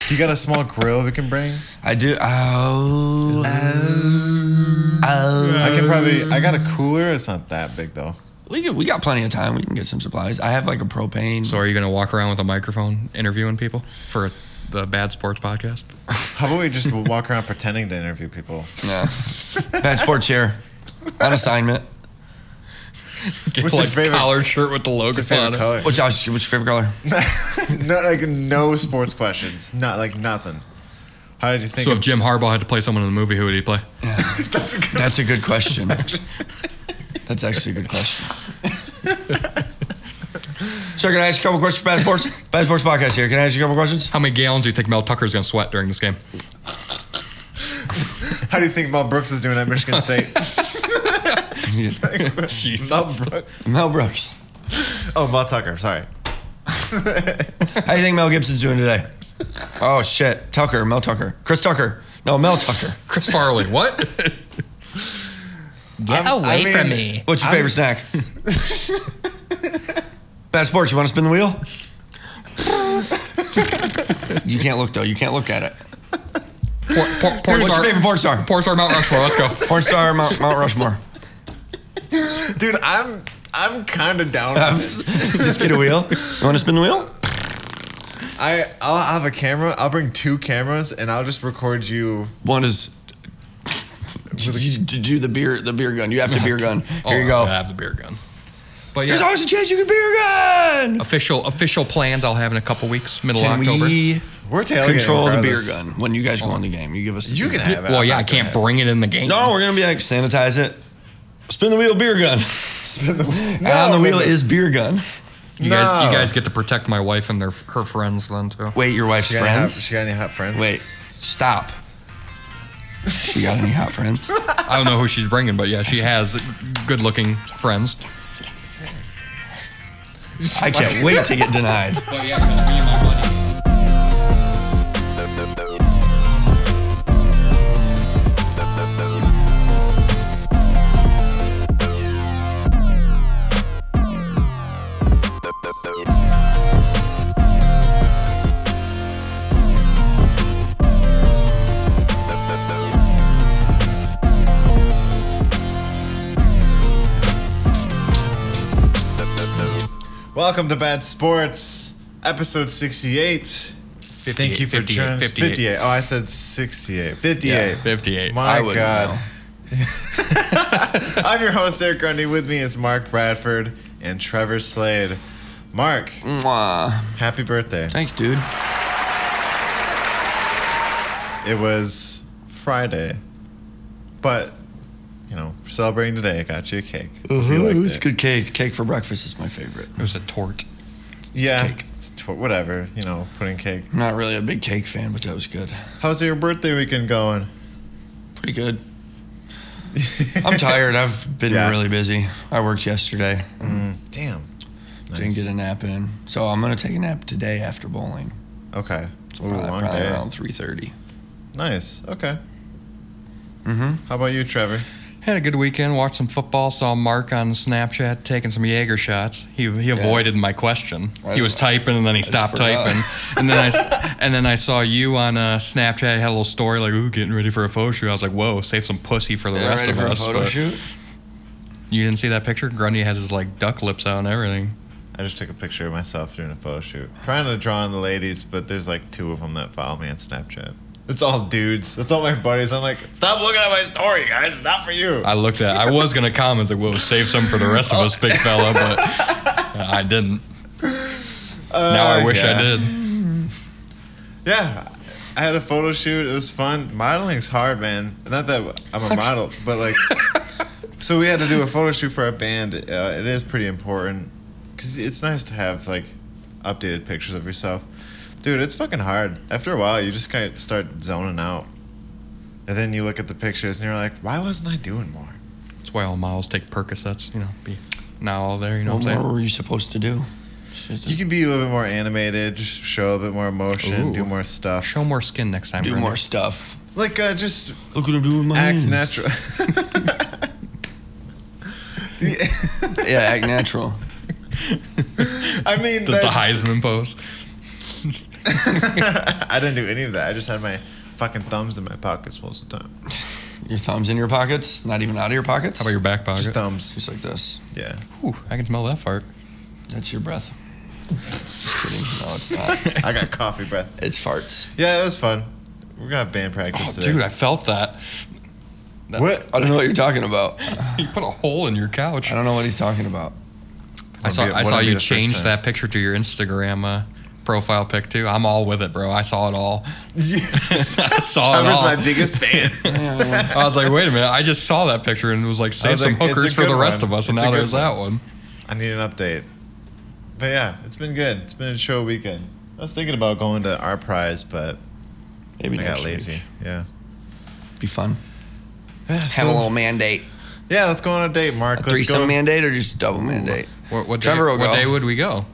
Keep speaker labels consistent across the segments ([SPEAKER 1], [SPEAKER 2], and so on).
[SPEAKER 1] Do you got a small grill we can bring?
[SPEAKER 2] I do. Oh. Oh.
[SPEAKER 1] I can probably. I got a cooler. It's not that big though.
[SPEAKER 2] We, can, we got plenty of time. We can get some supplies. I have like a propane.
[SPEAKER 3] So are you gonna walk around with a microphone interviewing people for the Bad Sports Podcast?
[SPEAKER 1] How about we just walk around pretending to interview people?
[SPEAKER 2] No. Bad sport chair. On assignment.
[SPEAKER 3] Get
[SPEAKER 1] What's your
[SPEAKER 3] like
[SPEAKER 1] favorite-
[SPEAKER 3] collared shirt with the logo
[SPEAKER 1] What's your favorite
[SPEAKER 3] on it.
[SPEAKER 1] color?
[SPEAKER 2] Which, what's your favorite color?
[SPEAKER 1] Not like no sports questions. Not like nothing. How did you think?
[SPEAKER 3] So if
[SPEAKER 1] of-
[SPEAKER 3] Jim Harbaugh had to play someone in the movie, who would he play?
[SPEAKER 2] That's a good question. That's actually a good question. Sir, can I ask you a couple questions for Bad Sports? Bad Sports Podcast here. Can I ask you a couple questions?
[SPEAKER 3] How many gallons do you think Mel Tucker's gonna sweat during this game?
[SPEAKER 1] how do you think Mel Brooks is doing at Michigan State? Mel Brooks.
[SPEAKER 2] Mel Brooks.
[SPEAKER 1] Oh, Mel Tucker. Sorry.
[SPEAKER 2] How do you think Mel Gibson's doing today? Oh, shit. Tucker. Mel Tucker. Chris Tucker. No, Mel Tucker.
[SPEAKER 3] Chris Farley, what?
[SPEAKER 1] Get away from me.
[SPEAKER 2] What's your favorite snack? Bad Sports, you want to spin the wheel? you can't look, though. You can't look at it.
[SPEAKER 3] Por- por- porn
[SPEAKER 2] What's your
[SPEAKER 3] star-
[SPEAKER 2] favorite porn star?
[SPEAKER 3] Porn star Mount Rushmore. Let's go.
[SPEAKER 2] Porn star Mount, Mount Rushmore.
[SPEAKER 1] Dude, I'm I'm kind of down.
[SPEAKER 2] Um,
[SPEAKER 1] with this.
[SPEAKER 2] just get a wheel. You want to spin the wheel?
[SPEAKER 1] I I'll have a camera. I'll bring two cameras and I'll just record you.
[SPEAKER 2] One is you, you- to do the beer the beer gun. You have to beer gun. Here
[SPEAKER 3] Oh,
[SPEAKER 2] you go.
[SPEAKER 3] I have the beer gun. But
[SPEAKER 2] There's
[SPEAKER 3] yeah,
[SPEAKER 2] always a chance you can beer gun.
[SPEAKER 3] official official plans I'll have in a couple weeks, middle
[SPEAKER 2] Can
[SPEAKER 3] October.
[SPEAKER 2] we
[SPEAKER 1] We're tailgating.
[SPEAKER 2] control the beer
[SPEAKER 1] regardless.
[SPEAKER 2] gun when you guys go on the game? Oh. You give us. The
[SPEAKER 1] You can
[SPEAKER 2] beer gun.
[SPEAKER 1] have it.
[SPEAKER 3] well,
[SPEAKER 1] I'm
[SPEAKER 3] yeah,
[SPEAKER 1] not
[SPEAKER 3] I
[SPEAKER 1] gonna
[SPEAKER 3] can't bring it in the game.
[SPEAKER 2] No, we're gonna be like sanitize it. Spin the wheel, beer gun.
[SPEAKER 1] spin the wheel.
[SPEAKER 2] and on the
[SPEAKER 1] No,
[SPEAKER 2] wheel
[SPEAKER 1] no.
[SPEAKER 2] is beer gun.
[SPEAKER 3] You guys, you
[SPEAKER 1] No.
[SPEAKER 3] guys get to protect my wife and their her friends then too.
[SPEAKER 2] Wait, your wife's
[SPEAKER 1] She got, any hot,
[SPEAKER 2] friends.
[SPEAKER 1] she got any hot friends?
[SPEAKER 2] Wait, stop. She got any hot friends?
[SPEAKER 3] I don't know who she's bringing, but yeah, she has good-looking friends.
[SPEAKER 2] I can't wait to get denied.
[SPEAKER 3] But yeah, me and my buddy.
[SPEAKER 1] Welcome to Bad Sports, episode 68. Thank you for
[SPEAKER 3] 58,
[SPEAKER 1] joining us.
[SPEAKER 3] 58.
[SPEAKER 1] 58. Oh, I said 68. 58.
[SPEAKER 2] Yeah,
[SPEAKER 3] 58.
[SPEAKER 1] My
[SPEAKER 2] I wouldn't
[SPEAKER 1] God.
[SPEAKER 2] know.
[SPEAKER 1] I'm your host, Eric Grundy. With me is Mark Bradford and Trevor Slade. Mark,
[SPEAKER 2] Mwah.
[SPEAKER 1] happy birthday.
[SPEAKER 2] Thanks, dude.
[SPEAKER 1] It was Friday, but, you know, we're celebrating today. I got you a cake. Hope you
[SPEAKER 2] Ooh,
[SPEAKER 1] liked
[SPEAKER 2] it's
[SPEAKER 1] it.
[SPEAKER 2] good cake. Cake for breakfast is my favorite.
[SPEAKER 3] It was a tort.
[SPEAKER 1] Yeah.
[SPEAKER 2] cake.
[SPEAKER 1] It's tw- whatever, you know, pudding cake.
[SPEAKER 2] I'm not really a big cake fan, but that was good.
[SPEAKER 1] How's your birthday weekend going?
[SPEAKER 2] Pretty good. I'm tired. I've been
[SPEAKER 1] Yeah.
[SPEAKER 2] really busy. I worked yesterday.
[SPEAKER 1] Damn.
[SPEAKER 2] Didn't get a nap in, so I'm gonna take a nap today after bowling.
[SPEAKER 1] Okay. Ooh,
[SPEAKER 2] Probably,
[SPEAKER 1] long
[SPEAKER 2] probably
[SPEAKER 1] day.
[SPEAKER 2] around three thirty.
[SPEAKER 1] Nice. Okay. Mm-hmm.
[SPEAKER 2] Mm-hmm.
[SPEAKER 1] How about you, Trevor?
[SPEAKER 3] Had a good weekend. Watched some football. Saw Mark on Snapchat taking some Jaeger shots. He he avoided my question.
[SPEAKER 2] I
[SPEAKER 3] he was
[SPEAKER 2] just-
[SPEAKER 3] typing and then he stopped
[SPEAKER 2] forgot.
[SPEAKER 3] typing. And then I s- and then I saw you on uh, Snapchat. Had a little story like, "Ooh, getting ready for a photo shoot." I was like, "Whoa, save some pussy for the rest
[SPEAKER 2] ready
[SPEAKER 3] of
[SPEAKER 2] for a
[SPEAKER 3] us."
[SPEAKER 2] photo
[SPEAKER 3] but
[SPEAKER 2] shoot?
[SPEAKER 3] You didn't see that picture. Grundy had his like duck lips out and everything.
[SPEAKER 1] I just took a picture of myself doing a photo shoot. Trying to draw on the ladies, but there's like two of them that follow me on Snapchat. It's all dudes. That's all my buddies. I'm like, stop looking at my story, guys. It's not for you.
[SPEAKER 3] I looked at. I was gonna comment like, "Whoa, save some for the rest of us, big fella," but I didn't. now I
[SPEAKER 1] Uh,
[SPEAKER 3] wish I
[SPEAKER 1] yeah.
[SPEAKER 3] did.
[SPEAKER 1] Yeah. I had a photo shoot. It was fun. Modeling's hard, man. Not that I'm a model, but like, so we had to do a photo shoot for our band. Uh, it is pretty important because it's nice to have like updated pictures of yourself. Dude, it's fucking hard. After a while, you just kind of start zoning out. And then you look at the pictures and you're like, why wasn't I doing more?
[SPEAKER 3] That's why all models take Percocets. You know, be now all there. You know what
[SPEAKER 2] What
[SPEAKER 3] I'm saying?
[SPEAKER 2] more were you supposed to do? It's just a-
[SPEAKER 1] You can be a little bit more animated, just show a bit more emotion,
[SPEAKER 3] Ooh.
[SPEAKER 1] do more stuff.
[SPEAKER 3] Show more skin next time.
[SPEAKER 2] do
[SPEAKER 3] Brandon.
[SPEAKER 2] more stuff.
[SPEAKER 1] Like, uh, just
[SPEAKER 2] Look what I'm doing with my
[SPEAKER 1] act
[SPEAKER 2] hands.
[SPEAKER 1] natural.
[SPEAKER 2] yeah, act natural.
[SPEAKER 1] I mean,
[SPEAKER 3] Does the
[SPEAKER 1] that's-
[SPEAKER 3] Heisman pose?
[SPEAKER 1] I didn't do any of that. I just had my fucking thumbs in my pockets most of the time.
[SPEAKER 2] Your thumbs in your pockets, not even out of your pockets.
[SPEAKER 3] How about your back pocket?
[SPEAKER 1] Just thumbs.
[SPEAKER 2] Just like this.
[SPEAKER 1] Yeah.
[SPEAKER 3] Ooh, I can smell that fart.
[SPEAKER 2] That's your breath. Just kidding. No, it's not.
[SPEAKER 1] I got coffee breath.
[SPEAKER 2] It's farts.
[SPEAKER 1] Yeah, it was fun. We're gonna have band practice
[SPEAKER 3] Oh,
[SPEAKER 1] today.
[SPEAKER 3] dude, I felt that. that-
[SPEAKER 1] what?
[SPEAKER 2] I don't know what you're talking about.
[SPEAKER 3] You put a hole in your couch.
[SPEAKER 2] I don't know what he's talking about.
[SPEAKER 3] I saw,
[SPEAKER 1] Wouldn't be-
[SPEAKER 3] I saw
[SPEAKER 1] wouldn't be
[SPEAKER 3] you
[SPEAKER 1] the first
[SPEAKER 3] change
[SPEAKER 1] time.
[SPEAKER 3] that picture to your Instagram uh, profile pic too. I'm all with it, bro. I saw it all.
[SPEAKER 1] Yes.
[SPEAKER 3] I saw it
[SPEAKER 1] Trevor's
[SPEAKER 3] all.
[SPEAKER 1] my biggest fan.
[SPEAKER 3] I was like, wait a minute. I just saw that picture and was like,
[SPEAKER 1] I
[SPEAKER 3] save
[SPEAKER 1] was
[SPEAKER 3] some
[SPEAKER 1] like, it's a
[SPEAKER 3] hookers for
[SPEAKER 1] good
[SPEAKER 3] the rest
[SPEAKER 1] one.
[SPEAKER 3] of us. And
[SPEAKER 1] It's a
[SPEAKER 3] now
[SPEAKER 1] good
[SPEAKER 3] there's that one.
[SPEAKER 1] I need an update. But yeah, it's been good. It's been a show weekend. I was thinking about going to our prize, but
[SPEAKER 2] Maybe
[SPEAKER 1] I
[SPEAKER 2] next
[SPEAKER 1] got lazy.
[SPEAKER 2] week.
[SPEAKER 1] Yeah.
[SPEAKER 2] Be fun.
[SPEAKER 1] Yeah,
[SPEAKER 2] Have a
[SPEAKER 1] so-
[SPEAKER 2] little mandate.
[SPEAKER 1] yeah, let's go on a date, Mark.
[SPEAKER 2] A
[SPEAKER 1] let's go.
[SPEAKER 2] threesome mandate or just double mandate?
[SPEAKER 3] What, what,
[SPEAKER 2] Trevor
[SPEAKER 3] day,
[SPEAKER 2] will
[SPEAKER 3] what
[SPEAKER 2] go.
[SPEAKER 3] day would we go?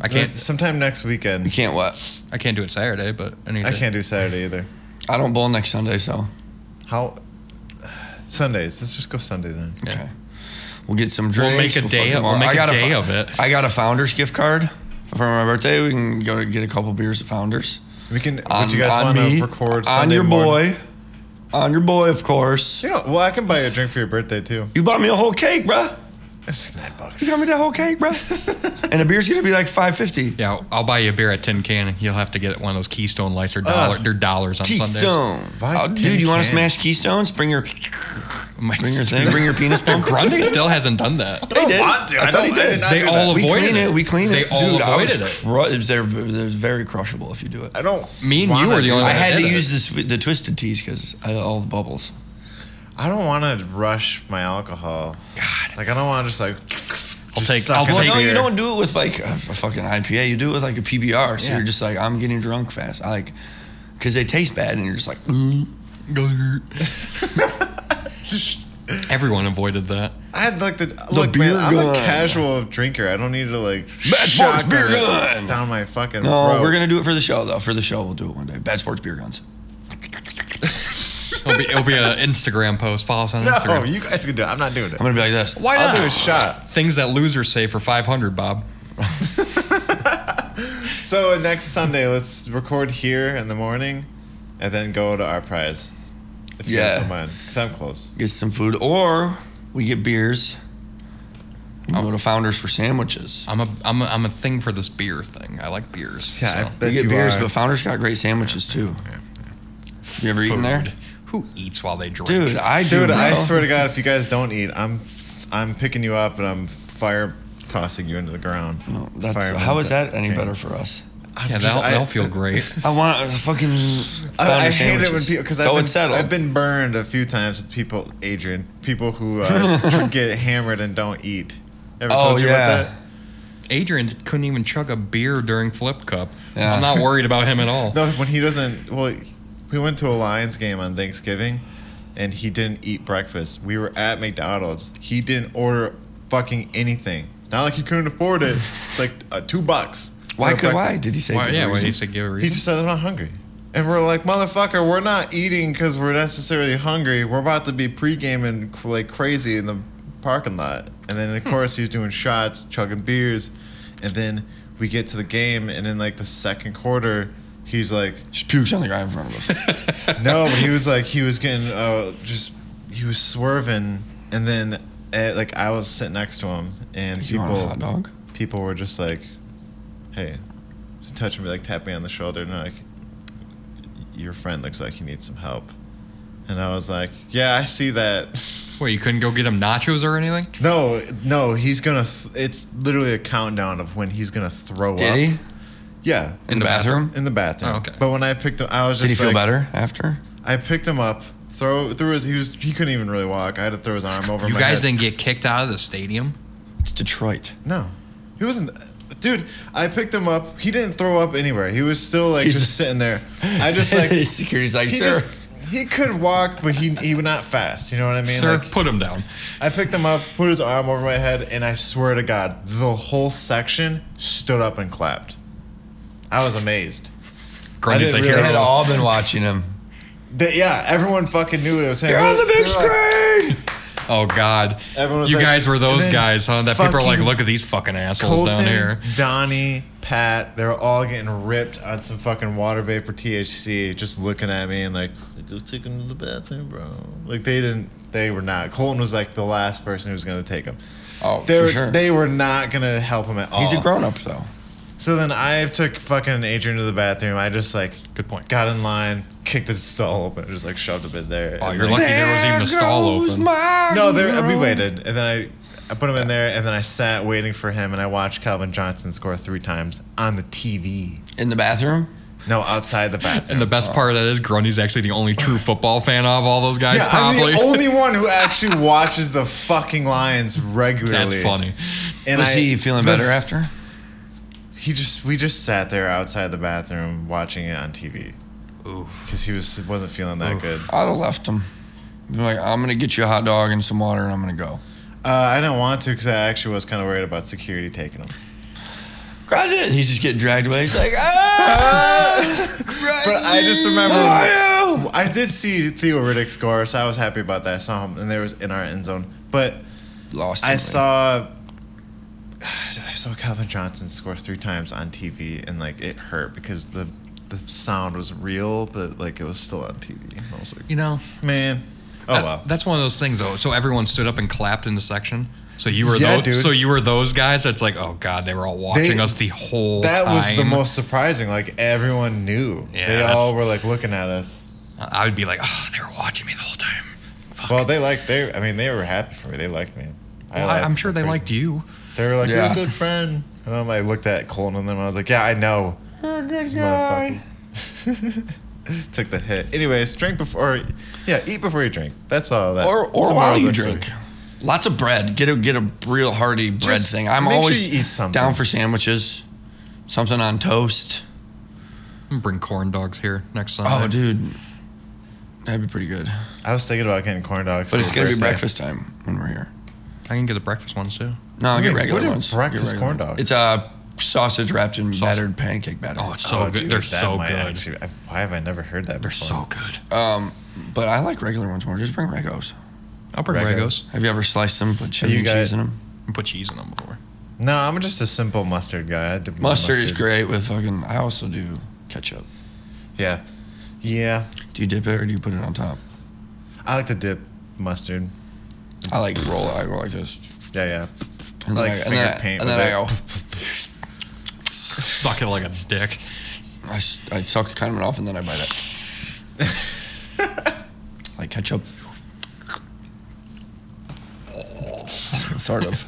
[SPEAKER 3] I
[SPEAKER 1] Let-
[SPEAKER 3] can't.
[SPEAKER 1] Sometime next
[SPEAKER 2] You
[SPEAKER 1] weekend.
[SPEAKER 2] can't what?
[SPEAKER 3] I can't do it Saturday, but any
[SPEAKER 1] I
[SPEAKER 3] day.
[SPEAKER 1] can't do Saturday either.
[SPEAKER 2] I don't bowl next Sunday, so
[SPEAKER 1] How? Sundays. Let's just go Sunday then.
[SPEAKER 3] Yeah.
[SPEAKER 2] okay. We'll get some
[SPEAKER 3] We'll
[SPEAKER 2] drinks.
[SPEAKER 3] make a day
[SPEAKER 2] fucking
[SPEAKER 3] of- we'll
[SPEAKER 2] bar-
[SPEAKER 3] make
[SPEAKER 2] I
[SPEAKER 3] a
[SPEAKER 2] got
[SPEAKER 3] day
[SPEAKER 2] fo-
[SPEAKER 3] of it.
[SPEAKER 2] I got a Founders gift card for my birthday. We can go to get a couple beers at Founders.
[SPEAKER 1] We can.
[SPEAKER 2] On-
[SPEAKER 1] would you guys
[SPEAKER 2] on
[SPEAKER 1] want
[SPEAKER 2] me,
[SPEAKER 1] to record
[SPEAKER 2] on
[SPEAKER 1] Sunday
[SPEAKER 2] your
[SPEAKER 1] morning?
[SPEAKER 2] boy, on your boy, of course.
[SPEAKER 1] You know, well, I can buy you a drink for your birthday too.
[SPEAKER 2] You bought me a whole cake, bruh.
[SPEAKER 1] It's like nine bucks.
[SPEAKER 2] You got me that whole cake, bruh. and the beer's gonna be like five fifty.
[SPEAKER 3] Yeah, I'll- I'll buy you a beer at Tin Can. You'll have to get one of those Keystone lights or dollar,
[SPEAKER 1] Ugh.
[SPEAKER 3] they're dollars on Sundays.
[SPEAKER 2] Keystone.
[SPEAKER 1] Buy
[SPEAKER 2] Oh,
[SPEAKER 1] a
[SPEAKER 2] dude,
[SPEAKER 1] tin
[SPEAKER 2] you want to
[SPEAKER 1] can.
[SPEAKER 2] smash Keystones? Bring your
[SPEAKER 3] My-
[SPEAKER 2] bring your thing. Bring your penis pump.
[SPEAKER 3] Grundy still hasn't done that.
[SPEAKER 2] They did.
[SPEAKER 1] want to. I
[SPEAKER 2] thought he
[SPEAKER 1] don't- I did not
[SPEAKER 3] They
[SPEAKER 1] do
[SPEAKER 3] all
[SPEAKER 1] that.
[SPEAKER 2] We
[SPEAKER 3] avoided
[SPEAKER 2] clean it.
[SPEAKER 3] it.
[SPEAKER 2] We clean
[SPEAKER 3] They
[SPEAKER 2] it.
[SPEAKER 3] all
[SPEAKER 2] Dude, I was
[SPEAKER 3] avoided it.
[SPEAKER 2] cru- they're, they're very crushable if you do it.
[SPEAKER 1] I don't.
[SPEAKER 3] Me and you
[SPEAKER 1] wanna
[SPEAKER 3] were the
[SPEAKER 1] do
[SPEAKER 3] only
[SPEAKER 1] that.
[SPEAKER 2] I
[SPEAKER 3] I
[SPEAKER 2] had to
[SPEAKER 3] did it.
[SPEAKER 2] use this, the twisted teas because all the bubbles.
[SPEAKER 1] I don't want to rush my alcohol. God, like I don't want to just like. I'll
[SPEAKER 3] take- I'll
[SPEAKER 2] Well,
[SPEAKER 3] take
[SPEAKER 2] no, you
[SPEAKER 3] beer.
[SPEAKER 2] don't do it with like a, a fucking IPA. You do it with like a PBR. So
[SPEAKER 3] Yeah.
[SPEAKER 2] you're just like, I'm getting drunk fast. I like, because they taste bad, and you're just like, "Mm."
[SPEAKER 3] Everyone avoided that.
[SPEAKER 1] I had like the, look,
[SPEAKER 2] beer
[SPEAKER 1] man. I'm
[SPEAKER 2] gun.
[SPEAKER 1] a casual drinker. I don't need to like
[SPEAKER 2] Matchbox
[SPEAKER 1] shotgun
[SPEAKER 2] beer
[SPEAKER 1] it
[SPEAKER 2] gun.
[SPEAKER 1] down my fucking
[SPEAKER 2] no,
[SPEAKER 1] throat.
[SPEAKER 2] we're gonna do it for the show though. For the show, we'll do it one day. Bad sports beer guns.
[SPEAKER 3] It'll be, it'll be an Instagram post. Follow us on
[SPEAKER 1] No,
[SPEAKER 3] Instagram.
[SPEAKER 1] you guys can do it. I'm not doing it.
[SPEAKER 2] I'm gonna be like this.
[SPEAKER 3] Why
[SPEAKER 1] I'll
[SPEAKER 3] not?
[SPEAKER 1] do a shot.
[SPEAKER 3] Things that losers say for 500, Bob.
[SPEAKER 1] So uh, next Sunday, let's record here in the morning, and then go to our prize. If you
[SPEAKER 2] Yeah.
[SPEAKER 1] guys don't mind, because I'm close.
[SPEAKER 2] Get some food, or we get beers. We can go to Founders for sandwiches.
[SPEAKER 3] I'm a, I'm a, I'm a thing for this beer thing. I like beers.
[SPEAKER 1] Yeah, I
[SPEAKER 3] so.
[SPEAKER 1] bet
[SPEAKER 2] we get
[SPEAKER 1] you
[SPEAKER 2] beers,
[SPEAKER 1] are.
[SPEAKER 2] but Founders got great sandwiches too. You ever eaten there?
[SPEAKER 3] Food. Who eats while they drink?
[SPEAKER 2] Dude, I do.
[SPEAKER 1] Dude, I
[SPEAKER 2] bro.
[SPEAKER 1] swear to God, if you guys don't eat, I'm, I'm picking you up and I'm fire tossing you into the ground.
[SPEAKER 2] No, that's
[SPEAKER 1] Fireman's
[SPEAKER 2] how is that any
[SPEAKER 1] king.
[SPEAKER 2] better for us?
[SPEAKER 1] I'm
[SPEAKER 3] yeah,
[SPEAKER 1] just-
[SPEAKER 3] that'll,
[SPEAKER 1] I-
[SPEAKER 3] that'll feel great.
[SPEAKER 2] I want a fucking.
[SPEAKER 1] I, I
[SPEAKER 2] Founder's
[SPEAKER 1] hate it when
[SPEAKER 2] sandwiches.
[SPEAKER 1] people because
[SPEAKER 2] so
[SPEAKER 1] I've,
[SPEAKER 2] it's
[SPEAKER 1] been-
[SPEAKER 2] settled.
[SPEAKER 1] I've been burned a few times with people, Adrian, people who uh, get hammered and don't eat. Ever
[SPEAKER 2] Oh,
[SPEAKER 1] told you
[SPEAKER 2] yeah.
[SPEAKER 1] about that?
[SPEAKER 3] Adrian couldn't even chug a beer during Flip Cup.
[SPEAKER 2] Yeah.
[SPEAKER 3] I'm not worried about him at all.
[SPEAKER 1] No, when he doesn't. Well, we went to a Lions game on Thanksgiving, and he didn't eat breakfast. We were at McDonald's. He didn't order fucking anything. Not like he couldn't afford it. It's like uh, two bucks.
[SPEAKER 2] why
[SPEAKER 1] for
[SPEAKER 2] could why
[SPEAKER 1] breakfast.
[SPEAKER 2] did he say?
[SPEAKER 3] Why,
[SPEAKER 2] good
[SPEAKER 3] yeah, why
[SPEAKER 2] reason?
[SPEAKER 3] he said give a
[SPEAKER 1] He
[SPEAKER 3] reason.
[SPEAKER 1] just said I'm not hungry. And we're like, motherfucker, we're not eating because we're necessarily hungry. We're about to be pre-gaming c- like crazy in the parking lot. And then
[SPEAKER 2] Hmm.
[SPEAKER 1] of course he's doing shots, chugging beers, and then we get to the game, and in like the second quarter, he's like,
[SPEAKER 2] Just pukes on the guy in front of us.
[SPEAKER 1] no, but he was like he was getting uh, just he was swerving, and then uh, like I was sitting next to him, and
[SPEAKER 2] You want a hot
[SPEAKER 1] people
[SPEAKER 2] dog?
[SPEAKER 1] people were just like, hey, just touch me, like tap me on the shoulder, and they're like, your friend looks like he needs some help, and I was like, yeah, I see that.
[SPEAKER 3] Wait, you couldn't go get him nachos or anything?
[SPEAKER 1] No, no, he's gonna. Th- it's literally a countdown of when he's gonna throw
[SPEAKER 2] Did
[SPEAKER 1] up.
[SPEAKER 2] he
[SPEAKER 1] Yeah,
[SPEAKER 2] in the bathroom?
[SPEAKER 1] in the bathroom.
[SPEAKER 3] Oh, okay.
[SPEAKER 1] But when I picked him, I was just
[SPEAKER 2] Did he feel
[SPEAKER 1] like,
[SPEAKER 2] better after?
[SPEAKER 1] I picked him up, throw threw his he was he couldn't even really walk. I had to throw his arm over.
[SPEAKER 3] You
[SPEAKER 1] my
[SPEAKER 3] guys
[SPEAKER 1] head.
[SPEAKER 3] didn't get kicked out of the stadium?
[SPEAKER 2] It's Detroit.
[SPEAKER 1] No, he wasn't. Dude, I picked him up. He didn't throw up anywhere. He was still like
[SPEAKER 2] He's-
[SPEAKER 1] just sitting there. I just like he
[SPEAKER 2] security's like, sir.
[SPEAKER 1] just he could walk, but he he was not fast. You know what I mean?
[SPEAKER 3] Sir,
[SPEAKER 1] Like,
[SPEAKER 3] put him down.
[SPEAKER 1] I picked him up, put his arm over my head, and I swear to God, the whole section stood up and clapped. I was amazed.
[SPEAKER 3] Grundy's
[SPEAKER 1] didn't
[SPEAKER 3] like,
[SPEAKER 1] really
[SPEAKER 3] here.
[SPEAKER 2] they
[SPEAKER 1] have
[SPEAKER 2] had
[SPEAKER 1] a-
[SPEAKER 2] all been watching him.
[SPEAKER 1] They, yeah, everyone fucking knew it was him. They- they were like-
[SPEAKER 2] screen.
[SPEAKER 3] Oh God!
[SPEAKER 1] Everyone was
[SPEAKER 3] you
[SPEAKER 1] like-
[SPEAKER 3] guys were
[SPEAKER 1] and
[SPEAKER 3] those
[SPEAKER 1] then
[SPEAKER 3] guys, huh? That people are like,
[SPEAKER 1] fucking
[SPEAKER 3] look at these fucking assholes
[SPEAKER 1] Colton,
[SPEAKER 3] down here.
[SPEAKER 1] Donnie, Pat, they were all getting ripped on some fucking water vapor THC, just looking at me and like, go take him to the bathroom, bro. Like they didn't, they were not. Colton was like the last person who was gonna take him.
[SPEAKER 2] Oh,
[SPEAKER 1] They
[SPEAKER 2] for
[SPEAKER 1] were,
[SPEAKER 2] sure.
[SPEAKER 1] they were not gonna help him at all.
[SPEAKER 2] He's a grown up though.
[SPEAKER 1] So then I took fucking Adrian to the bathroom. I just like
[SPEAKER 3] Good point.
[SPEAKER 1] got in line, kicked his stall open, and just like shoved a bit there.
[SPEAKER 3] Oh,
[SPEAKER 1] And,
[SPEAKER 3] you're
[SPEAKER 1] like,
[SPEAKER 3] lucky there was even a stall open.
[SPEAKER 1] no, there we waited, and then I I put him in there, and then I sat waiting for him, and I watched Calvin Johnson score three times on the TV.
[SPEAKER 2] in the bathroom.
[SPEAKER 1] No, outside the bathroom.
[SPEAKER 3] And the best part of that is Grundy's actually the only true football fan of all those guys.
[SPEAKER 1] yeah,
[SPEAKER 3] probably.
[SPEAKER 1] I'm the only one who actually watches the fucking Lions regularly.
[SPEAKER 3] That's funny.
[SPEAKER 1] And
[SPEAKER 2] Was
[SPEAKER 1] I-
[SPEAKER 2] he feeling
[SPEAKER 1] the-
[SPEAKER 2] better after?
[SPEAKER 1] He just we just sat there outside the bathroom watching it on TV. Because he was wasn't feeling that good.
[SPEAKER 2] I'd have left him. Be like, I'm gonna get you a hot dog and some water, and I'm gonna go.
[SPEAKER 1] Uh, I didn't want to because I actually was kind of worried about security taking him.
[SPEAKER 2] Grudge it. He's just getting dragged away. He's like, ah,
[SPEAKER 1] But I just remember
[SPEAKER 2] Oh, are you?
[SPEAKER 1] I did see Theo Riddick score, so I was happy about that. I saw him, and there was in our end zone. But
[SPEAKER 2] Lost.
[SPEAKER 1] I
[SPEAKER 2] him.
[SPEAKER 1] saw, I saw Calvin Johnson score three times on TV, and like it hurt because the the sound was real, but like it was still on TV. And I was like,
[SPEAKER 3] You know,
[SPEAKER 1] man, oh
[SPEAKER 3] that-
[SPEAKER 1] well.
[SPEAKER 3] that's one of those things though. So everyone stood up and clapped in the section. So you were
[SPEAKER 1] Yeah,
[SPEAKER 3] those.
[SPEAKER 1] dude.
[SPEAKER 3] So you were those guys. That's like, oh God, they were all watching us the whole
[SPEAKER 1] That
[SPEAKER 3] time.
[SPEAKER 1] was the most surprising. Like everyone knew.
[SPEAKER 3] Yeah,
[SPEAKER 1] they
[SPEAKER 3] that's-
[SPEAKER 1] all were like looking at us.
[SPEAKER 3] I would be like, oh, they were watching me the whole time. Fuck.
[SPEAKER 1] Well, they liked. They, I mean, they were happy for me. They liked me.
[SPEAKER 3] Well, I,
[SPEAKER 1] liked
[SPEAKER 3] I'm
[SPEAKER 1] them
[SPEAKER 3] sure they
[SPEAKER 1] Oh, crazy.
[SPEAKER 3] liked you.
[SPEAKER 1] They were like,
[SPEAKER 2] Yeah.
[SPEAKER 1] "You're a good friend," and I'm like, looked at Colton and then I was like, "Yeah, I know." These motherfuckers. Took the hit. Anyways, drink before. Yeah, eat before you drink. That's all. That
[SPEAKER 2] Or
[SPEAKER 1] that's
[SPEAKER 2] or
[SPEAKER 1] the moral
[SPEAKER 2] while
[SPEAKER 1] of
[SPEAKER 2] you
[SPEAKER 1] the
[SPEAKER 2] drink.
[SPEAKER 1] story.
[SPEAKER 2] Lots of bread. Get a get a real hearty bread
[SPEAKER 1] Just
[SPEAKER 2] thing. I'm
[SPEAKER 1] make sure
[SPEAKER 2] always
[SPEAKER 1] you eat something.
[SPEAKER 2] down for sandwiches, something on toast.
[SPEAKER 3] I'm gonna Bring corn dogs here next Sunday.
[SPEAKER 2] Oh, dude, that'd be pretty good.
[SPEAKER 1] I was thinking about getting corn dogs,
[SPEAKER 2] But
[SPEAKER 1] for
[SPEAKER 2] it's gonna be
[SPEAKER 1] birthday.
[SPEAKER 2] breakfast time when we're here.
[SPEAKER 3] I can get the breakfast ones too.
[SPEAKER 2] No, I'll get
[SPEAKER 1] Wait,
[SPEAKER 2] regular
[SPEAKER 1] what are
[SPEAKER 2] ones. Get
[SPEAKER 1] breakfast
[SPEAKER 2] regular
[SPEAKER 1] corn
[SPEAKER 2] ones.
[SPEAKER 1] dogs?
[SPEAKER 2] It's a uh, sausage wrapped in battered pancake batter.
[SPEAKER 3] Oh, it's so
[SPEAKER 1] Oh,
[SPEAKER 3] good.
[SPEAKER 1] dude,
[SPEAKER 3] They're
[SPEAKER 1] that
[SPEAKER 3] so
[SPEAKER 1] might
[SPEAKER 3] good.
[SPEAKER 1] actually- I- why have I never heard that
[SPEAKER 3] They're
[SPEAKER 1] before?
[SPEAKER 3] so good.
[SPEAKER 2] Um, but I like regular ones more. Just bring Regos.
[SPEAKER 3] I'll bring
[SPEAKER 1] Rego.
[SPEAKER 3] Regos
[SPEAKER 2] Have you ever sliced them, put chili
[SPEAKER 1] You
[SPEAKER 2] and
[SPEAKER 1] got-
[SPEAKER 2] cheese in them?
[SPEAKER 3] and put cheese in them before.
[SPEAKER 1] No, I'm just a simple mustard guy. I dip my
[SPEAKER 2] Mustard is great with fucking. I also do ketchup.
[SPEAKER 1] Yeah, yeah.
[SPEAKER 2] Do you dip it or do you put it on top?
[SPEAKER 1] I like to dip mustard.
[SPEAKER 2] I like roll it. I go like this.
[SPEAKER 1] Yeah, yeah.
[SPEAKER 2] And
[SPEAKER 1] I like
[SPEAKER 2] then and then
[SPEAKER 1] finger paint
[SPEAKER 2] And
[SPEAKER 1] with
[SPEAKER 2] then I
[SPEAKER 1] it.
[SPEAKER 2] go.
[SPEAKER 3] Suck it like a dick.
[SPEAKER 2] I, s- I suck kind of it off and then I bite it. like ketchup. sort of.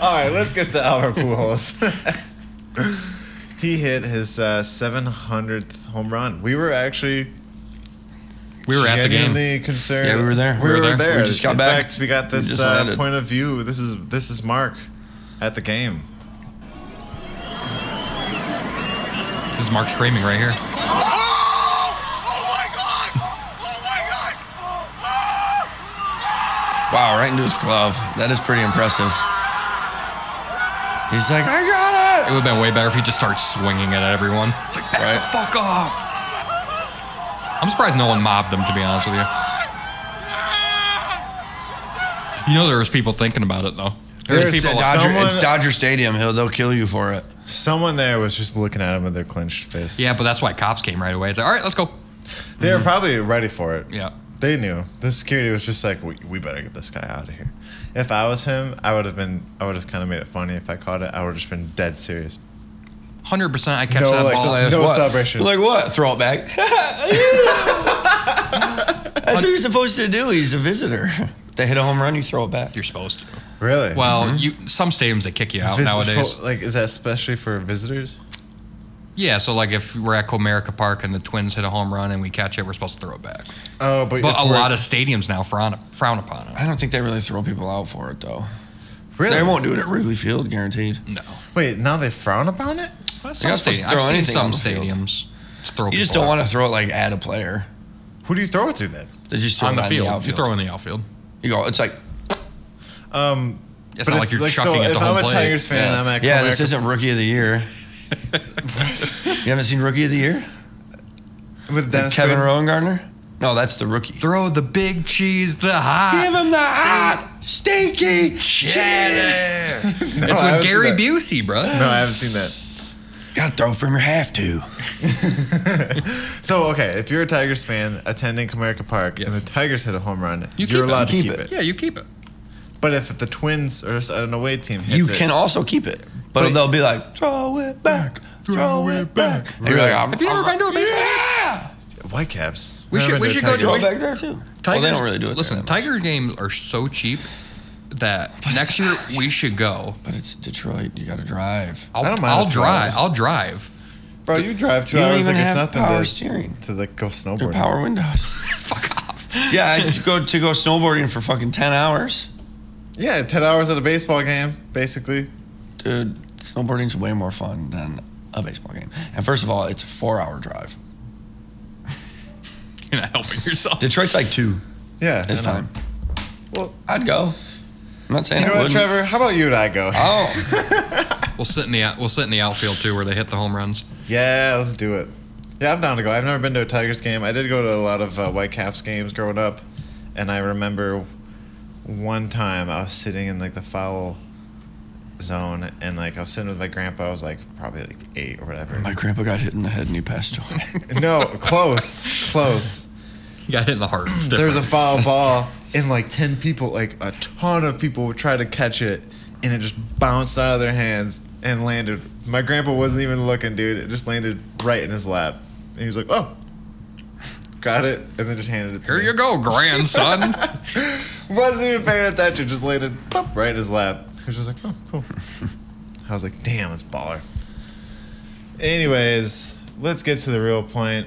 [SPEAKER 1] All right, let's get to Albert Pujols. he hit his uh, 700th home run. We were actually
[SPEAKER 3] We were at the game.
[SPEAKER 1] genuinely concerned.
[SPEAKER 2] Yeah, we were there.
[SPEAKER 1] We, were, there.
[SPEAKER 2] We just got
[SPEAKER 1] In
[SPEAKER 2] back.
[SPEAKER 1] fact, we got
[SPEAKER 2] We
[SPEAKER 1] this
[SPEAKER 2] just
[SPEAKER 1] uh,
[SPEAKER 2] landed.
[SPEAKER 1] point of view. This is this is Mark at the game.
[SPEAKER 3] This is Mark screaming right here.
[SPEAKER 2] Wow, right into his glove. That is pretty impressive. He's like, I got
[SPEAKER 3] It would have been way better if he just started swinging it at everyone. It's like, back the
[SPEAKER 2] Right.
[SPEAKER 3] fuck off. I'm surprised no one mobbed him, to be honest with you. You know, there was people thinking about it, though. There's,
[SPEAKER 1] There's
[SPEAKER 2] it.
[SPEAKER 3] people
[SPEAKER 2] It's
[SPEAKER 1] a
[SPEAKER 3] like,
[SPEAKER 2] Dodger,
[SPEAKER 1] Someone-
[SPEAKER 2] it's Dodger Stadium. He'll, they'll kill you for it.
[SPEAKER 1] Someone there was just looking at him with their clenched fist.
[SPEAKER 3] yeah, but that's why cops came right away. It's like, all right, let's go.
[SPEAKER 1] they were probably ready for it.
[SPEAKER 3] Yeah.
[SPEAKER 1] They knew. The security was just like, we, we better get this guy out of here. If I was him, I would have been. I would have kind of made it funny if I caught it. I would have just been dead serious.
[SPEAKER 3] 100% I catch
[SPEAKER 1] No,
[SPEAKER 3] that
[SPEAKER 1] like,
[SPEAKER 3] ball.
[SPEAKER 1] no.
[SPEAKER 2] Like, what?
[SPEAKER 1] celebration.
[SPEAKER 2] Like what? Throw it back. That's what you're supposed to do. He's a visitor. They hit a home run, you throw it back.
[SPEAKER 3] You're supposed to.
[SPEAKER 1] Really?
[SPEAKER 3] Well, you some stadiums, they kick you out
[SPEAKER 1] Vis-
[SPEAKER 3] nowadays.
[SPEAKER 1] fo- like, is that especially for visitors?
[SPEAKER 3] yeah, so like if we're at Comerica Park and the Twins hit a home run and we catch it, we're supposed to throw it back.
[SPEAKER 1] Oh,
[SPEAKER 3] But a lot of stadiums now frown, frown upon it.
[SPEAKER 2] I don't think they really throw people out for it though.
[SPEAKER 1] really.
[SPEAKER 2] They won't do it at Wrigley Field, guaranteed.
[SPEAKER 3] No.
[SPEAKER 1] Wait, now they frown upon it.
[SPEAKER 3] Some
[SPEAKER 2] not supposed to
[SPEAKER 3] stadiums-
[SPEAKER 2] throw
[SPEAKER 3] I've
[SPEAKER 2] anything
[SPEAKER 3] seen some
[SPEAKER 2] on the field.
[SPEAKER 3] stadiums. just throw
[SPEAKER 2] You just
[SPEAKER 3] people
[SPEAKER 2] don't
[SPEAKER 3] out.
[SPEAKER 2] want to throw it like at a player.
[SPEAKER 1] Who do you throw it to then?
[SPEAKER 2] They just throw
[SPEAKER 3] on
[SPEAKER 2] it
[SPEAKER 3] the
[SPEAKER 2] on
[SPEAKER 3] field.
[SPEAKER 2] the
[SPEAKER 3] you
[SPEAKER 2] outfield.
[SPEAKER 3] throw it in the outfield.
[SPEAKER 2] You go. It's like
[SPEAKER 3] It's not
[SPEAKER 1] if-
[SPEAKER 3] like you're chucking
[SPEAKER 1] so if
[SPEAKER 3] at the
[SPEAKER 1] I'm
[SPEAKER 3] home
[SPEAKER 1] a
[SPEAKER 3] plate.
[SPEAKER 1] Tigers fan, I'm at
[SPEAKER 2] yeah,
[SPEAKER 1] Comerica-
[SPEAKER 2] this isn't Rookie of the Year. you haven't seen Rookie of the Year?
[SPEAKER 1] with
[SPEAKER 2] Like
[SPEAKER 1] Dennis
[SPEAKER 2] Kevin
[SPEAKER 1] Green.
[SPEAKER 2] Rowan Gardner? No, that's the rookie.
[SPEAKER 3] Throw the big cheese, the hot.
[SPEAKER 2] Give him the hot,
[SPEAKER 3] stinky cheddar.
[SPEAKER 1] No,
[SPEAKER 3] That's
[SPEAKER 1] I
[SPEAKER 3] with
[SPEAKER 1] haven't seen
[SPEAKER 3] Gary
[SPEAKER 1] that.
[SPEAKER 3] Busey, bro.
[SPEAKER 1] No, I haven't seen that.
[SPEAKER 2] Got throw from your half to.
[SPEAKER 1] So okay, if you're a Tigers fan attending Comerica Park and
[SPEAKER 3] Yes.
[SPEAKER 1] the Tigers hit a home run,
[SPEAKER 3] You
[SPEAKER 1] you
[SPEAKER 3] keep
[SPEAKER 1] are
[SPEAKER 3] it.
[SPEAKER 1] allowed
[SPEAKER 2] Keep
[SPEAKER 1] to keep
[SPEAKER 2] it.
[SPEAKER 1] it.
[SPEAKER 3] Yeah, you keep it.
[SPEAKER 1] But if the Twins or an away team hits
[SPEAKER 2] You
[SPEAKER 1] it,
[SPEAKER 2] can also keep it, but,
[SPEAKER 1] But-
[SPEAKER 2] they'll be like, throw it back, throw it back. And you're like,
[SPEAKER 1] Really?
[SPEAKER 2] I'm-
[SPEAKER 3] Have you ever
[SPEAKER 2] I'm-
[SPEAKER 3] been to a baseball
[SPEAKER 2] Yeah.
[SPEAKER 1] Whitecaps.
[SPEAKER 3] We
[SPEAKER 1] Never
[SPEAKER 3] should-
[SPEAKER 1] been
[SPEAKER 3] we
[SPEAKER 1] a
[SPEAKER 3] should go to
[SPEAKER 2] Throw
[SPEAKER 1] Tigers
[SPEAKER 2] it
[SPEAKER 1] game.
[SPEAKER 2] back there too.
[SPEAKER 3] Tigers,
[SPEAKER 2] well, they don't really do it.
[SPEAKER 3] Listen,
[SPEAKER 2] there that much.
[SPEAKER 3] Tiger games are so cheap that next year we should go.
[SPEAKER 2] But it's Detroit. You got to drive.
[SPEAKER 3] I'll,
[SPEAKER 1] I don't mind
[SPEAKER 3] I'll
[SPEAKER 1] the
[SPEAKER 3] drive.
[SPEAKER 1] twelves.
[SPEAKER 3] I'll drive
[SPEAKER 1] Bro, you drive two
[SPEAKER 2] You don't
[SPEAKER 1] hours
[SPEAKER 2] even
[SPEAKER 1] like it's
[SPEAKER 2] have
[SPEAKER 1] nothing
[SPEAKER 2] power
[SPEAKER 1] to,
[SPEAKER 2] steering.
[SPEAKER 1] to the go
[SPEAKER 2] Your
[SPEAKER 1] snowboarding.
[SPEAKER 2] power windows.
[SPEAKER 3] Fuck off.
[SPEAKER 2] yeah, I go to go snowboarding for fucking ten hours.
[SPEAKER 1] Yeah, ten hours at a baseball game, basically.
[SPEAKER 2] Dude, snowboarding's way more fun than a baseball game. And first of all, it's a four-hour drive.
[SPEAKER 3] You're not helping yourself.
[SPEAKER 2] Detroit's like two.
[SPEAKER 1] Yeah,
[SPEAKER 2] It's
[SPEAKER 1] I know.
[SPEAKER 2] time.
[SPEAKER 1] Well,
[SPEAKER 2] I'd go. I'm not saying
[SPEAKER 1] you know
[SPEAKER 2] I
[SPEAKER 1] what,
[SPEAKER 2] wouldn't.
[SPEAKER 1] Trevor? How about you and I go?
[SPEAKER 2] Oh,
[SPEAKER 3] We'll sit in the out- we'll sit in the outfield too, where they hit the home runs.
[SPEAKER 1] Yeah, let's do it. Yeah, I'm down to go. I've never been to a Tigers game. I did go to a lot of uh, Whitecaps games growing up, and I remember one time I was sitting in like the foul zone, and like I was sitting with my grandpa. I was like probably like eight or whatever.
[SPEAKER 2] Oh my grandpa got hit in the head and he passed away.
[SPEAKER 1] no, close, close.
[SPEAKER 3] You got hit in the heart. It's
[SPEAKER 1] There's a foul
[SPEAKER 3] different.
[SPEAKER 1] ball, and like ten people, like a ton of people, would try to catch it, and it just bounced out of their hands and landed. My grandpa wasn't even looking, dude. It just landed right in his lap, and he was like, "Oh, got it," and then just handed it to
[SPEAKER 3] Here
[SPEAKER 1] me.
[SPEAKER 3] you go, grandson.
[SPEAKER 1] Wasn't even paying attention. Just landed pop, right in his lap. He was just like, "Oh, cool." I was like, "Damn, it's baller." Anyways, let's get to the real point.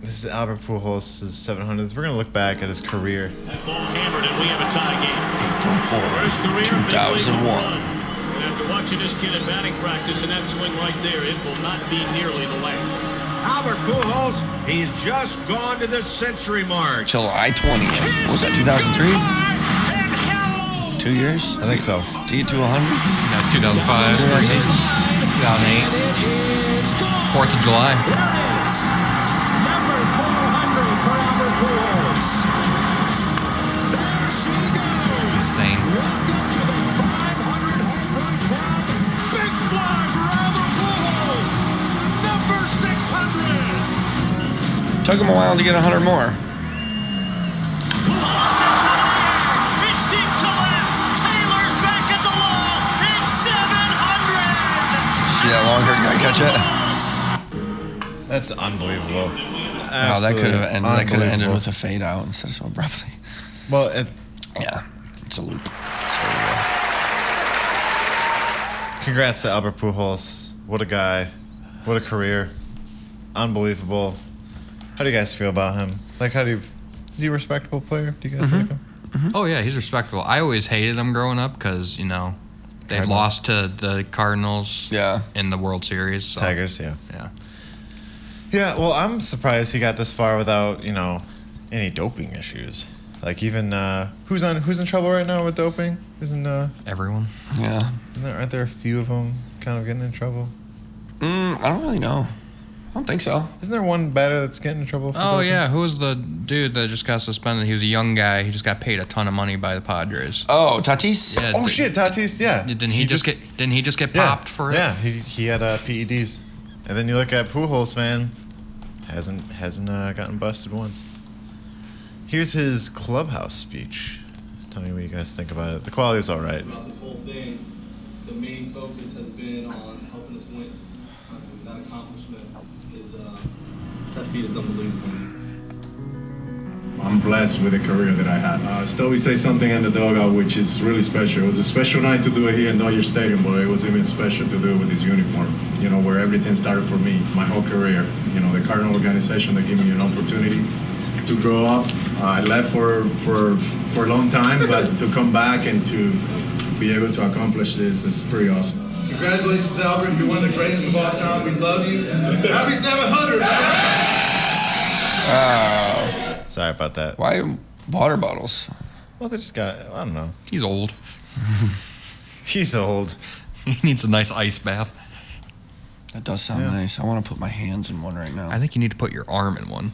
[SPEAKER 1] This is Albert Pujols' 700th. We're gonna look back at his career.
[SPEAKER 4] That ball hammered, and we have a tie game.
[SPEAKER 2] April
[SPEAKER 4] First career
[SPEAKER 2] 4th,
[SPEAKER 4] big league home
[SPEAKER 2] 2001.
[SPEAKER 4] run. And after watching this kid at batting practice and that swing right there, it will not be nearly the last.
[SPEAKER 5] Albert Pujols, he's just gone to the century mark.
[SPEAKER 2] July 20th. What was that, 2003? Two years?
[SPEAKER 1] I think so.
[SPEAKER 2] To get to 100?
[SPEAKER 3] That's 2005.
[SPEAKER 2] Two more seasons?
[SPEAKER 3] 2008. Fourth of July. It's insane.
[SPEAKER 2] Took him a while to get 100 more. See that long haired guy catch it?
[SPEAKER 1] That's unbelievable.
[SPEAKER 2] Oh, that
[SPEAKER 1] Absolutely
[SPEAKER 2] could have ended, that could have ended
[SPEAKER 1] unbelievable.
[SPEAKER 2] with a fade out instead of so abruptly.
[SPEAKER 1] Well, it,
[SPEAKER 2] Yeah, it's a loop.
[SPEAKER 1] congrats to Albert Pujols. What a guy. What a career. Unbelievable. How do you guys feel about him? Like, how do you. Is he a respectable player? Do you guys
[SPEAKER 2] Mm-hmm.
[SPEAKER 1] like him?
[SPEAKER 3] Oh yeah, he's respectable. I always hated him growing up because you know they
[SPEAKER 1] Cardinals.
[SPEAKER 3] lost to the Cardinals
[SPEAKER 2] Yeah.
[SPEAKER 3] in the World Series. so,
[SPEAKER 1] Tigers, yeah.
[SPEAKER 3] Yeah.
[SPEAKER 1] Yeah, well, I'm surprised he got this far without, you know, any doping issues. Like, even. Uh, who's on? Who's in trouble right now with doping? Isn't, uh,
[SPEAKER 3] Everyone.
[SPEAKER 2] Yeah.
[SPEAKER 1] isn't there, aren't there a few of them kind of getting in trouble?
[SPEAKER 2] Mm, I don't really know. I don't think so.
[SPEAKER 1] Isn't there one batter that's getting in trouble? For
[SPEAKER 3] Oh
[SPEAKER 1] doping?
[SPEAKER 3] yeah, who was the dude that just got suspended? He was a young guy. He just got paid a ton of money by the Padres.
[SPEAKER 2] Oh, Tatis?
[SPEAKER 3] Yeah,
[SPEAKER 1] Oh
[SPEAKER 3] d-
[SPEAKER 1] shit, Tatis, yeah.
[SPEAKER 3] Didn't he, just get? Didn't he just get
[SPEAKER 1] yeah,
[SPEAKER 3] popped for it?
[SPEAKER 1] Yeah, he, he had uh, PEDs. And then you look at Pujols, man, hasn't hasn't uh, gotten busted once. Here's his clubhouse speech. Tell me what you guys think about it. The quality's all right.
[SPEAKER 6] Throughout this whole thing, the main focus has been on helping us win. Uh, That accomplishment is, uh, that feat is unbelievable.
[SPEAKER 7] I'm blessed with the career that I had. Uh, still, we say something in the dugout, which is really special. It was a special night to do it here in Dodger Stadium, but it was even special to do it with this uniform. You know, where everything started for me, my whole career. You know, the Cardinal organization that gave me an opportunity to grow up. I left for for for a long time, but to come back and to be able to accomplish this is pretty awesome.
[SPEAKER 8] Congratulations, Albert. You're one of the greatest of all time. We love you. Happy 700.
[SPEAKER 1] Sorry about that.
[SPEAKER 2] Why water bottles?
[SPEAKER 1] Well, they just got, I don't know.
[SPEAKER 3] He's old.
[SPEAKER 1] He's old.
[SPEAKER 3] He needs a nice ice bath.
[SPEAKER 2] That does sound nice. I want to put my hands in one right now.
[SPEAKER 3] I think you need to put your arm in one.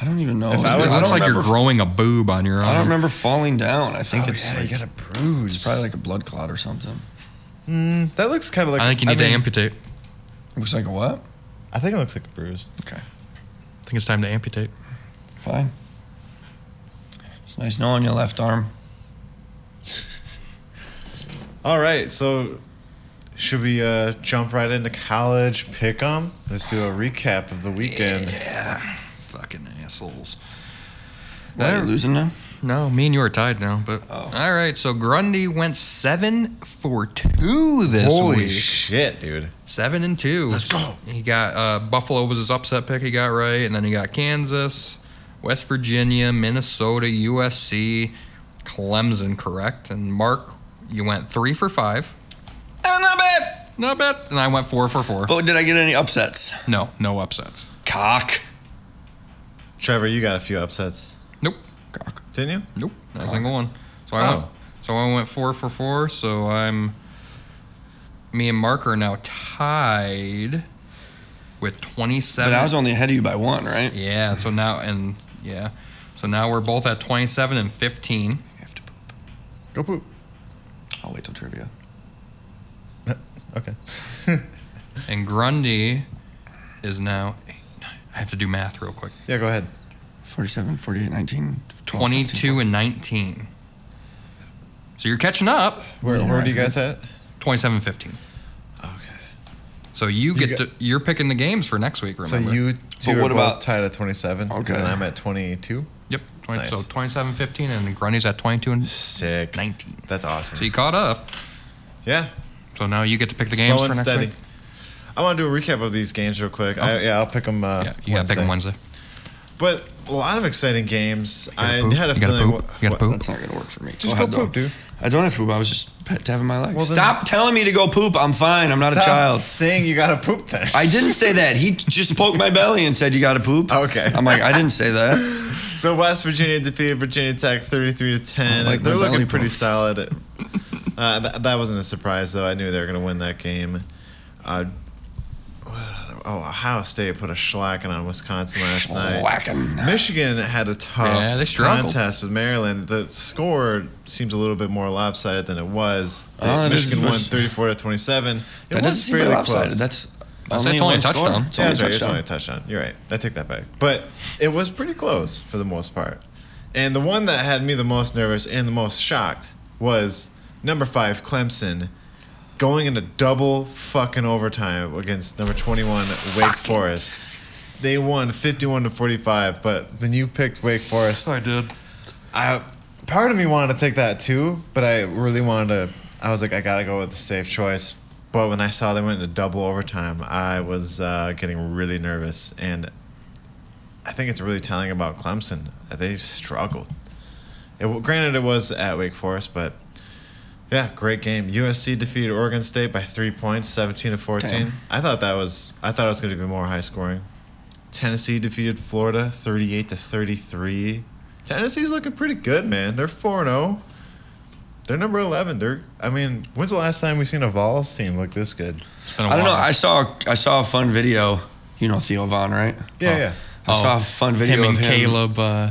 [SPEAKER 2] I don't even know.
[SPEAKER 1] If I was-
[SPEAKER 3] It
[SPEAKER 1] I
[SPEAKER 3] looks
[SPEAKER 1] don't
[SPEAKER 3] like you're
[SPEAKER 2] remember-
[SPEAKER 3] growing a boob on your arm.
[SPEAKER 2] I don't remember falling down. I think it's like,
[SPEAKER 1] a bruise.
[SPEAKER 2] it's probably like a blood clot or something.
[SPEAKER 1] Hmm, that looks kind of like.
[SPEAKER 3] I think you need to
[SPEAKER 1] mean,
[SPEAKER 3] amputate.
[SPEAKER 2] It was like a what?
[SPEAKER 1] I think it looks like a bruise.
[SPEAKER 2] Okay,
[SPEAKER 3] I think it's time to amputate.
[SPEAKER 2] fine. It's nice knowing your left arm.
[SPEAKER 1] All right, so should we uh, jump right into college pick 'em? Let's do a recap of the weekend.
[SPEAKER 3] Fucking assholes.
[SPEAKER 2] What,
[SPEAKER 3] There-
[SPEAKER 2] you're losing now?
[SPEAKER 3] No, me and you are tied now. But all right, so Grundy went seven for two this
[SPEAKER 1] Holy
[SPEAKER 3] week.
[SPEAKER 1] shit, dude!
[SPEAKER 3] seven and two. Let's
[SPEAKER 1] go.
[SPEAKER 3] He got uh, Buffalo was his upset pick. He got right, and then he got Kansas, West Virginia, Minnesota, USC, Clemson. Correct. And Mark, you went three for five. Oh, not bad. Not bad. And I went four for four.
[SPEAKER 2] But Oh, did I get any upsets?
[SPEAKER 3] No, no upsets.
[SPEAKER 2] Cock.
[SPEAKER 1] Trevor, you got a few upsets,
[SPEAKER 3] Nope.
[SPEAKER 2] Cock.
[SPEAKER 1] didn't you?
[SPEAKER 3] Nope, not a single one. So I
[SPEAKER 2] Oh.
[SPEAKER 3] went, so I went four for four. So I'm, me and Mark are now tied with twenty seven.
[SPEAKER 2] But I was only ahead of you by one, right?
[SPEAKER 3] yeah. So now and yeah, so now we're both at twenty seven and fifteen.
[SPEAKER 2] I have to poop.
[SPEAKER 1] Go poop.
[SPEAKER 2] I'll wait till trivia.
[SPEAKER 1] Okay.
[SPEAKER 3] And Grundy is now. I have to do math real quick.
[SPEAKER 1] Yeah, go ahead.
[SPEAKER 2] 47, 48, 19, 12,
[SPEAKER 3] 22 and 19. So you're catching up.
[SPEAKER 1] Where,
[SPEAKER 2] Yeah,
[SPEAKER 1] where
[SPEAKER 2] right.
[SPEAKER 1] do you guys at?
[SPEAKER 3] 27 15.
[SPEAKER 1] Okay.
[SPEAKER 3] So you get
[SPEAKER 1] got-
[SPEAKER 3] to, you're picking the games for next week,
[SPEAKER 1] So
[SPEAKER 3] remember?
[SPEAKER 1] you two
[SPEAKER 2] But
[SPEAKER 1] are
[SPEAKER 2] what
[SPEAKER 1] both
[SPEAKER 2] about-
[SPEAKER 1] tied at 27,
[SPEAKER 2] Okay.
[SPEAKER 1] and I'm at 22.
[SPEAKER 3] Yep. 20, So
[SPEAKER 1] Nice.
[SPEAKER 3] 27 15, and Grundy's at 22 and
[SPEAKER 1] Sick.
[SPEAKER 3] 19.
[SPEAKER 1] That's awesome.
[SPEAKER 3] So you caught up.
[SPEAKER 1] yeah.
[SPEAKER 3] So now you get to pick the games for next week. Oh.
[SPEAKER 1] I want to do a recap of these games real quick. I, yeah, I'll pick them. Uh,
[SPEAKER 3] Yeah, you got to pick 'em Wednesday.
[SPEAKER 1] But a lot of exciting games. I
[SPEAKER 3] You gotta poop.
[SPEAKER 1] had a
[SPEAKER 3] you gotta
[SPEAKER 1] feeling.
[SPEAKER 3] Poop.
[SPEAKER 1] wha-
[SPEAKER 3] You
[SPEAKER 1] wha-
[SPEAKER 3] got to poop.
[SPEAKER 2] That's not gonna work for me.
[SPEAKER 1] Just go poop, dude.
[SPEAKER 2] I don't have to poop. I was just pet tapping my leg.
[SPEAKER 1] Well, then-
[SPEAKER 2] Stop telling me to go poop. I'm fine. I'm not
[SPEAKER 1] Stop
[SPEAKER 2] a child.
[SPEAKER 1] Saying you gotta poop then.
[SPEAKER 2] I didn't say that. He just poked my belly and said, "You gotta poop."
[SPEAKER 1] Okay.
[SPEAKER 2] I'm like, I didn't say that.
[SPEAKER 1] So West Virginia defeated Virginia Tech 33 to 10.
[SPEAKER 2] I like
[SPEAKER 1] They're
[SPEAKER 2] my belly
[SPEAKER 1] looking pretty
[SPEAKER 2] pump.
[SPEAKER 1] solid. Uh, th- that wasn't a surprise though. I knew they were gonna win that game. Uh, oh, Ohio State put a schlacking on Wisconsin last night.
[SPEAKER 2] Whacking.
[SPEAKER 1] Michigan had a tough
[SPEAKER 3] Yeah, they struggled.
[SPEAKER 1] contest with Maryland. The score seems a little bit more lopsided than it was.
[SPEAKER 2] Oh, that
[SPEAKER 1] Michigan
[SPEAKER 2] is-
[SPEAKER 1] won 34 to 27. It
[SPEAKER 2] That
[SPEAKER 1] was
[SPEAKER 2] doesn't seem very
[SPEAKER 1] fairly
[SPEAKER 2] lopsided.
[SPEAKER 1] close.
[SPEAKER 2] That's
[SPEAKER 3] That's- it's only a
[SPEAKER 2] one
[SPEAKER 3] touchdown.
[SPEAKER 2] score.
[SPEAKER 3] It's
[SPEAKER 1] Yeah, that's
[SPEAKER 2] a
[SPEAKER 1] right. It's only a touchdown. You're right. I take that back. But it was pretty close for the most part. And the one that had me the most nervous and the most shocked was number five, Clemson, going into double fucking overtime against number 21, Wake Forest. They won 51 to 45, but when you picked Wake Forest,
[SPEAKER 3] I did.
[SPEAKER 1] I part of me wanted to take that too, but I really wanted to. I was like, I gotta go with the safe choice. But when I saw they went into double overtime, I was uh, getting really nervous, and I think it's really telling about Clemson. They struggled. It, well, granted, it was at Wake Forest, but yeah, great game. USC defeated Oregon State by three points, seventeen to fourteen.
[SPEAKER 2] Damn.
[SPEAKER 1] I thought that was. I thought it was going to be more high scoring. Tennessee defeated Florida 38 to 33. Tennessee's looking pretty good, man. They're oh. 4 0. They're number 11. They're I mean, when's the last time we've seen a Vols team look this good?
[SPEAKER 2] I don't know. I saw I saw a fun video. You know Theo Vaughn, right?
[SPEAKER 1] Yeah,
[SPEAKER 2] Oh.
[SPEAKER 1] yeah.
[SPEAKER 2] I saw a fun video
[SPEAKER 3] him and
[SPEAKER 2] of him,
[SPEAKER 3] Caleb, uh,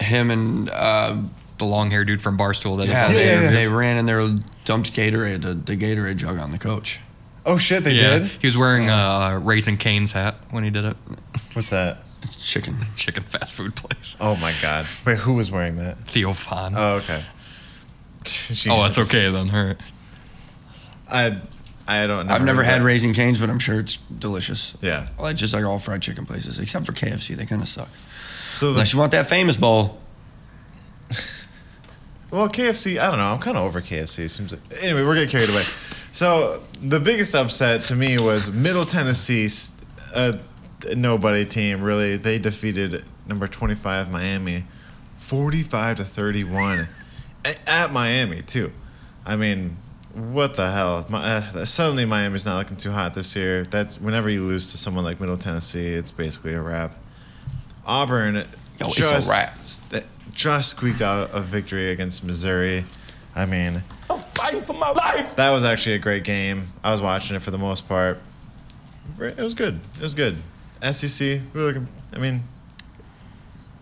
[SPEAKER 2] him and uh,
[SPEAKER 3] the long haired dude from Barstool. That
[SPEAKER 2] yeah,
[SPEAKER 3] is
[SPEAKER 2] they,
[SPEAKER 1] yeah, yeah.
[SPEAKER 2] they ran and they dumped Gatorade, the, the Gatorade jug on the coach.
[SPEAKER 1] Oh shit, they did?
[SPEAKER 3] He was wearing uh, Raisin Cane's hat when he did it.
[SPEAKER 1] What's that?
[SPEAKER 2] It's chicken.
[SPEAKER 3] Chicken fast food place.
[SPEAKER 1] Oh my god. Wait, who was wearing that?
[SPEAKER 3] Theo Fon.
[SPEAKER 1] Oh, okay. Jesus.
[SPEAKER 3] oh, that's okay then. All right.
[SPEAKER 1] I I don't know.
[SPEAKER 2] I've never had Raising Cane's, but I'm sure it's delicious.
[SPEAKER 1] Yeah.
[SPEAKER 2] Well, it's just like all fried chicken places, except for KFC. They kind of suck.
[SPEAKER 1] So the,
[SPEAKER 2] Unless you want that famous bowl.
[SPEAKER 1] Well, KFC, I don't know. I'm kind of over KFC. It seems like. Anyway, we're getting carried away. So, the biggest upset to me was Middle Tennessee, uh, nobody team, really. They defeated number 25, Miami, 45 to 31 A- at Miami, too. I mean, what the hell? My, uh, suddenly, Miami's not looking too hot this year. That's whenever you lose to someone like Middle Tennessee, it's basically a wrap. Auburn
[SPEAKER 2] Yo, it's a
[SPEAKER 1] just,
[SPEAKER 2] wrap.
[SPEAKER 1] st- just squeaked out a victory against Missouri. I mean,
[SPEAKER 9] I'm fighting for my life.
[SPEAKER 1] that was actually a great game. I was watching it for the most part. E It was good. It was good. SEC, we were looking. I mean,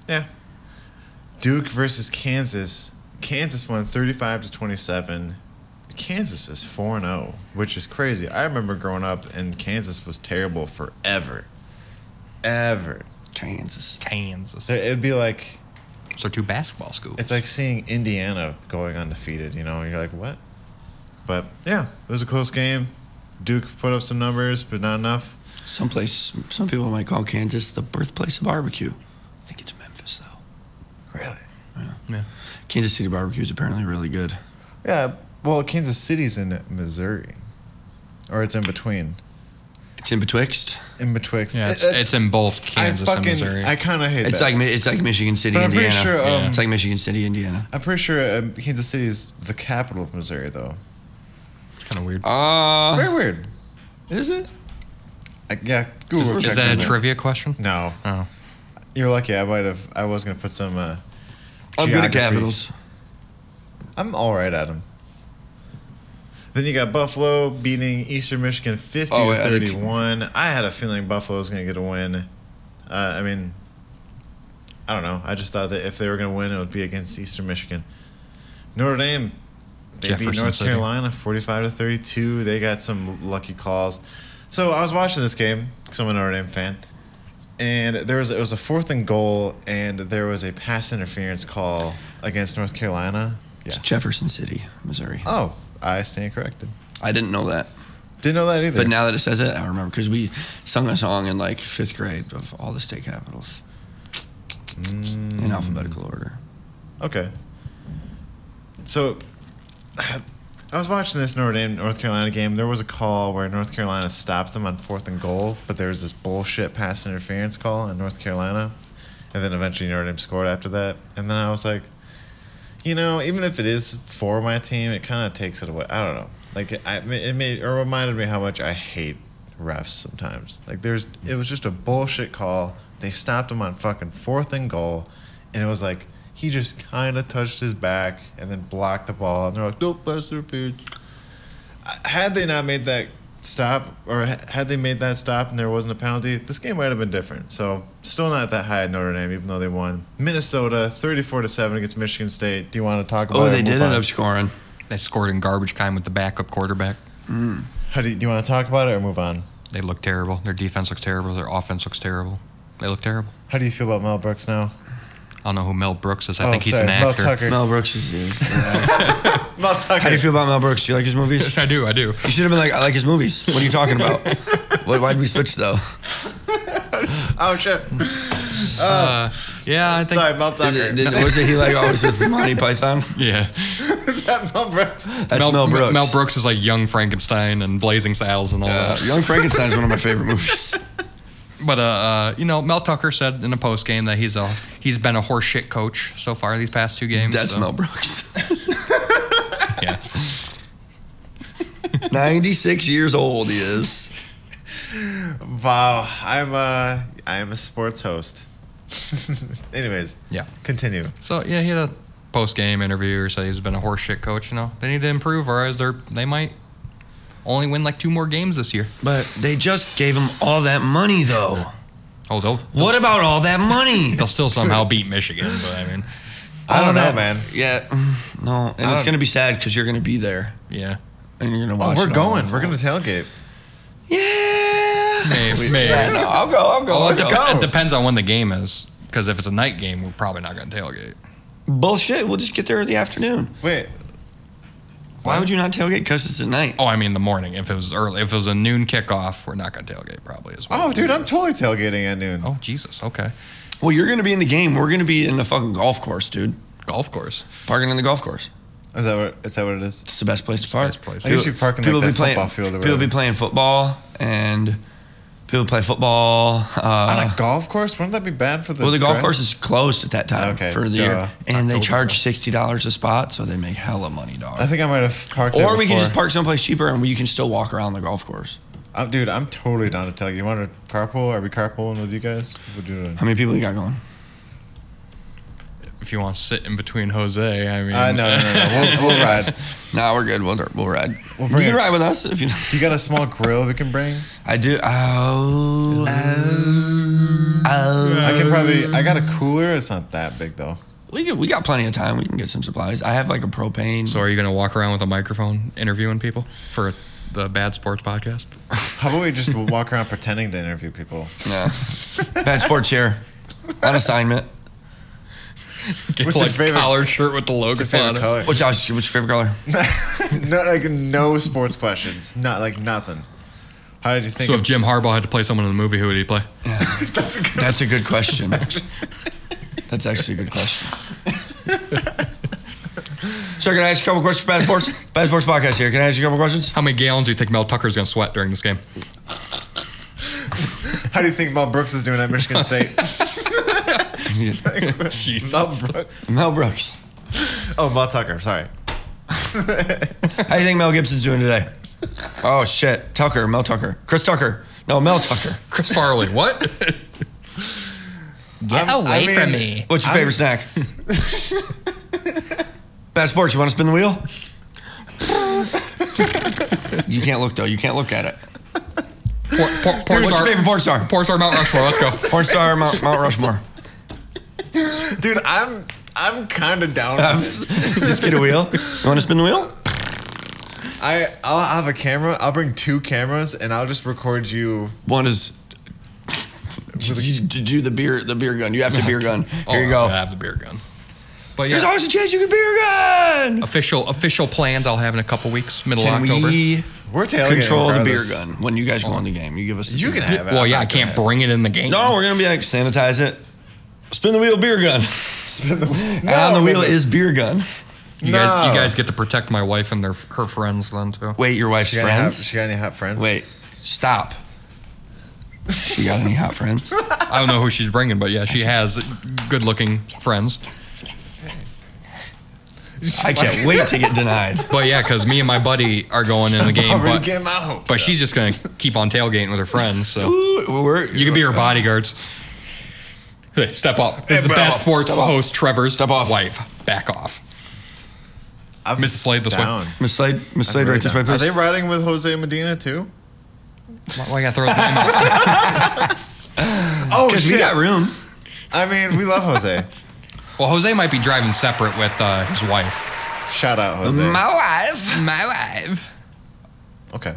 [SPEAKER 1] Yeah. Duke versus Kansas. Kansas won 35 to 27. Kansas is 4 0, which is crazy. I remember growing up and Kansas was terrible forever. Ever.
[SPEAKER 2] Kansas.
[SPEAKER 3] Kansas.
[SPEAKER 1] So it'd be like
[SPEAKER 3] So two basketball schools.
[SPEAKER 1] it's like seeing Indiana going undefeated, you know, you're like, what? But yeah, it was a close game. Duke put up some numbers, but not enough.
[SPEAKER 2] Someplace, some people might call Kansas the birthplace of barbecue. I think it's Memphis, though.
[SPEAKER 1] Really?
[SPEAKER 3] Yeah.
[SPEAKER 2] Kansas City barbecue is apparently really good.
[SPEAKER 1] Yeah. Well, Kansas City's in Missouri, or it's in between.
[SPEAKER 2] It's in betwixt.
[SPEAKER 1] In betwixt.
[SPEAKER 3] Yeah,
[SPEAKER 1] It-
[SPEAKER 3] it's,
[SPEAKER 1] it-
[SPEAKER 3] it's in both Kansas
[SPEAKER 1] I fucking,
[SPEAKER 3] and Missouri.
[SPEAKER 1] I kind of hate
[SPEAKER 2] It's
[SPEAKER 1] that.
[SPEAKER 2] like Mi- it's like Michigan City,
[SPEAKER 1] But I'm pretty
[SPEAKER 2] Indiana.
[SPEAKER 1] sure, um,
[SPEAKER 2] Yeah. It's like Michigan City, Indiana.
[SPEAKER 1] I'm pretty sure um, Kansas City is the capital of Missouri, though.
[SPEAKER 3] it's kind of weird.
[SPEAKER 2] Uh,
[SPEAKER 1] Very weird.
[SPEAKER 2] is it?
[SPEAKER 1] I, yeah, Google.
[SPEAKER 3] is
[SPEAKER 1] check
[SPEAKER 3] that a
[SPEAKER 1] that.
[SPEAKER 3] trivia question?
[SPEAKER 1] No,
[SPEAKER 3] Oh.
[SPEAKER 1] you're lucky. I might have. I was gonna put some. Uh,
[SPEAKER 2] I'm good at
[SPEAKER 1] geography.
[SPEAKER 2] capitals.
[SPEAKER 1] I'm all right at them. Then you got Buffalo beating Eastern Michigan 50
[SPEAKER 2] Oh,
[SPEAKER 1] to
[SPEAKER 2] yeah, they-
[SPEAKER 1] 31. I had a feeling Buffalo was going to get a win. Uh, I mean, I don't know. I just thought that if they were going to win, it would be against Eastern Michigan. Notre Dame, they beat
[SPEAKER 3] Jefferson
[SPEAKER 1] North
[SPEAKER 3] City.
[SPEAKER 1] Carolina 45 to 32. They got some lucky calls. So I was watching this game because I'm a Notre Dame fan. And there was it was a fourth and goal, and there was a pass interference call against North Carolina.
[SPEAKER 2] It's Jefferson City, Missouri.
[SPEAKER 1] Oh, I stand corrected.
[SPEAKER 2] I didn't know that,
[SPEAKER 1] Didn't know that either.
[SPEAKER 2] but now that it says it, I remember because we sung a song in like fifth grade of all the state capitals in alphabetical order.
[SPEAKER 1] okay. So, I was watching this Notre Dame North Carolina game. There was a call where North Carolina stopped them on fourth and goal, but there was this bullshit pass interference call in North Carolina, and then eventually Notre Dame scored after that. And then I was like, you know, even if it is for my team, it kind of takes it away. I don't know. Like I, it made it reminded me how much I hate refs sometimes. Like there's, it was just a bullshit call. They stopped him on fucking fourth and goal, and it was like he just kind of touched his back and then blocked the ball, and they're like, "Don't pass interference." I- Had they not made that stop, or ha- had they made that stop and there wasn't a penalty, this game might have been different. So, still not that high at Notre Dame, even though they won. Minnesota, thirty-four to seven against Michigan State. Do you want to talk about?
[SPEAKER 2] Oh,
[SPEAKER 1] it?
[SPEAKER 2] they
[SPEAKER 1] Move
[SPEAKER 2] did
[SPEAKER 1] on.
[SPEAKER 2] end up scoring.
[SPEAKER 3] They scored in garbage time with the backup quarterback.
[SPEAKER 1] How do you, do you want to talk about it or move on?
[SPEAKER 3] They look terrible. Their defense looks terrible. Their offense looks terrible. They look terrible.
[SPEAKER 1] How do you feel about Mel Brooks now?
[SPEAKER 3] I don't know who Mel Brooks is. I
[SPEAKER 1] Oh,
[SPEAKER 3] think he's
[SPEAKER 1] sorry,
[SPEAKER 3] an
[SPEAKER 1] Mel
[SPEAKER 3] actor.
[SPEAKER 1] Tucker.
[SPEAKER 2] Mel Brooks is. is-
[SPEAKER 1] Mel Tucker.
[SPEAKER 2] How do you feel about Mel Brooks? Do you like his movies?
[SPEAKER 3] I do. I do.
[SPEAKER 2] You should have been like, I like his movies. What are you talking about? Why- Why'd we switch though?
[SPEAKER 1] Oh shit!
[SPEAKER 3] Yeah, I think.
[SPEAKER 1] Sorry, Mel
[SPEAKER 2] Is
[SPEAKER 1] Tucker.
[SPEAKER 2] it, did, was it he like always with Monty Python?
[SPEAKER 3] Yeah,
[SPEAKER 1] Is that Mel Brooks?
[SPEAKER 2] That's Mel, Brooks.
[SPEAKER 3] Mel Brooks is like Young Frankenstein and Blazing Saddles and all
[SPEAKER 2] Uh,
[SPEAKER 3] that.
[SPEAKER 2] Young Frankenstein is one of my favorite movies.
[SPEAKER 3] But uh, uh, you know, Mel Tucker said in a post game that he's a he's been a horseshit coach so far these past two games.
[SPEAKER 2] That's
[SPEAKER 3] so,
[SPEAKER 2] Mel Brooks.
[SPEAKER 3] Yeah,
[SPEAKER 2] 96 years old he is.
[SPEAKER 1] Wow, I'm uh, I am a sports host. Anyways,
[SPEAKER 3] yeah.
[SPEAKER 1] continue.
[SPEAKER 2] Oh,
[SPEAKER 3] So yeah, he had a post game interview or said he's been a horseshit coach. You know, they need to improve, or else they're they might only win like two more games this year.
[SPEAKER 2] But they just gave him all that money though.
[SPEAKER 3] Oh, they'll
[SPEAKER 2] What about all that money?
[SPEAKER 3] they'll still somehow beat Michigan. But I mean,
[SPEAKER 1] I don't know,
[SPEAKER 2] All that-
[SPEAKER 1] man.
[SPEAKER 2] Yeah. mm, No, and it's
[SPEAKER 1] don't-
[SPEAKER 2] going to be sad cuz you're going to be there
[SPEAKER 3] yeah,
[SPEAKER 2] and you're going to
[SPEAKER 1] Oh,
[SPEAKER 2] watch
[SPEAKER 1] we're
[SPEAKER 2] it all
[SPEAKER 1] going. We're gonna
[SPEAKER 2] unfold.
[SPEAKER 1] tailgate.
[SPEAKER 2] Yeah.
[SPEAKER 3] maybe. maybe.
[SPEAKER 2] No, I'll go. I'll go.
[SPEAKER 1] Oh,
[SPEAKER 3] Well, it,
[SPEAKER 2] I'll
[SPEAKER 3] de-
[SPEAKER 2] go.
[SPEAKER 3] it depends on when the game is. Because if it's a night game, we're probably not going to tailgate.
[SPEAKER 2] Bullshit. We'll just get there in the afternoon.
[SPEAKER 1] Wait,
[SPEAKER 2] Why would you not tailgate? Cause it's at night.
[SPEAKER 3] Oh, I mean the morning. If it was early, if it was a noon kickoff, we're not going to tailgate probably as well.
[SPEAKER 1] Oh, dude, I'm totally tailgating at noon.
[SPEAKER 3] Oh, Jesus. Okay.
[SPEAKER 2] Well, you're gonna be in the game. We're gonna be in the fucking golf course, dude.
[SPEAKER 3] Golf course.
[SPEAKER 2] Parking in the golf course.
[SPEAKER 1] Is that what? Is that what it is?
[SPEAKER 2] It's the best place to park.
[SPEAKER 3] best place.
[SPEAKER 1] I usually park in, like, that
[SPEAKER 2] playing,
[SPEAKER 1] football field or
[SPEAKER 2] People be
[SPEAKER 1] whatever.
[SPEAKER 2] playing football and people play football.
[SPEAKER 1] On
[SPEAKER 2] Uh,
[SPEAKER 1] a golf course? Wouldn't that be bad for the?
[SPEAKER 2] well, the golf
[SPEAKER 1] grass?
[SPEAKER 2] course is closed at that time
[SPEAKER 1] Okay,
[SPEAKER 2] for the
[SPEAKER 1] duh.
[SPEAKER 2] year, and they
[SPEAKER 3] October.
[SPEAKER 2] charge sixty dollars a spot, so they make hella money, dog.
[SPEAKER 1] I think I might have parked. there
[SPEAKER 2] or we can
[SPEAKER 1] before.
[SPEAKER 2] just park someplace cheaper, and you can still walk around the golf course.
[SPEAKER 1] I'm, dude, I'm totally down to tailgate. You want to carpool? Are we carpooling with you guys? We'll do it.
[SPEAKER 2] How many people you got going?
[SPEAKER 3] If you want to sit in between Jose, I mean.
[SPEAKER 1] Uh, no, no, no, no. We'll, we'll ride.
[SPEAKER 2] Nah, we're good. We'll, we'll ride.
[SPEAKER 1] We'll
[SPEAKER 2] you
[SPEAKER 1] bring
[SPEAKER 2] can
[SPEAKER 1] it.
[SPEAKER 2] ride with us if you.
[SPEAKER 1] Do you got a small grill we can bring?
[SPEAKER 2] I do. Oh. Oh.
[SPEAKER 1] I can probably. I got a cooler. It's not that big though.
[SPEAKER 2] We could, we got plenty of time. We can get some supplies. I have like a propane.
[SPEAKER 3] So are you going to walk around with a microphone interviewing people for the Bad Sports podcast?
[SPEAKER 1] How about we just walk around pretending to interview people?
[SPEAKER 2] yeah. Bad sport chair. On assignment.
[SPEAKER 3] Get
[SPEAKER 1] What's your
[SPEAKER 3] like
[SPEAKER 1] favorite-
[SPEAKER 3] collared shirt with the logo
[SPEAKER 1] What's your
[SPEAKER 3] on
[SPEAKER 1] favorite
[SPEAKER 3] it.
[SPEAKER 1] color?
[SPEAKER 2] Which I was, which favorite color?
[SPEAKER 1] Not like no sports questions. Not like nothing. How did you think?
[SPEAKER 3] So if
[SPEAKER 1] of-
[SPEAKER 3] Jim Harbaugh had to play someone in the movie, who would he play?
[SPEAKER 2] That's a good question. That's actually a good question. so can I ask you a couple questions for Bad Sports? Bad Sports podcast here. Can I ask you a couple questions?
[SPEAKER 3] How many gallons do you think Mel Tucker's going to sweat during this game?
[SPEAKER 1] how do you think Mel Brooks is doing at Michigan State? Mel Brooks.
[SPEAKER 2] Mel Brooks.
[SPEAKER 1] Oh, Mel Tucker. Sorry.
[SPEAKER 2] How do you think Mel Gibson's doing today? Oh shit, Tucker, Mel Tucker, Chris Tucker. No, Mel Tucker.
[SPEAKER 3] Chris Farley, what? Get
[SPEAKER 1] I'm- I away mean- from me.
[SPEAKER 2] What's your favorite snack? Bad Sports. You want to spin the wheel? you can't look though. You can't look at it.
[SPEAKER 3] Por, por, por,
[SPEAKER 2] What's your
[SPEAKER 3] star,
[SPEAKER 2] favorite porn star?
[SPEAKER 3] porn star Mount Rushmore, let's go.
[SPEAKER 2] Porn star Mount, Mount Rushmore.
[SPEAKER 1] Dude, I'm I'm kind of down.
[SPEAKER 2] Um,
[SPEAKER 1] with this.
[SPEAKER 2] just get a wheel. You want to spin the wheel?
[SPEAKER 1] I I'll have a camera. I'll bring two cameras and I'll just record you.
[SPEAKER 2] One is to do the beer the beer gun. You have to beer gun. Here you
[SPEAKER 1] Oh,
[SPEAKER 2] go.
[SPEAKER 3] I have the beer gun. But
[SPEAKER 2] There's
[SPEAKER 3] yeah,
[SPEAKER 2] always a chance you can beer gun.
[SPEAKER 3] official official plans I'll have in a couple weeks, middle
[SPEAKER 2] Can
[SPEAKER 3] October.
[SPEAKER 2] we
[SPEAKER 1] We're tailgating.
[SPEAKER 2] control the beer
[SPEAKER 1] regardless. Oh.
[SPEAKER 2] gun when you guys go on the game? You give us. The
[SPEAKER 1] You can
[SPEAKER 2] beer gun.
[SPEAKER 1] have it.
[SPEAKER 3] well,
[SPEAKER 1] I'm
[SPEAKER 3] yeah,
[SPEAKER 1] not
[SPEAKER 3] I
[SPEAKER 1] gonna
[SPEAKER 3] can't
[SPEAKER 1] have
[SPEAKER 3] bring it in the game.
[SPEAKER 2] No, we're gonna be like sanitize it. Spin the wheel, beer gun.
[SPEAKER 1] it. Spin the wheel.
[SPEAKER 2] and on the
[SPEAKER 1] No,
[SPEAKER 2] wheel
[SPEAKER 1] no.
[SPEAKER 2] is beer gun.
[SPEAKER 3] You guys,
[SPEAKER 1] No.
[SPEAKER 3] you guys get to protect my wife and their her friends then too.
[SPEAKER 2] Wait, your wife's
[SPEAKER 1] She got, any hot,
[SPEAKER 2] friends.
[SPEAKER 1] she got any hot friends?
[SPEAKER 2] Wait, stop. You got any hot friends?
[SPEAKER 3] I don't know who she's bringing, but yeah, she has good-looking friends.
[SPEAKER 2] I can't wait to get denied.
[SPEAKER 3] But yeah, because me and my buddy are going in the game,
[SPEAKER 1] Already
[SPEAKER 3] but,
[SPEAKER 1] getting my hopes.
[SPEAKER 3] but
[SPEAKER 1] up.
[SPEAKER 3] she's just gonna keep on tailgating with her friends. So
[SPEAKER 2] Ooh, we're-
[SPEAKER 3] you can be her bodyguards. Hey, step up. This is
[SPEAKER 1] Hey,
[SPEAKER 3] the
[SPEAKER 1] bro.
[SPEAKER 3] best sports
[SPEAKER 2] Step up.
[SPEAKER 3] host, Trevor's
[SPEAKER 2] Step off.
[SPEAKER 3] wife. Back off.
[SPEAKER 1] I'm
[SPEAKER 3] Mrs. Slade this way.
[SPEAKER 1] down.
[SPEAKER 2] Miss Slade, Miss Slade, right this way,
[SPEAKER 1] Are
[SPEAKER 2] please.
[SPEAKER 1] they riding with Jose Medina too?
[SPEAKER 3] Why, why you gotta throw his name out?
[SPEAKER 1] Oh
[SPEAKER 2] Because we got room.
[SPEAKER 1] I mean, we love Jose.
[SPEAKER 3] Well, Jose might be driving separate with uh, his wife.
[SPEAKER 1] Shout out Jose.
[SPEAKER 2] wife.
[SPEAKER 3] My wife.
[SPEAKER 1] okay.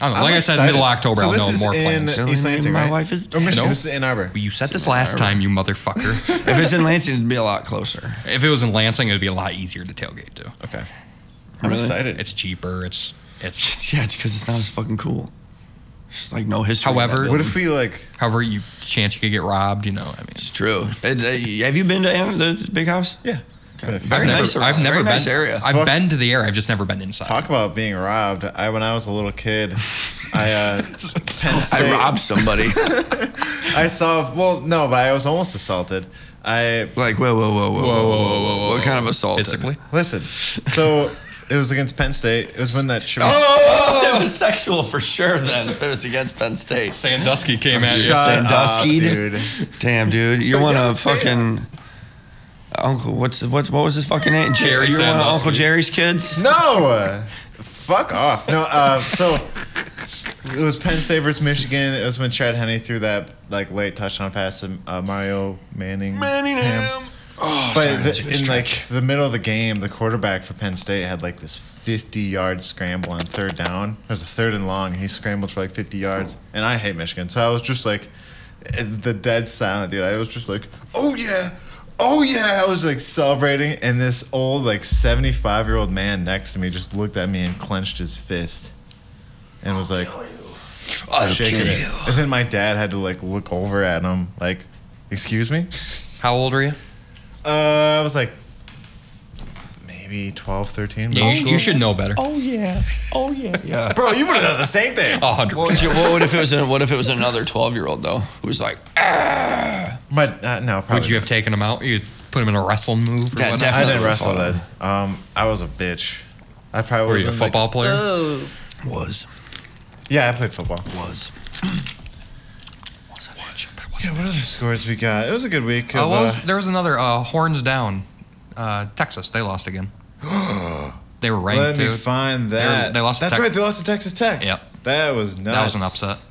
[SPEAKER 3] I don't know.
[SPEAKER 1] I'm
[SPEAKER 3] Like I said,
[SPEAKER 1] excited.
[SPEAKER 3] middle October,
[SPEAKER 1] So
[SPEAKER 3] I'll
[SPEAKER 1] this
[SPEAKER 3] know
[SPEAKER 1] is
[SPEAKER 3] more
[SPEAKER 1] in
[SPEAKER 3] plans.
[SPEAKER 1] East Lansing,
[SPEAKER 2] My
[SPEAKER 1] right?
[SPEAKER 2] wife is
[SPEAKER 1] Oh, Michigan.
[SPEAKER 3] No.
[SPEAKER 1] This is Ann Arbor.
[SPEAKER 3] You said this last time, you motherfucker.
[SPEAKER 2] If it's in Lansing, it'd be a lot closer.
[SPEAKER 3] if it was in Lansing, it'd be a lot easier to tailgate to.
[SPEAKER 1] Okay. I'm
[SPEAKER 2] Really?
[SPEAKER 1] excited.
[SPEAKER 3] It's cheaper. It's it's.
[SPEAKER 2] Yeah, it's because it's not as fucking cool. It's like no history. in that
[SPEAKER 3] However-
[SPEAKER 1] what
[SPEAKER 2] building.
[SPEAKER 1] if we like?
[SPEAKER 3] However, you chance you could get robbed. You know, I mean,
[SPEAKER 2] it's true? It- uh, have you been to Ann- the big house?
[SPEAKER 1] Yeah. If
[SPEAKER 2] Very
[SPEAKER 1] you-
[SPEAKER 3] I've
[SPEAKER 2] nice
[SPEAKER 3] never,
[SPEAKER 2] area.
[SPEAKER 3] I've never
[SPEAKER 2] Very
[SPEAKER 3] been.
[SPEAKER 2] nice area.
[SPEAKER 3] I've
[SPEAKER 1] Fuck.
[SPEAKER 3] been to the area. I've just never been inside.
[SPEAKER 1] Talk about being robbed. I when I was a little kid, I uh, Penn State-
[SPEAKER 2] I robbed somebody.
[SPEAKER 1] I saw. Well, no, but I was almost assaulted. I
[SPEAKER 2] like whoa, whoa, whoa, whoa, whoa, whoa, whoa, whoa, whoa. What kind of assault?
[SPEAKER 3] Physically,
[SPEAKER 1] listen. So it was against Penn State. It was when that. Shami-
[SPEAKER 2] Oh, it was sexual for sure. Then if it was against Penn State.
[SPEAKER 3] Sandusky came at you.
[SPEAKER 1] Shut
[SPEAKER 2] Sandusky,
[SPEAKER 1] up,
[SPEAKER 2] dude. Damn, dude, you want to fucking uncle? What's what's what was his fucking name?
[SPEAKER 3] Jerry
[SPEAKER 2] You're one of
[SPEAKER 3] Sandusky.
[SPEAKER 2] Uncle Jerry's kids.
[SPEAKER 1] No, uh, fuck off. No, uh, so it was Penn State versus Michigan. It was when Chad Henne threw that like late touchdown pass to uh, Mario Manning.
[SPEAKER 2] Manning him. Oh, sorry,
[SPEAKER 1] But
[SPEAKER 2] that's a
[SPEAKER 1] the,
[SPEAKER 2] good
[SPEAKER 1] in
[SPEAKER 2] stretch.
[SPEAKER 1] like the middle of the game, the quarterback for Penn State had like this 50 yard scramble on third down. It was a third and long, and he scrambled for like 50 yards. And I hate Michigan, so I was just like the dead silent dude. I was just like, oh yeah, oh yeah. I was like celebrating, and this old like 75 year old man next to me just looked at me and clenched his fist, and was like
[SPEAKER 2] I'll
[SPEAKER 1] shaking
[SPEAKER 2] kill
[SPEAKER 1] it.
[SPEAKER 2] you.
[SPEAKER 1] And then my dad had to like look over at him like, excuse me.
[SPEAKER 3] How old are you?
[SPEAKER 1] Uh, I was like maybe 12, 13.
[SPEAKER 3] Yeah,
[SPEAKER 1] middle
[SPEAKER 3] you,
[SPEAKER 1] school.
[SPEAKER 3] you should know better.
[SPEAKER 1] oh.
[SPEAKER 2] Yeah.
[SPEAKER 1] Bro, you would have done the same thing.
[SPEAKER 3] A hundred.
[SPEAKER 2] What,
[SPEAKER 3] percent.
[SPEAKER 2] would you, what would if it was an- what if it was another twelve year old though who's like ah,
[SPEAKER 1] But uh, no, probably.
[SPEAKER 3] Would you have taken him out? You put him in a wrestling move. Or
[SPEAKER 2] Yeah,
[SPEAKER 3] whatnot?
[SPEAKER 2] definitely.
[SPEAKER 1] I didn't
[SPEAKER 2] Another
[SPEAKER 1] wrestle
[SPEAKER 2] follow.
[SPEAKER 1] then. Um, I was a bitch. I probably
[SPEAKER 3] Were
[SPEAKER 1] would've
[SPEAKER 3] you a
[SPEAKER 1] been like-
[SPEAKER 3] football player?
[SPEAKER 2] was
[SPEAKER 1] yeah, I played football.
[SPEAKER 2] was.
[SPEAKER 1] Yeah, what other scores we got? It was a good week.
[SPEAKER 3] Uh,
[SPEAKER 1] of,
[SPEAKER 3] what was-
[SPEAKER 1] uh,
[SPEAKER 3] there was another uh, horns down. Uh, Texas, they lost again. they were ranked
[SPEAKER 1] let me
[SPEAKER 3] too.
[SPEAKER 1] find
[SPEAKER 3] were-
[SPEAKER 1] that.
[SPEAKER 3] they lost to
[SPEAKER 1] That's
[SPEAKER 3] Tex-
[SPEAKER 1] right. They lost to Texas Tech.
[SPEAKER 3] Yep.
[SPEAKER 1] That was nuts.
[SPEAKER 3] That was an upset.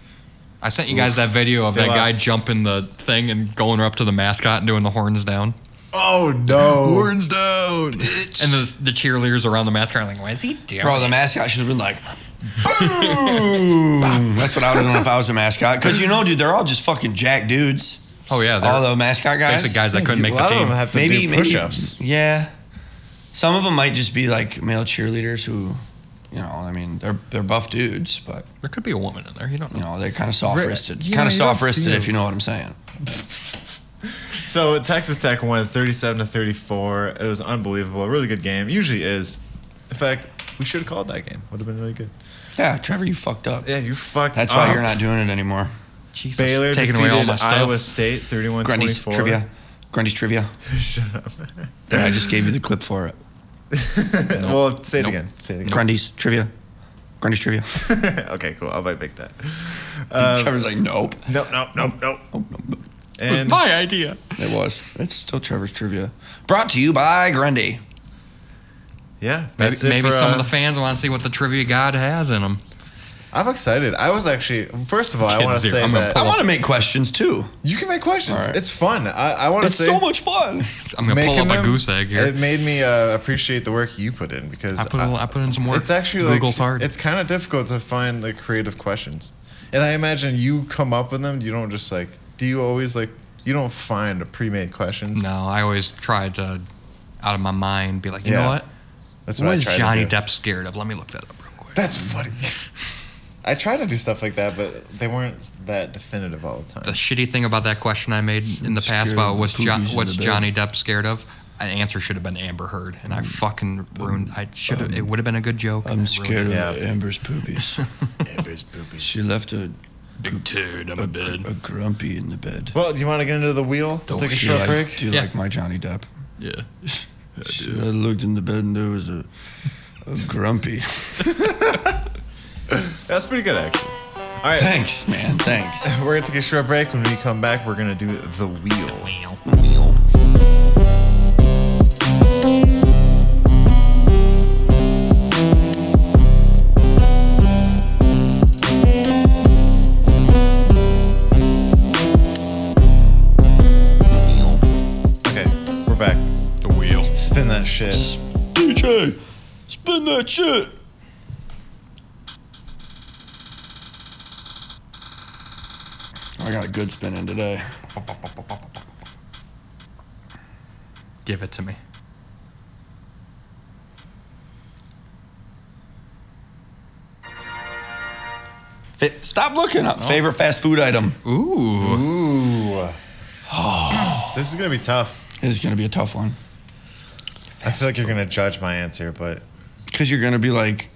[SPEAKER 3] I sent you guys that video of
[SPEAKER 1] They
[SPEAKER 3] that guy
[SPEAKER 1] lost.
[SPEAKER 3] jumping the thing and going up to the mascot and doing the horns down.
[SPEAKER 1] Oh no!
[SPEAKER 2] Horns down, bitch.
[SPEAKER 3] And the, the cheerleaders around the mascot are like, what is he doing?
[SPEAKER 2] Bro, the mascot should have been like, boom. That's what I would have done if I was a mascot. Because, you know, dude, they're all just fucking jack dudes.
[SPEAKER 3] oh, yeah.
[SPEAKER 2] All
[SPEAKER 3] They're
[SPEAKER 2] the mascot guys.
[SPEAKER 3] basically guys that couldn't make
[SPEAKER 1] a
[SPEAKER 3] the
[SPEAKER 1] lot
[SPEAKER 3] team.
[SPEAKER 1] of them have to
[SPEAKER 2] Maybe-
[SPEAKER 1] do
[SPEAKER 2] maybe-
[SPEAKER 1] push-ups.
[SPEAKER 2] Yeah. Some of them might just be like male cheerleaders who, you know, I mean, they're they're buff dudes, but
[SPEAKER 3] there could be a woman in there. You don't know.
[SPEAKER 2] you know, they're kind of soft wristed,
[SPEAKER 1] yeah,
[SPEAKER 2] kind of
[SPEAKER 1] you don't
[SPEAKER 2] soft wristed
[SPEAKER 1] see
[SPEAKER 2] if
[SPEAKER 1] them.
[SPEAKER 2] you know what I'm saying.
[SPEAKER 1] So Texas Tech won 37 to 34. It was unbelievable. A really good game. Usually is. In fact, we should have called that game. Would have been really good.
[SPEAKER 2] Yeah, Trevor, you fucked up.
[SPEAKER 1] Yeah, you fucked.
[SPEAKER 2] That's why
[SPEAKER 1] up.
[SPEAKER 2] you're not doing it anymore. Jesus.
[SPEAKER 1] Ah. Baylor
[SPEAKER 3] taking away
[SPEAKER 1] defeated
[SPEAKER 3] all my stuff.
[SPEAKER 1] Iowa State 31
[SPEAKER 2] Grundy's
[SPEAKER 1] 24.
[SPEAKER 2] trivia. Grundy's trivia. Shut up. I just gave you the clip for it.
[SPEAKER 1] Well, say it
[SPEAKER 3] Nope.
[SPEAKER 1] again. Say it again.
[SPEAKER 2] Grundy's trivia. Grundy's trivia.
[SPEAKER 1] okay, cool. I might make that. Um, Uh,
[SPEAKER 2] Trevor's like, nope.
[SPEAKER 1] Nope, nope, nope, nope.
[SPEAKER 3] It was
[SPEAKER 1] And
[SPEAKER 3] my idea.
[SPEAKER 2] It was. It's still Trevor's trivia. Brought to you by Grundy.
[SPEAKER 1] yeah,
[SPEAKER 3] Maybe,
[SPEAKER 1] that's it.
[SPEAKER 3] maybe
[SPEAKER 1] for,
[SPEAKER 3] some
[SPEAKER 1] uh,
[SPEAKER 3] of the fans want to see what the trivia god has in them.
[SPEAKER 1] I'm excited. I was actually. First of all, I
[SPEAKER 3] Kids
[SPEAKER 1] want to
[SPEAKER 3] here.
[SPEAKER 1] say
[SPEAKER 3] I'm gonna
[SPEAKER 1] that
[SPEAKER 2] I want to make questions too.
[SPEAKER 1] you can make questions.
[SPEAKER 2] All right.
[SPEAKER 1] It's fun. I, I want to
[SPEAKER 2] It's
[SPEAKER 1] say
[SPEAKER 2] so much fun.
[SPEAKER 3] I'm gonna pull
[SPEAKER 1] making
[SPEAKER 3] up my
[SPEAKER 1] them,
[SPEAKER 3] goose egg here.
[SPEAKER 1] It made me uh, appreciate the work you put in because
[SPEAKER 3] I put a- I put in some work.
[SPEAKER 1] It's actually
[SPEAKER 3] Google's
[SPEAKER 1] like,
[SPEAKER 3] hard.
[SPEAKER 1] It's kind of difficult to find like creative questions, and I imagine you come up with them. You don't just like. Do you always like? You don't find pre-made questions.
[SPEAKER 3] No, I always try to, out of my mind, be like, you
[SPEAKER 1] Yeah.
[SPEAKER 3] know what?
[SPEAKER 1] That's
[SPEAKER 3] What is
[SPEAKER 1] try to
[SPEAKER 3] Johnny
[SPEAKER 1] do.
[SPEAKER 3] Depp scared of? Let me look that up real quick.
[SPEAKER 1] That's funny. I try to do stuff like that, but they weren't that definitive all the time.
[SPEAKER 3] the shitty thing about that question I made in the
[SPEAKER 2] Scared
[SPEAKER 3] past
[SPEAKER 2] of
[SPEAKER 3] about
[SPEAKER 2] the
[SPEAKER 3] what's jo-
[SPEAKER 2] poopies in
[SPEAKER 3] what's
[SPEAKER 2] the bed.
[SPEAKER 3] Johnny Depp scared of, an answer should have been Amber Heard, and I fucking ruined. I should have. It would have been a good joke. and
[SPEAKER 2] I'm
[SPEAKER 3] I ruined
[SPEAKER 2] scared of
[SPEAKER 1] Yeah.
[SPEAKER 2] Amber's poopies.
[SPEAKER 1] Amber's poopies.
[SPEAKER 2] She left a,
[SPEAKER 3] it. Big dude, I'm a bed.
[SPEAKER 2] a grumpy in the bed.
[SPEAKER 1] well, do you want to get into the wheel? We'll take a
[SPEAKER 2] Do you
[SPEAKER 1] short
[SPEAKER 2] like-
[SPEAKER 1] break.
[SPEAKER 2] Do you
[SPEAKER 3] Yeah.
[SPEAKER 2] like my Johnny Depp?
[SPEAKER 3] Yeah.
[SPEAKER 2] I looked in the bed and there was a, a grumpy.
[SPEAKER 1] That's pretty good, actually. All right,
[SPEAKER 2] Thanks, man. Thanks.
[SPEAKER 1] we're going to take a short break. When we come back, we're going to do the wheel. Okay, we're back.
[SPEAKER 3] The wheel.
[SPEAKER 1] Spin that shit.
[SPEAKER 2] DJ, spin that shit. I got a good spin in today.
[SPEAKER 3] Give it to me.
[SPEAKER 2] Fa- Stop looking up. Favorite fast food item.
[SPEAKER 3] Ooh.
[SPEAKER 1] Ooh. this is gonna be tough.
[SPEAKER 2] This is gonna be a tough one
[SPEAKER 1] I feel like you're gonna judge my answer, but
[SPEAKER 2] because you're gonna be like,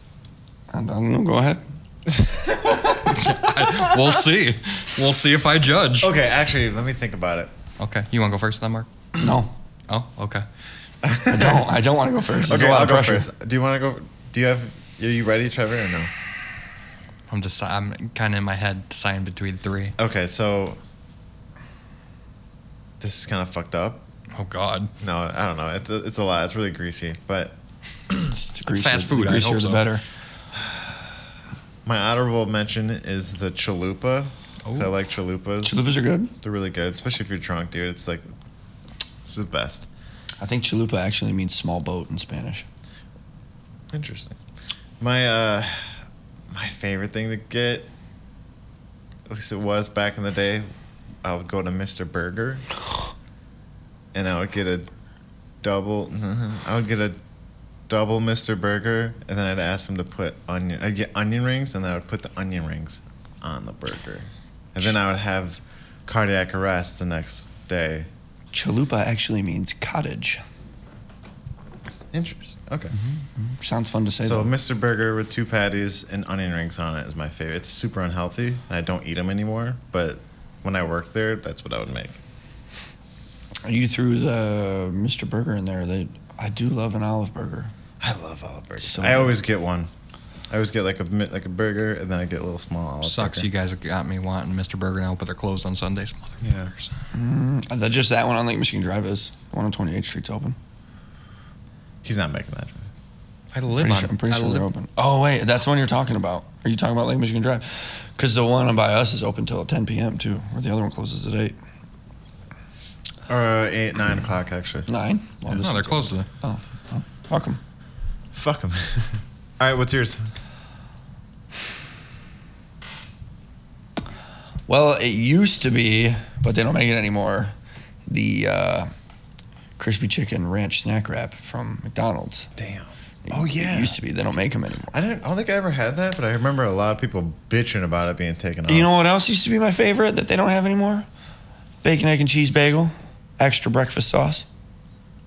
[SPEAKER 2] I don't know. Go ahead.
[SPEAKER 3] we'll see. We'll see if I judge.
[SPEAKER 1] okay. Actually, let me think about it.
[SPEAKER 3] Okay. You want to go first, then, Mark?
[SPEAKER 2] No,
[SPEAKER 3] Oh, okay.
[SPEAKER 2] I don't. I don't want to go first. There's
[SPEAKER 1] Okay,
[SPEAKER 2] a lot
[SPEAKER 1] I'll
[SPEAKER 2] of
[SPEAKER 1] go
[SPEAKER 2] pressure.
[SPEAKER 1] first. Do you want to go? Do you have? Are you ready, Trevor, or no?
[SPEAKER 3] I'm just. I'm kind of in my head deciding between three.
[SPEAKER 1] Okay, so this is kind of fucked up.
[SPEAKER 3] Oh God.
[SPEAKER 1] No, I don't know. It's a, it's a lot. It's really greasy, but
[SPEAKER 2] It's greasier-
[SPEAKER 3] fast food,
[SPEAKER 2] The
[SPEAKER 3] I
[SPEAKER 2] greasier, the
[SPEAKER 3] hope so.
[SPEAKER 2] better.
[SPEAKER 1] my honorable mention is the chalupa. 'cause I
[SPEAKER 3] Oh.
[SPEAKER 1] like chalupas.
[SPEAKER 2] Chalupas are good.
[SPEAKER 1] They're really good, especially if you're drunk, dude. It's like it's the best.
[SPEAKER 2] I think chalupa actually means small boat in Spanish.
[SPEAKER 1] Interesting. My uh, my favorite thing to get, at least it was back in the day, I would go to Mr. Burger, and I would get a double. I would get a double Mr. Burger, and then I'd ask them to put onion. I'd get onion rings, and then I would put the onion rings on the burger, and then I would have cardiac arrest the next day.
[SPEAKER 2] Chalupa actually means cottage.
[SPEAKER 1] Interesting. Okay.
[SPEAKER 2] Sounds fun to say.
[SPEAKER 1] So
[SPEAKER 2] though.
[SPEAKER 1] Mr. Burger with two patties and onion rings on it is my favorite. It's super unhealthy, and I don't eat them anymore. But when I worked there, that's what I would make.
[SPEAKER 2] You threw the Mr. Burger in there. They, I do love an olive burger.
[SPEAKER 1] I love olive burgers.
[SPEAKER 2] So
[SPEAKER 1] I
[SPEAKER 2] good.
[SPEAKER 1] always get one. I always get like a mi- like a burger, and then I get a little small olive.
[SPEAKER 3] Sucks. You
[SPEAKER 1] burger.
[SPEAKER 3] guys got me wanting Mr. Burger now, but they're closed on Sundays.
[SPEAKER 1] Yeah.
[SPEAKER 3] Motherfuckers.
[SPEAKER 2] Uh, that- just that one oh on Lake Michigan Drive is. The one on 28th Street's open.
[SPEAKER 1] He's not making that.
[SPEAKER 3] I live
[SPEAKER 2] Pretty
[SPEAKER 3] on.
[SPEAKER 2] sure, I'm pretty
[SPEAKER 3] I
[SPEAKER 2] sure
[SPEAKER 3] live-
[SPEAKER 2] they're open. Oh wait, that's one you're talking about. Are you talking about Lake Michigan Drive? Because the one by us is open till 10 p.m. too, where the other one closes at eight,
[SPEAKER 1] Or uh, eight, nine o'clock actually.
[SPEAKER 2] nine. Well, this
[SPEAKER 3] No, they're
[SPEAKER 2] one's
[SPEAKER 3] close to.
[SPEAKER 2] open. Oh, oh, fuck 'em.
[SPEAKER 1] Fuck them. All right, what's yours?
[SPEAKER 2] Well, it used to be, but they don't make it anymore. The uh, crispy chicken ranch snack wrap from McDonald's.
[SPEAKER 1] Damn.
[SPEAKER 2] It-
[SPEAKER 1] Oh, yeah.
[SPEAKER 2] it used to be. They don't make them anymore.
[SPEAKER 1] I didn't. I don't think I ever had that, but I remember a lot of people bitching about it being taken off.
[SPEAKER 2] You know what else used to be my favorite that they don't have anymore? Bacon, egg, and cheese bagel, extra breakfast sauce.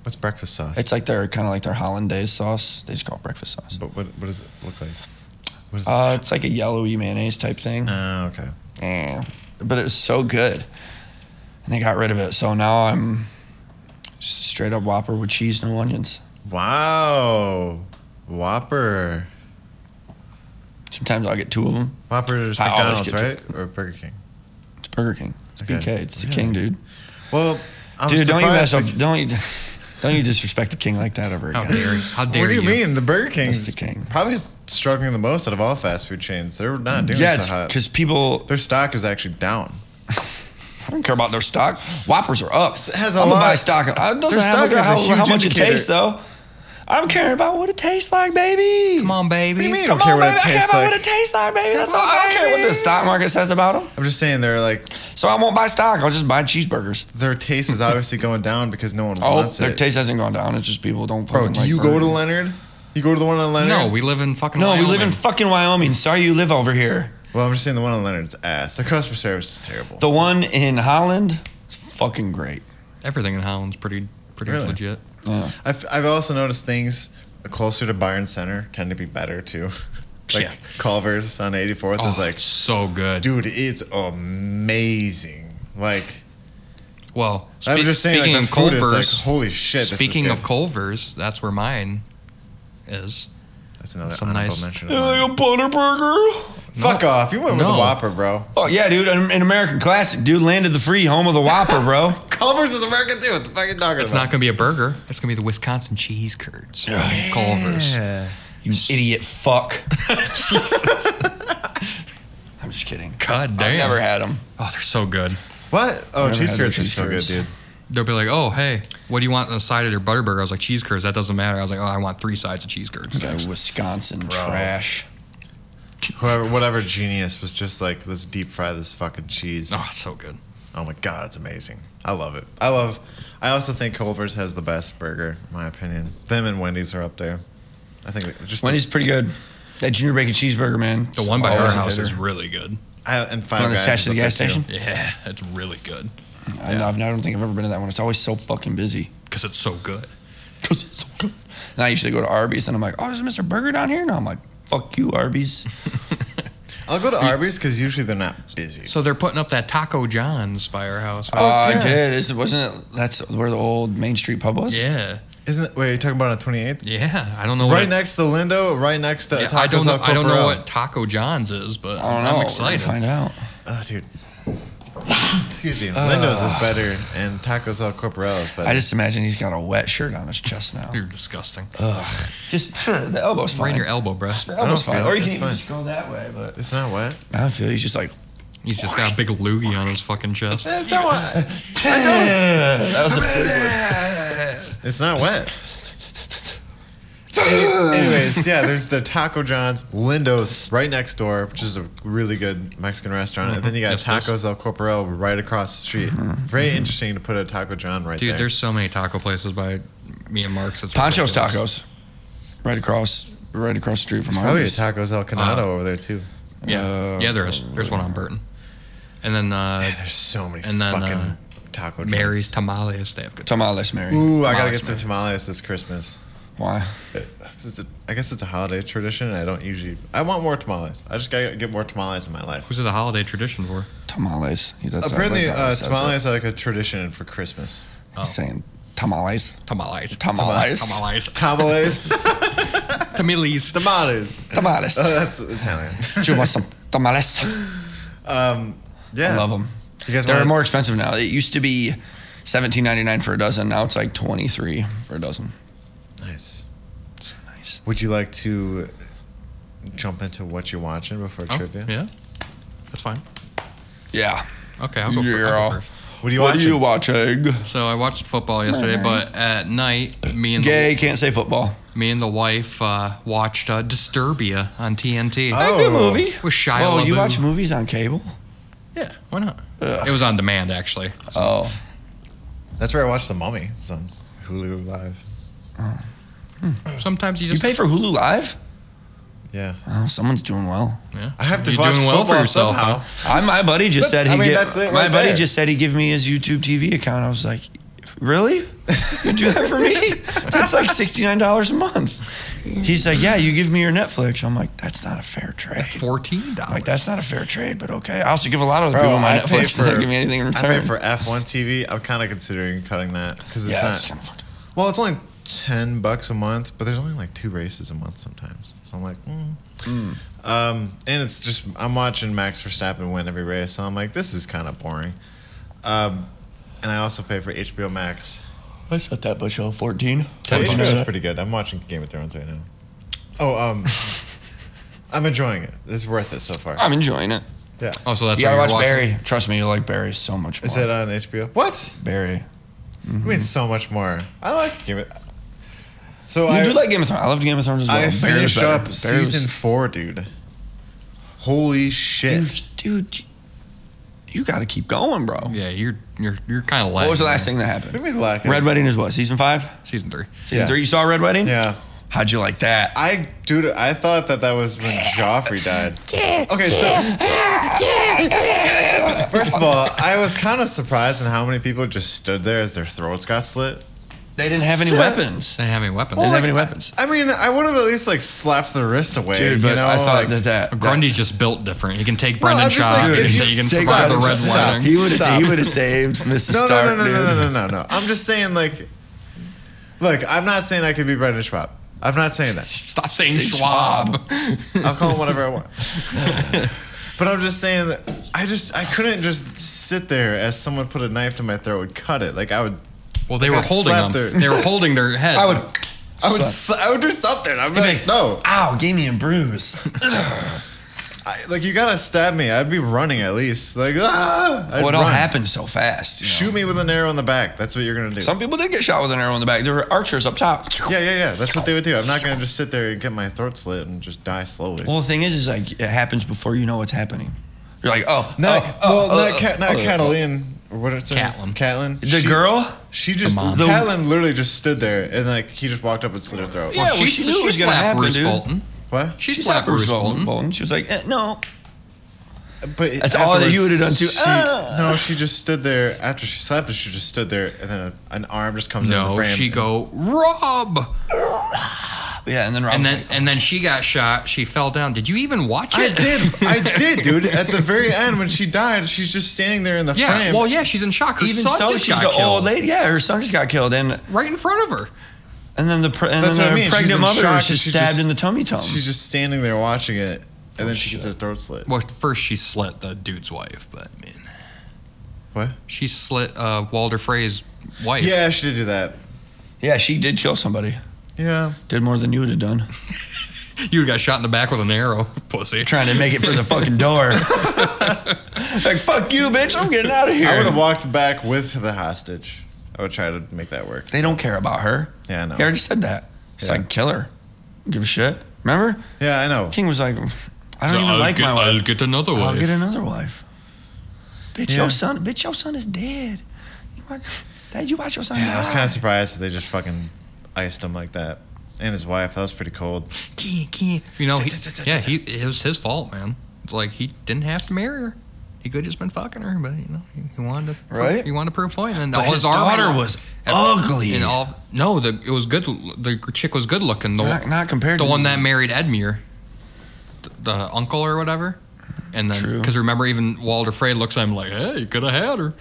[SPEAKER 1] what's breakfast sauce?
[SPEAKER 2] It's like their kind of like their hollandaise sauce. They just call it breakfast sauce.
[SPEAKER 1] but what, what does it look like? What is
[SPEAKER 2] Uh, it's like a yellowy mayonnaise type thing.
[SPEAKER 1] Ah, okay.
[SPEAKER 2] Eh, But it was so good, and they got rid of it. So now I'm just a straight up Whopper with cheese, no onions.
[SPEAKER 1] Wow. Whopper.
[SPEAKER 2] Sometimes I'll get two of them.
[SPEAKER 1] Whopper's
[SPEAKER 2] I always
[SPEAKER 1] McDonald's,
[SPEAKER 2] get
[SPEAKER 1] right? Or Burger King.
[SPEAKER 2] It's Burger King. It's
[SPEAKER 1] Okay.
[SPEAKER 2] BK. It's the
[SPEAKER 1] Really?
[SPEAKER 2] king, dude.
[SPEAKER 1] Well, I'm
[SPEAKER 2] dude, don't you
[SPEAKER 1] surprised
[SPEAKER 2] mess up.
[SPEAKER 1] bec-
[SPEAKER 2] Don't you, don't you disrespect the king like that ever
[SPEAKER 3] How
[SPEAKER 2] again.
[SPEAKER 3] dare you? How dare
[SPEAKER 1] What do you mean? The Burger King's
[SPEAKER 2] the king.
[SPEAKER 1] probably struggling the most out of all fast food chains. They're not doing
[SPEAKER 2] Yeah,
[SPEAKER 1] so hot.
[SPEAKER 2] because people
[SPEAKER 1] Their stock is actually down.
[SPEAKER 2] I don't care about their stock. Whoppers are up.
[SPEAKER 1] It has a
[SPEAKER 2] I'm
[SPEAKER 1] lot.
[SPEAKER 2] gonna buy stock. Uh, It doesn't
[SPEAKER 1] Their
[SPEAKER 2] have
[SPEAKER 1] stock
[SPEAKER 2] a,
[SPEAKER 1] is a
[SPEAKER 2] how,
[SPEAKER 1] huge
[SPEAKER 2] how much
[SPEAKER 1] indicator.
[SPEAKER 2] it tastes though. I don't care about what it tastes like, baby.
[SPEAKER 3] Come on, baby.
[SPEAKER 1] What do you mean? I
[SPEAKER 2] Come
[SPEAKER 1] don't care
[SPEAKER 2] on,
[SPEAKER 1] what
[SPEAKER 2] baby.
[SPEAKER 1] it
[SPEAKER 2] I care
[SPEAKER 1] tastes
[SPEAKER 2] about
[SPEAKER 1] like.
[SPEAKER 2] what it tastes like, baby. That's
[SPEAKER 3] Come
[SPEAKER 2] all.
[SPEAKER 3] on,
[SPEAKER 2] I don't care what
[SPEAKER 3] baby.
[SPEAKER 2] the stock market says about them.
[SPEAKER 1] I'm just saying they're like
[SPEAKER 2] So I won't buy stock. I'll just buy cheeseburgers.
[SPEAKER 1] their taste is obviously going down because no one
[SPEAKER 2] Oh,
[SPEAKER 1] wants
[SPEAKER 2] their
[SPEAKER 1] it.
[SPEAKER 2] taste hasn't gone down. It's just people don't.
[SPEAKER 1] Bro,
[SPEAKER 2] fucking
[SPEAKER 1] do
[SPEAKER 2] like
[SPEAKER 1] you go
[SPEAKER 2] burgers.
[SPEAKER 1] to Leonard? You go to the one on Leonard?
[SPEAKER 3] No, we live in fucking.
[SPEAKER 2] No, we live in
[SPEAKER 3] Wyoming.
[SPEAKER 2] fucking Wyoming. Sorry, you live over here.
[SPEAKER 1] Well, I'm just saying the one on Leonard's ass. The customer service is terrible.
[SPEAKER 2] The one in Holland, is fucking great.
[SPEAKER 3] Everything in Holland's pretty pretty
[SPEAKER 1] Really?
[SPEAKER 3] legit.
[SPEAKER 2] Yeah.
[SPEAKER 1] I've, I've also noticed things closer to Byron Center tend to be better too. like
[SPEAKER 3] Yeah.
[SPEAKER 1] Culver's on 84th
[SPEAKER 3] Oh,
[SPEAKER 1] is like,
[SPEAKER 3] so good.
[SPEAKER 1] dude, it's amazing. Like,
[SPEAKER 3] Well,
[SPEAKER 1] I'm
[SPEAKER 3] spe-
[SPEAKER 1] just saying, like,
[SPEAKER 3] speaking
[SPEAKER 1] the food
[SPEAKER 3] of
[SPEAKER 1] is like,
[SPEAKER 3] Culver's,
[SPEAKER 1] holy shit. this is
[SPEAKER 3] speaking of
[SPEAKER 1] good.
[SPEAKER 3] Culver's, that's where mine is.
[SPEAKER 1] that's another
[SPEAKER 3] some
[SPEAKER 1] honorable
[SPEAKER 3] nice-
[SPEAKER 1] mention. of mine.
[SPEAKER 2] Like a butter burger.
[SPEAKER 1] Fuck off! You went with the
[SPEAKER 3] No.
[SPEAKER 1] Whopper, bro.
[SPEAKER 2] Oh yeah, dude, an, an American classic, dude. Land of the free, home of the Whopper, bro.
[SPEAKER 1] Culver's is American too. What the fuck are you talking
[SPEAKER 3] It's
[SPEAKER 1] about?
[SPEAKER 3] not gonna be a burger. It's gonna be the Wisconsin cheese curds. from Culver's.
[SPEAKER 1] Yeah.
[SPEAKER 2] You idiot fuck. Jesus. I'm just kidding.
[SPEAKER 3] God damn.
[SPEAKER 2] I've never had them.
[SPEAKER 3] Oh, they're so good.
[SPEAKER 1] What? Oh,
[SPEAKER 2] Never
[SPEAKER 1] cheese
[SPEAKER 2] had their
[SPEAKER 1] curds are
[SPEAKER 2] cheese
[SPEAKER 1] so good,
[SPEAKER 2] curds.
[SPEAKER 1] dude.
[SPEAKER 3] They'll be like, "Oh, hey, what do you want on the side of your butter burger?" I was like, "Cheese curds." That doesn't matter. I was like, "Oh, I want three sides of cheese curds."
[SPEAKER 2] Like Wisconsin trash.
[SPEAKER 1] Whoever, whatever genius was just like, let's deep fry this fucking cheese.
[SPEAKER 3] Oh, it's so good.
[SPEAKER 1] Oh my god, it's amazing. I love it. I love. I also think Culver's has the best burger, in my opinion. Them and Wendy's are up there. I think that- just
[SPEAKER 2] Wendy's pretty good. That junior bacon cheeseburger, man.
[SPEAKER 3] The one by our
[SPEAKER 2] Always a
[SPEAKER 3] house is
[SPEAKER 2] hitter.
[SPEAKER 3] really good.
[SPEAKER 1] I, and Five
[SPEAKER 2] one
[SPEAKER 1] Guys.
[SPEAKER 2] that's attached
[SPEAKER 1] is
[SPEAKER 2] to the
[SPEAKER 1] up
[SPEAKER 2] gas
[SPEAKER 1] there, too.
[SPEAKER 2] station.
[SPEAKER 3] Yeah, it's really good
[SPEAKER 2] I, know, I've- I don't think I've ever been to that one. It's always so fucking busy.
[SPEAKER 3] because it's so good.
[SPEAKER 2] And I usually go to Arby's, and I'm like, oh, is Mr. Burger down here? No, I'm like, fuck you, Arby's.
[SPEAKER 1] I'll go to Arby's because usually they're not busy.
[SPEAKER 3] So they're putting up that Taco John's by our house.
[SPEAKER 2] Oh, I did. Is it wasn't it? That's where the old Main Street pub was.
[SPEAKER 3] yeah,
[SPEAKER 1] Isn't it, wait? You're talking about on Twenty Eighth?
[SPEAKER 3] yeah. I don't know.
[SPEAKER 1] Right
[SPEAKER 3] what
[SPEAKER 1] next to Lindo, right next to
[SPEAKER 3] Yeah,
[SPEAKER 1] Tacos
[SPEAKER 3] I don't know.
[SPEAKER 1] El
[SPEAKER 3] I don't know
[SPEAKER 1] Corporal.
[SPEAKER 3] what Taco John's is, but
[SPEAKER 2] I don't know.
[SPEAKER 3] I'm
[SPEAKER 2] We're gonna
[SPEAKER 3] excited.
[SPEAKER 2] find out.
[SPEAKER 1] Oh, dude. Excuse me. Lindo's is better, and Tacos El Corporal is better.
[SPEAKER 2] I just imagine he's got a wet shirt on his chest now.
[SPEAKER 3] You're disgusting.
[SPEAKER 2] Just the elbow's
[SPEAKER 3] Right
[SPEAKER 2] fine.
[SPEAKER 3] in your elbow, bruh.
[SPEAKER 2] the elbow's
[SPEAKER 1] I don't
[SPEAKER 2] fine.
[SPEAKER 1] feel
[SPEAKER 2] Or
[SPEAKER 1] it.
[SPEAKER 2] you can
[SPEAKER 1] It's
[SPEAKER 2] even
[SPEAKER 1] fine.
[SPEAKER 2] just go that way. But
[SPEAKER 1] It's not what.
[SPEAKER 2] I don't feel. He's just like.
[SPEAKER 3] He's just got a big loogie on his fucking chest.
[SPEAKER 1] Eh, don't wa-
[SPEAKER 2] That was a big one.
[SPEAKER 1] It's not wet. Any- Anyways, yeah, there's the Taco John's, Lindo's right next door, which is a really good Mexican restaurant, and then you got
[SPEAKER 3] Yes, yes.
[SPEAKER 1] Tacos El Corporal right across the street. Very interesting to put a Taco John right
[SPEAKER 3] Dude,
[SPEAKER 1] there.
[SPEAKER 3] there's so many taco places by me and Mark's. It's
[SPEAKER 2] Poncho's
[SPEAKER 3] ridiculous.
[SPEAKER 2] Tacos, right across, right across the street from
[SPEAKER 1] probably a
[SPEAKER 2] Arby's.
[SPEAKER 1] Tacos El Canado
[SPEAKER 3] Uh,
[SPEAKER 1] over there too.
[SPEAKER 3] Yeah, yeah, there is. There's one on Burton, and then uh,
[SPEAKER 1] Yeah, there's so many
[SPEAKER 3] and then,
[SPEAKER 1] fucking
[SPEAKER 3] uh,
[SPEAKER 1] Taco Johns.
[SPEAKER 3] Mary's Tamales. They have good.
[SPEAKER 2] Tamales, Mary.
[SPEAKER 1] Ooh, I gotta
[SPEAKER 3] Tamales,
[SPEAKER 1] get some tamales this Christmas.
[SPEAKER 2] Why?
[SPEAKER 1] It's a, I guess it's a holiday tradition. And I don't usually. I want more tamales. I just gotta get more tamales in my life.
[SPEAKER 3] Who's it a holiday tradition for?
[SPEAKER 2] Tamales. He does that
[SPEAKER 1] Apparently,
[SPEAKER 2] like how he
[SPEAKER 1] uh,
[SPEAKER 2] says it.
[SPEAKER 1] tamales are like a tradition for Christmas.
[SPEAKER 2] He's saying tamales.
[SPEAKER 3] Tamales.
[SPEAKER 2] Tamales.
[SPEAKER 3] Tamales.
[SPEAKER 1] Tamales,
[SPEAKER 3] Tamales.
[SPEAKER 1] tamales.
[SPEAKER 2] Tamales.
[SPEAKER 1] Oh, that's Italian.
[SPEAKER 2] Do you want some tamales?
[SPEAKER 1] Yeah,
[SPEAKER 2] I love them.
[SPEAKER 1] You guys
[SPEAKER 2] They're
[SPEAKER 1] want
[SPEAKER 2] more expensive now. It used to be seventeen ninety nine for a dozen. Now it's like twenty three for a dozen.
[SPEAKER 1] Nice.
[SPEAKER 2] Nice. Nice.
[SPEAKER 1] Would you like to jump into what you're watching before
[SPEAKER 3] Oh,
[SPEAKER 1] trivia?
[SPEAKER 3] yeah. That's fine.
[SPEAKER 2] Yeah.
[SPEAKER 3] Okay, I'll go, fir- I'll
[SPEAKER 2] Yeah.
[SPEAKER 3] go first.
[SPEAKER 1] What are you
[SPEAKER 2] what
[SPEAKER 1] watching?
[SPEAKER 2] are you watching?
[SPEAKER 3] So I watched football yesterday, but at night, me and
[SPEAKER 2] Gay can't say football.
[SPEAKER 3] the, me and the wife uh, watched uh, Disturbia on TNT.
[SPEAKER 1] Oh. good movie.
[SPEAKER 3] With Shia
[SPEAKER 2] Oh, you
[SPEAKER 3] LaBeouf.
[SPEAKER 2] watch movies on cable?
[SPEAKER 3] Yeah, why not? It was on demand actually.
[SPEAKER 2] Oh,
[SPEAKER 1] That's where I watched The Mummy. It's on Hulu Live.
[SPEAKER 3] Sometimes you
[SPEAKER 2] you
[SPEAKER 3] just
[SPEAKER 2] pay for Hulu Live?
[SPEAKER 1] Yeah.
[SPEAKER 2] Oh, someone's doing well.
[SPEAKER 3] yeah.
[SPEAKER 1] I have to
[SPEAKER 3] You're
[SPEAKER 1] watch
[SPEAKER 3] doing well for
[SPEAKER 1] football
[SPEAKER 3] yourself.
[SPEAKER 1] somehow.
[SPEAKER 3] huh?
[SPEAKER 2] I, my buddy just
[SPEAKER 1] That's-
[SPEAKER 2] said he.
[SPEAKER 1] I mean,
[SPEAKER 2] give-
[SPEAKER 1] that's it
[SPEAKER 2] my
[SPEAKER 1] right
[SPEAKER 2] buddy
[SPEAKER 1] there.
[SPEAKER 2] just said he give me his YouTube TV account. I was like, really? You do that for me? That's like sixty nine dollars a month. He's like, yeah, you give me your Netflix. I'm like, that's not a fair trade.
[SPEAKER 3] It's fourteen
[SPEAKER 2] I'm like,
[SPEAKER 3] dollars.
[SPEAKER 2] that's not a fair trade, but okay. I also give a lot of other
[SPEAKER 1] Bro,
[SPEAKER 2] people my
[SPEAKER 1] I pay
[SPEAKER 2] Netflix. They
[SPEAKER 1] for-
[SPEAKER 2] don't give me anything in
[SPEAKER 1] I
[SPEAKER 2] return.
[SPEAKER 1] paid for F1 TV. I'm kind of considering cutting that because it's
[SPEAKER 2] yeah,
[SPEAKER 1] not.
[SPEAKER 2] it's kinda fucking-
[SPEAKER 1] Well, it's only ten bucks a month, but there's only like two races a month sometimes. So I'm like, mm. Um, and it's just I'm watching Max Verstappen win every race, so I'm like, this is kind of boring. Um, and I also pay for HBO Max.
[SPEAKER 2] that's not that much. Oh, fourteen.
[SPEAKER 1] But
[SPEAKER 3] bucks.
[SPEAKER 1] HBO is pretty good. I'm watching Game of Thrones right now. Oh, um, I'm enjoying it. It's worth it so far.
[SPEAKER 2] I'm enjoying it.
[SPEAKER 1] Yeah.
[SPEAKER 3] Oh, so that's
[SPEAKER 2] You gotta
[SPEAKER 3] what
[SPEAKER 2] watch
[SPEAKER 3] you're watching.
[SPEAKER 2] Barry. Trust me, you like Barry so much more.
[SPEAKER 1] Is it on HBO? What?
[SPEAKER 2] Barry? Mm-hmm.
[SPEAKER 1] It means so much more. I like Game of. So
[SPEAKER 2] You
[SPEAKER 1] I
[SPEAKER 2] do like Game of Thrones. I loved Game of Thrones as well.
[SPEAKER 1] I
[SPEAKER 2] Barry's
[SPEAKER 1] finished
[SPEAKER 2] better.
[SPEAKER 1] up
[SPEAKER 2] Barry's-
[SPEAKER 1] season four, dude. Holy shit!
[SPEAKER 2] dude, dude, you got to keep going, bro.
[SPEAKER 3] Yeah, you're you're you're kind of.
[SPEAKER 2] What was the last thing that
[SPEAKER 1] What
[SPEAKER 2] happened?
[SPEAKER 1] do you mean lacking?
[SPEAKER 2] Red Wedding is what season five,
[SPEAKER 3] Season three.
[SPEAKER 2] season
[SPEAKER 1] Yeah.
[SPEAKER 2] three. You saw Red Wedding?
[SPEAKER 1] Yeah,
[SPEAKER 2] How'd you like that?
[SPEAKER 1] I dude, I thought that that was when Joffrey died. Okay, so first of all, I was kind of surprised in how many people just stood there as their throats got slit.
[SPEAKER 2] They didn't have any
[SPEAKER 1] Shit.
[SPEAKER 2] weapons.
[SPEAKER 3] They didn't have any weapons.
[SPEAKER 2] Well,
[SPEAKER 3] Well,
[SPEAKER 2] have any weapons.
[SPEAKER 1] I mean, I would have at least like slapped the wrist away.
[SPEAKER 2] Dude, but
[SPEAKER 1] you know,
[SPEAKER 2] I
[SPEAKER 1] like,
[SPEAKER 2] thought that that
[SPEAKER 3] Grundy's just built different. He can take Brendan
[SPEAKER 1] I'm just like,
[SPEAKER 3] Shaw.
[SPEAKER 1] dude,
[SPEAKER 3] and
[SPEAKER 1] if
[SPEAKER 3] he
[SPEAKER 1] you
[SPEAKER 3] can
[SPEAKER 1] take that
[SPEAKER 3] survive the
[SPEAKER 1] and
[SPEAKER 3] red
[SPEAKER 1] just stop.
[SPEAKER 3] wedding.
[SPEAKER 2] he would have
[SPEAKER 1] Stop.
[SPEAKER 2] he would have saved Mrs.
[SPEAKER 1] No,
[SPEAKER 2] Stark,
[SPEAKER 1] no, no,
[SPEAKER 2] dude.
[SPEAKER 1] no, no, no, no, no, no. I'm just saying, like, look, I'm not saying I could be Brendan Schwab. I'm not saying that.
[SPEAKER 3] Stop saying Schwab.
[SPEAKER 1] I'll call him whatever I want. but I'm just saying that I just I couldn't just sit there as someone put a knife to my throat and cut it. Like I would,
[SPEAKER 3] Well, they
[SPEAKER 1] I
[SPEAKER 3] were
[SPEAKER 1] got
[SPEAKER 3] holding them.
[SPEAKER 1] slapped there.
[SPEAKER 3] They were holding their heads.
[SPEAKER 2] I would.
[SPEAKER 1] I would, s- I would do something. I'm like, no,
[SPEAKER 2] Ow, gave me a bruise.
[SPEAKER 1] I, like you gotta stab me. I'd be running at least. Like ah, I'd
[SPEAKER 2] What all
[SPEAKER 1] run.
[SPEAKER 2] happened so fast? you know?
[SPEAKER 1] Shoot me with an arrow in the back. That's what you're gonna do.
[SPEAKER 2] Some people did get shot with an arrow in the back. There were archers up top.
[SPEAKER 1] yeah, yeah, yeah. That's what they would do. I'm not gonna just sit there and get my throat slit and just die slowly.
[SPEAKER 2] Well, the thing is, is like it happens before you know what's happening. You're like, oh,
[SPEAKER 1] not
[SPEAKER 2] oh, oh,
[SPEAKER 1] well,
[SPEAKER 2] oh,
[SPEAKER 1] not,
[SPEAKER 2] oh,
[SPEAKER 1] Ca- not
[SPEAKER 2] oh, oh.
[SPEAKER 1] Cataline. Or what is her-
[SPEAKER 3] Catelyn.
[SPEAKER 1] Catelyn.
[SPEAKER 2] The
[SPEAKER 1] She-
[SPEAKER 2] girl.
[SPEAKER 1] She just
[SPEAKER 3] mom.
[SPEAKER 2] The-
[SPEAKER 1] Catelyn literally just stood there and like he just walked up and slit her throat.
[SPEAKER 2] Yeah, well,
[SPEAKER 3] she,
[SPEAKER 2] she knew it
[SPEAKER 3] she
[SPEAKER 2] was gonna
[SPEAKER 3] slapped
[SPEAKER 2] happen,
[SPEAKER 3] Bruce
[SPEAKER 2] dude.
[SPEAKER 3] Bolton.
[SPEAKER 1] What?
[SPEAKER 3] She, slapped Bruce Bolton.
[SPEAKER 2] She was like, eh, no.
[SPEAKER 1] But
[SPEAKER 2] That's all that you would've done too.
[SPEAKER 1] she-
[SPEAKER 2] Ah.
[SPEAKER 1] No, she just stood there after she slapped her. She just stood there, and then a, an arm just comes in the
[SPEAKER 3] No,
[SPEAKER 1] frame.
[SPEAKER 3] she go Rob,
[SPEAKER 2] Yeah, and then Rob
[SPEAKER 3] and
[SPEAKER 2] was
[SPEAKER 3] then and then she got shot. She fell down. Did you even watch
[SPEAKER 1] I
[SPEAKER 3] it?
[SPEAKER 1] did, I did, dude. At the very end, when she died, she's just standing there in the
[SPEAKER 3] Yeah.
[SPEAKER 1] frame.
[SPEAKER 3] Well, yeah, she's in shock. Her
[SPEAKER 2] like, even
[SPEAKER 3] son
[SPEAKER 2] so,
[SPEAKER 3] just
[SPEAKER 2] she's
[SPEAKER 3] got
[SPEAKER 2] an
[SPEAKER 3] killed
[SPEAKER 2] old lady. Yeah, her son just got killed, and
[SPEAKER 3] right in front of her.
[SPEAKER 2] and then the pre- and
[SPEAKER 1] That's what
[SPEAKER 2] then
[SPEAKER 1] I
[SPEAKER 2] her
[SPEAKER 1] mean. She's
[SPEAKER 2] pregnant
[SPEAKER 1] in
[SPEAKER 2] mother
[SPEAKER 1] shock
[SPEAKER 2] was
[SPEAKER 1] and
[SPEAKER 2] just
[SPEAKER 1] she
[SPEAKER 2] stabbed
[SPEAKER 1] just-
[SPEAKER 2] in the tummy Oh, tum.
[SPEAKER 1] she's just standing there watching it, and then she gets her throat slit.
[SPEAKER 3] Well, first she slit the dude's wife, but I mean,
[SPEAKER 1] What?
[SPEAKER 3] she slit uh, Walter Frey's wife.
[SPEAKER 1] Yeah, she did do that.
[SPEAKER 2] Yeah, she did kill somebody.
[SPEAKER 1] Yeah.
[SPEAKER 2] Did more than you would have done.
[SPEAKER 3] You got shot in the back with an arrow, pussy.
[SPEAKER 2] Trying to make it for the fucking door. like fuck you, bitch! I'm getting out of
[SPEAKER 1] I would
[SPEAKER 2] here.
[SPEAKER 1] have walked back with the hostage. I would try to make that work.
[SPEAKER 2] They don't care about her.
[SPEAKER 1] Yeah, I know.
[SPEAKER 2] He already said that. It's
[SPEAKER 1] Yeah.
[SPEAKER 2] like kill her. Give a shit. Remember?
[SPEAKER 1] Yeah, I know.
[SPEAKER 2] King was like, I don't even
[SPEAKER 3] I'll
[SPEAKER 2] like
[SPEAKER 3] get,
[SPEAKER 2] my wife.
[SPEAKER 3] I'll get another
[SPEAKER 2] I'll
[SPEAKER 3] wife.
[SPEAKER 2] get another wife. Bitch,
[SPEAKER 1] Yeah.
[SPEAKER 2] your son, bitch, your son is dead. You want, Dad, you watch your son
[SPEAKER 1] Yeah, I was
[SPEAKER 2] die.
[SPEAKER 1] kind of surprised that they just fucking iced him like that. And his wife, that was pretty cold.
[SPEAKER 3] You know, he, yeah, he, it was his fault, man. It's like he didn't have to marry her. He could have just been fucking her, but you know, he, he wanted to, prove-
[SPEAKER 2] Right.
[SPEAKER 3] He wanted to prove a point, and
[SPEAKER 2] But
[SPEAKER 3] all
[SPEAKER 2] his
[SPEAKER 3] army-
[SPEAKER 2] daughter was ugly.
[SPEAKER 3] And all no, the it was good. The chick was good looking. The
[SPEAKER 2] Not- not compared
[SPEAKER 3] the
[SPEAKER 2] to
[SPEAKER 3] one
[SPEAKER 2] the-
[SPEAKER 3] that married Edmure, the, the uncle or whatever. And then,
[SPEAKER 2] True.
[SPEAKER 3] because remember, even Walter Frey looks at him like, "Hey, you could have had her."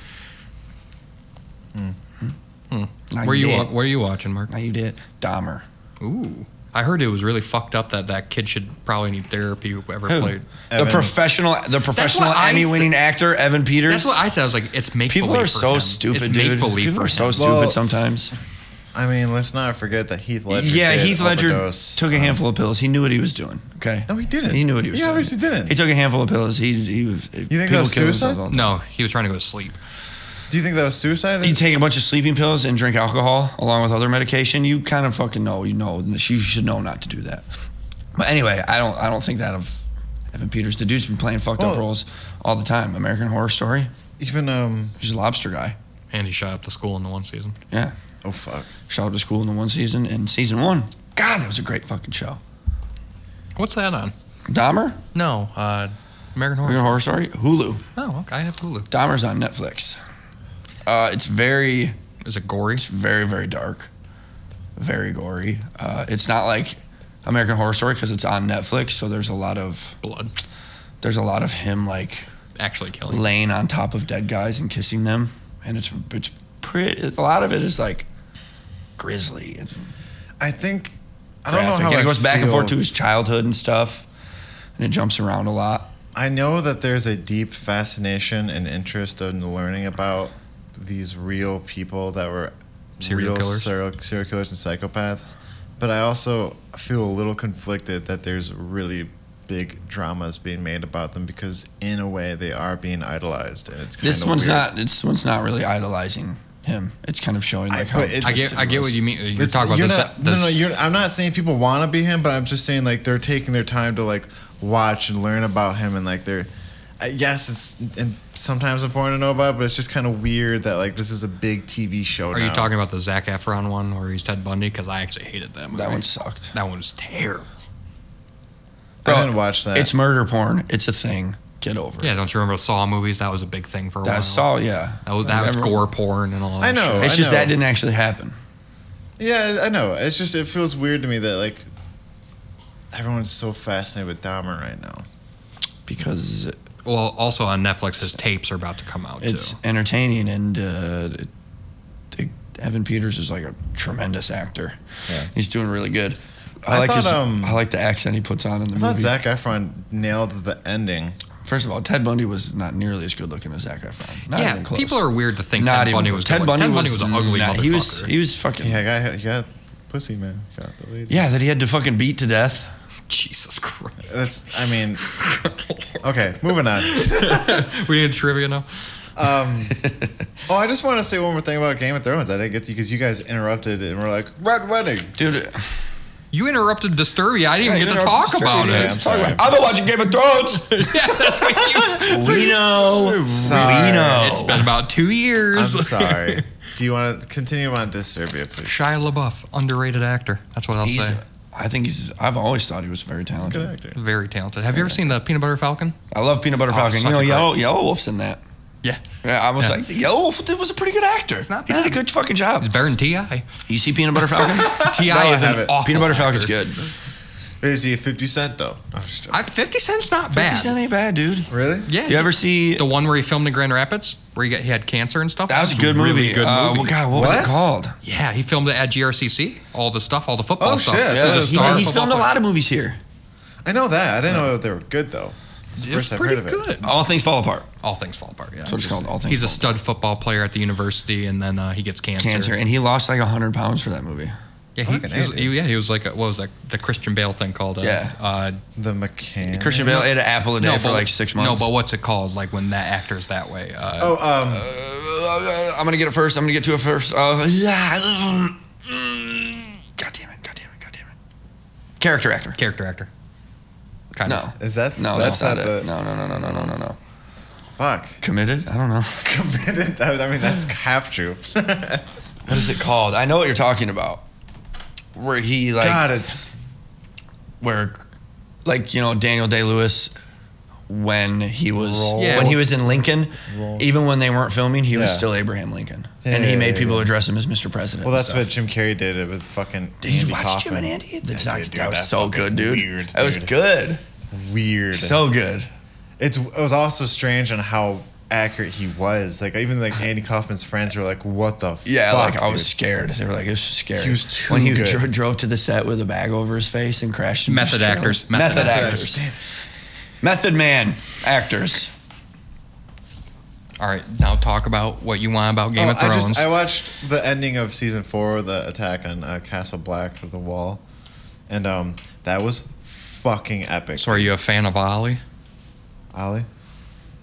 [SPEAKER 2] Now
[SPEAKER 3] Where you
[SPEAKER 2] did.
[SPEAKER 3] wa- Where you watching, Mark?
[SPEAKER 2] Now you did. Dahmer.
[SPEAKER 3] Ooh, I heard it was really fucked up that that kid should probably need therapy. Whoever played.
[SPEAKER 2] The
[SPEAKER 1] Evan.
[SPEAKER 2] professional, the professional
[SPEAKER 3] I
[SPEAKER 2] Emmy
[SPEAKER 3] said.
[SPEAKER 2] winning actor, Evan Peters.
[SPEAKER 3] That's what I said. I was like, it's make
[SPEAKER 2] People
[SPEAKER 3] believe.
[SPEAKER 2] are so stupid,
[SPEAKER 3] It's
[SPEAKER 2] dude.
[SPEAKER 3] make believe.
[SPEAKER 2] People
[SPEAKER 3] for
[SPEAKER 2] are so
[SPEAKER 3] him.
[SPEAKER 2] stupid
[SPEAKER 1] Well-
[SPEAKER 2] sometimes.
[SPEAKER 1] I mean, let's not forget that Heath Ledger.
[SPEAKER 2] yeah,
[SPEAKER 1] did
[SPEAKER 2] Heath Ledger
[SPEAKER 1] overdose. Uh-huh.
[SPEAKER 2] took a handful of pills. He knew what he was doing. Okay.
[SPEAKER 1] No, he didn't.
[SPEAKER 2] He knew what he was
[SPEAKER 1] He
[SPEAKER 2] doing.
[SPEAKER 1] obviously didn't.
[SPEAKER 2] He took a handful of pills. He he was. You
[SPEAKER 1] that was suicide?
[SPEAKER 3] No, he was trying to go to sleep.
[SPEAKER 1] Do you think that was suicide?
[SPEAKER 2] You take a bunch of sleeping pills and drink alcohol along with other medication. You kind of fucking know. You know. You should know not to do that. But anyway, I don't. I don't think that of Evan Peters. The dude's been playing fucked up
[SPEAKER 1] Well-
[SPEAKER 2] roles all the time. American Horror Story.
[SPEAKER 1] Even um.
[SPEAKER 2] He's a lobster guy.
[SPEAKER 3] And he shot up the school in the one season.
[SPEAKER 2] Yeah.
[SPEAKER 1] Oh fuck.
[SPEAKER 2] Shot up to school in the one season. In season one, God, that was a great fucking show.
[SPEAKER 3] What's that on?
[SPEAKER 2] Dahmer,
[SPEAKER 3] No, uh, American Horror.
[SPEAKER 2] American Horror Story, Hulu.
[SPEAKER 3] Oh, okay. I have Hulu.
[SPEAKER 2] Dahmer's on Netflix. Uh, it's very,
[SPEAKER 3] Is it gory?
[SPEAKER 2] it's very, very dark, very gory. Uh, it's not like American Horror Story because it's on Netflix, so there's a lot of
[SPEAKER 3] Blood.
[SPEAKER 2] there's a lot of him like
[SPEAKER 3] Actually killing.
[SPEAKER 2] laying on top of dead guys and kissing them, and it's it's pretty. A lot of it is like grisly and
[SPEAKER 1] I think. I don't
[SPEAKER 2] graphic.
[SPEAKER 1] know how
[SPEAKER 2] and
[SPEAKER 1] I
[SPEAKER 2] it goes back and
[SPEAKER 1] feel.
[SPEAKER 2] forth to his childhood and stuff, and it jumps around a lot.
[SPEAKER 1] I know that there's a deep fascination and interest in learning about these real people that were
[SPEAKER 3] Serial
[SPEAKER 1] real
[SPEAKER 3] killers.
[SPEAKER 1] Serial, serial killers and psychopaths, but I also feel a little conflicted that there's really big dramas being made about them because in a way they are being idolized and it's kind
[SPEAKER 2] This one's not. This one's not really idolizing him. It's kind of showing
[SPEAKER 1] I-
[SPEAKER 2] like
[SPEAKER 1] but
[SPEAKER 2] how
[SPEAKER 1] it's-
[SPEAKER 3] I get. I get what you mean. You're talking about
[SPEAKER 1] you're
[SPEAKER 3] this.
[SPEAKER 1] not-
[SPEAKER 3] this
[SPEAKER 1] no, no, you're, I'm not saying people want to be him, but I'm just saying like they're taking their time to like watch and learn about him, and like they're. I- Yes, it's and sometimes important to know about, it, but it's just kind of weird that like this is a big TV show.
[SPEAKER 3] are you
[SPEAKER 1] now.
[SPEAKER 3] talking about the Zach Efron one where he's Ted Bundy? Because I actually hated that movie.
[SPEAKER 2] that one sucked.
[SPEAKER 3] That one was terrible.
[SPEAKER 1] I didn't watch that.
[SPEAKER 2] It's murder porn. It's a thing. Get over
[SPEAKER 3] Yeah,
[SPEAKER 2] it.
[SPEAKER 3] don't you remember Saw movies? That was a big thing for a while.
[SPEAKER 2] That saw. Yeah,
[SPEAKER 3] That was, that was
[SPEAKER 2] Remember-
[SPEAKER 3] gore porn and all that
[SPEAKER 1] I know.
[SPEAKER 2] It's
[SPEAKER 1] I
[SPEAKER 2] just
[SPEAKER 1] know.
[SPEAKER 2] that didn't actually happen.
[SPEAKER 1] Yeah, I know. It's just it feels weird to me that like everyone's so fascinated with Dahmer right now.
[SPEAKER 2] because
[SPEAKER 3] shit. Well, also on Netflix, his tapes are about to come out,
[SPEAKER 2] it's
[SPEAKER 3] too.
[SPEAKER 2] entertaining and uh, it, it- Evan Peters is like a tremendous actor. He's doing really good. I,
[SPEAKER 1] I
[SPEAKER 2] like his,
[SPEAKER 1] thought, um,
[SPEAKER 2] I like the accent he puts on in the
[SPEAKER 1] I thought
[SPEAKER 2] movie.
[SPEAKER 1] Zach Efron nailed the ending.
[SPEAKER 2] First of all, Ted Bundy was not nearly as good looking as Zac Efron. Not
[SPEAKER 3] yeah,
[SPEAKER 2] even close.
[SPEAKER 3] people are weird to think
[SPEAKER 2] not
[SPEAKER 3] Ted
[SPEAKER 2] even
[SPEAKER 3] Bundy
[SPEAKER 2] close.
[SPEAKER 3] was
[SPEAKER 2] Ted
[SPEAKER 3] good.
[SPEAKER 2] Bundy,
[SPEAKER 3] Ted Bundy
[SPEAKER 2] was,
[SPEAKER 3] was an ugly
[SPEAKER 2] not-
[SPEAKER 3] motherfucker.
[SPEAKER 2] He was he was fucking
[SPEAKER 1] Yeah,
[SPEAKER 2] yeah,
[SPEAKER 1] guy, he got pussy man. Got the lady.
[SPEAKER 2] that he had to fucking beat to death.
[SPEAKER 3] Jesus Christ.
[SPEAKER 1] that's. I mean, okay, moving on.
[SPEAKER 3] we need trivia now?
[SPEAKER 1] Oh, I just want to say one more thing about Game of Thrones. I didn't get to because you guys interrupted and we're like red wedding.
[SPEAKER 2] Dude,
[SPEAKER 3] You interrupted Disturbia. I
[SPEAKER 2] Yeah,
[SPEAKER 3] didn't even
[SPEAKER 2] you
[SPEAKER 3] get to talk
[SPEAKER 2] interrupted
[SPEAKER 3] about
[SPEAKER 2] Disturbia.
[SPEAKER 1] Yeah,
[SPEAKER 3] it.
[SPEAKER 1] I'm sorry.
[SPEAKER 2] I've been watching Game of Thrones.
[SPEAKER 3] yeah, that's what you.
[SPEAKER 2] we know.
[SPEAKER 1] Sorry.
[SPEAKER 2] We know.
[SPEAKER 3] It's been about two years.
[SPEAKER 1] I'm sorry. Do you want to continue on Disturbia, please?
[SPEAKER 3] Shia LaBeouf, underrated actor. That's what I'll
[SPEAKER 2] He's-
[SPEAKER 3] say.
[SPEAKER 2] I think he's. I've always thought he was very talented.
[SPEAKER 1] Good actor.
[SPEAKER 3] Very talented. Have you ever seen the Peanut Butter Falcon?
[SPEAKER 2] I love Peanut Butter Falcon.
[SPEAKER 3] such
[SPEAKER 2] You know,
[SPEAKER 3] a great-
[SPEAKER 2] Yellow, Yellow Wolf's in that.
[SPEAKER 3] Yeah.
[SPEAKER 2] Yeah, I was
[SPEAKER 3] Yeah.
[SPEAKER 2] like, Yellow Wolf did- was a pretty good actor.
[SPEAKER 3] It's not
[SPEAKER 2] He did
[SPEAKER 3] bad.
[SPEAKER 2] a good fucking job.
[SPEAKER 3] It's better than T.I.
[SPEAKER 2] You see Peanut Butter Falcon?
[SPEAKER 3] T.I.
[SPEAKER 1] No, I
[SPEAKER 3] is an
[SPEAKER 1] haven't.
[SPEAKER 3] awful
[SPEAKER 2] Peanut Butter
[SPEAKER 3] actor.
[SPEAKER 2] Falcon's good.
[SPEAKER 1] Is he a 50 Cent though? I'm just joking.
[SPEAKER 3] I, 50 Cent's not bad.
[SPEAKER 2] He's not any bad, dude.
[SPEAKER 1] really?
[SPEAKER 3] Yeah.
[SPEAKER 2] You ever see?
[SPEAKER 3] the one where he filmed in Grand Rapids, where he, got, he had cancer and stuff?
[SPEAKER 2] That was a good
[SPEAKER 3] really
[SPEAKER 2] movie.
[SPEAKER 3] Good
[SPEAKER 2] Uh,
[SPEAKER 3] movie.
[SPEAKER 2] well, God, what, was
[SPEAKER 1] What?
[SPEAKER 2] it called?
[SPEAKER 3] yeah, he filmed it at GRCC. All the stuff, all the football
[SPEAKER 1] Oh,
[SPEAKER 3] stuff.
[SPEAKER 1] shit.
[SPEAKER 3] He was
[SPEAKER 1] Yeah,
[SPEAKER 3] a
[SPEAKER 2] he-
[SPEAKER 3] star
[SPEAKER 2] he's
[SPEAKER 3] football
[SPEAKER 2] filmed a
[SPEAKER 3] player.
[SPEAKER 2] lot of movies here.
[SPEAKER 1] I know that. I didn't know they were good though. It's the
[SPEAKER 3] It's
[SPEAKER 1] first I've
[SPEAKER 3] pretty
[SPEAKER 1] heard of it.
[SPEAKER 3] good.
[SPEAKER 2] All things fall apart.
[SPEAKER 3] All things fall apart. Yeah,
[SPEAKER 2] That's what it's called, All Things
[SPEAKER 3] He's a
[SPEAKER 2] Fall
[SPEAKER 3] stud football player at the university, and then uh, he gets cancer.
[SPEAKER 2] Cancer, and he lost like hundred pounds for that movie.
[SPEAKER 3] Yeah, he,
[SPEAKER 1] Fucking
[SPEAKER 3] he was,
[SPEAKER 1] A,
[SPEAKER 3] he- yeah, he was like a, what was that? The Christian Bale thing called? Uh,
[SPEAKER 2] Yeah.
[SPEAKER 3] Uh,
[SPEAKER 1] The mechanic.
[SPEAKER 2] Christian Bale ate an apple a day for
[SPEAKER 3] but-
[SPEAKER 2] like six months.
[SPEAKER 3] No, but what's it called? Like when that actor's that way. Uh,
[SPEAKER 1] Oh, um,
[SPEAKER 2] Uh, I'm gonna get it first. I'm gonna get to it first. Uh, yeah. God damn it! God damn it! God damn it! Character actor.
[SPEAKER 3] Character actor. Kind
[SPEAKER 2] No.
[SPEAKER 3] of.
[SPEAKER 1] is that
[SPEAKER 2] No,
[SPEAKER 1] That's not,
[SPEAKER 2] it.
[SPEAKER 1] the
[SPEAKER 2] No, no, no, no, no, no, no, no.
[SPEAKER 1] fuck
[SPEAKER 2] Committed? I don't know.
[SPEAKER 1] committed. I I mean, that's half true.
[SPEAKER 2] What is it called? I know what you're talking about. Where he like
[SPEAKER 1] God, it's
[SPEAKER 2] where like you know Daniel Day Lewis when he was
[SPEAKER 1] Roll.
[SPEAKER 3] Yeah.
[SPEAKER 2] when he was in Lincoln,
[SPEAKER 1] Roll.
[SPEAKER 2] even when they weren't filming, he was
[SPEAKER 1] Yeah.
[SPEAKER 2] still Abraham Lincoln,
[SPEAKER 1] Yeah,
[SPEAKER 2] and he
[SPEAKER 1] yeah,
[SPEAKER 2] made
[SPEAKER 1] yeah,
[SPEAKER 2] people
[SPEAKER 1] yeah.
[SPEAKER 2] address him as Mr. President.
[SPEAKER 1] well,
[SPEAKER 2] and
[SPEAKER 1] that's
[SPEAKER 2] stuff.
[SPEAKER 1] what Jim Carrey did. It with fucking.
[SPEAKER 2] Did you
[SPEAKER 1] Andy
[SPEAKER 2] watch
[SPEAKER 1] Kaufman.
[SPEAKER 2] Jim and Andy? That's
[SPEAKER 1] I
[SPEAKER 2] not-
[SPEAKER 1] did, dude.
[SPEAKER 2] that was
[SPEAKER 1] That's
[SPEAKER 2] so
[SPEAKER 1] fucking
[SPEAKER 2] good, dude.
[SPEAKER 1] Weird.
[SPEAKER 2] that was
[SPEAKER 1] dude.
[SPEAKER 2] good.
[SPEAKER 1] Weird.
[SPEAKER 2] So good.
[SPEAKER 1] it's it was also strange on how accurate he was. Like even like Andy Kaufman's friends were like, "What the
[SPEAKER 2] Yeah,
[SPEAKER 1] fuck?"
[SPEAKER 2] like I was
[SPEAKER 1] dude?"
[SPEAKER 2] scared. They were like, "It's scary."
[SPEAKER 1] He was too
[SPEAKER 2] when he
[SPEAKER 1] good.
[SPEAKER 2] Dro- drove to the set with a bag over his face and crashed. into
[SPEAKER 3] Method
[SPEAKER 2] his trailer.
[SPEAKER 3] actors. Method
[SPEAKER 2] Method,
[SPEAKER 3] actors.
[SPEAKER 2] actors. Method man actors.
[SPEAKER 3] All right, now talk about what you want about Game
[SPEAKER 1] Oh,
[SPEAKER 3] of Thrones.
[SPEAKER 1] I, just, I watched the ending of season four, the attack on uh, Castle Black or the Wall, and um, that was fucking epic.
[SPEAKER 3] so, are you a fan of Ollie,
[SPEAKER 1] Ollie.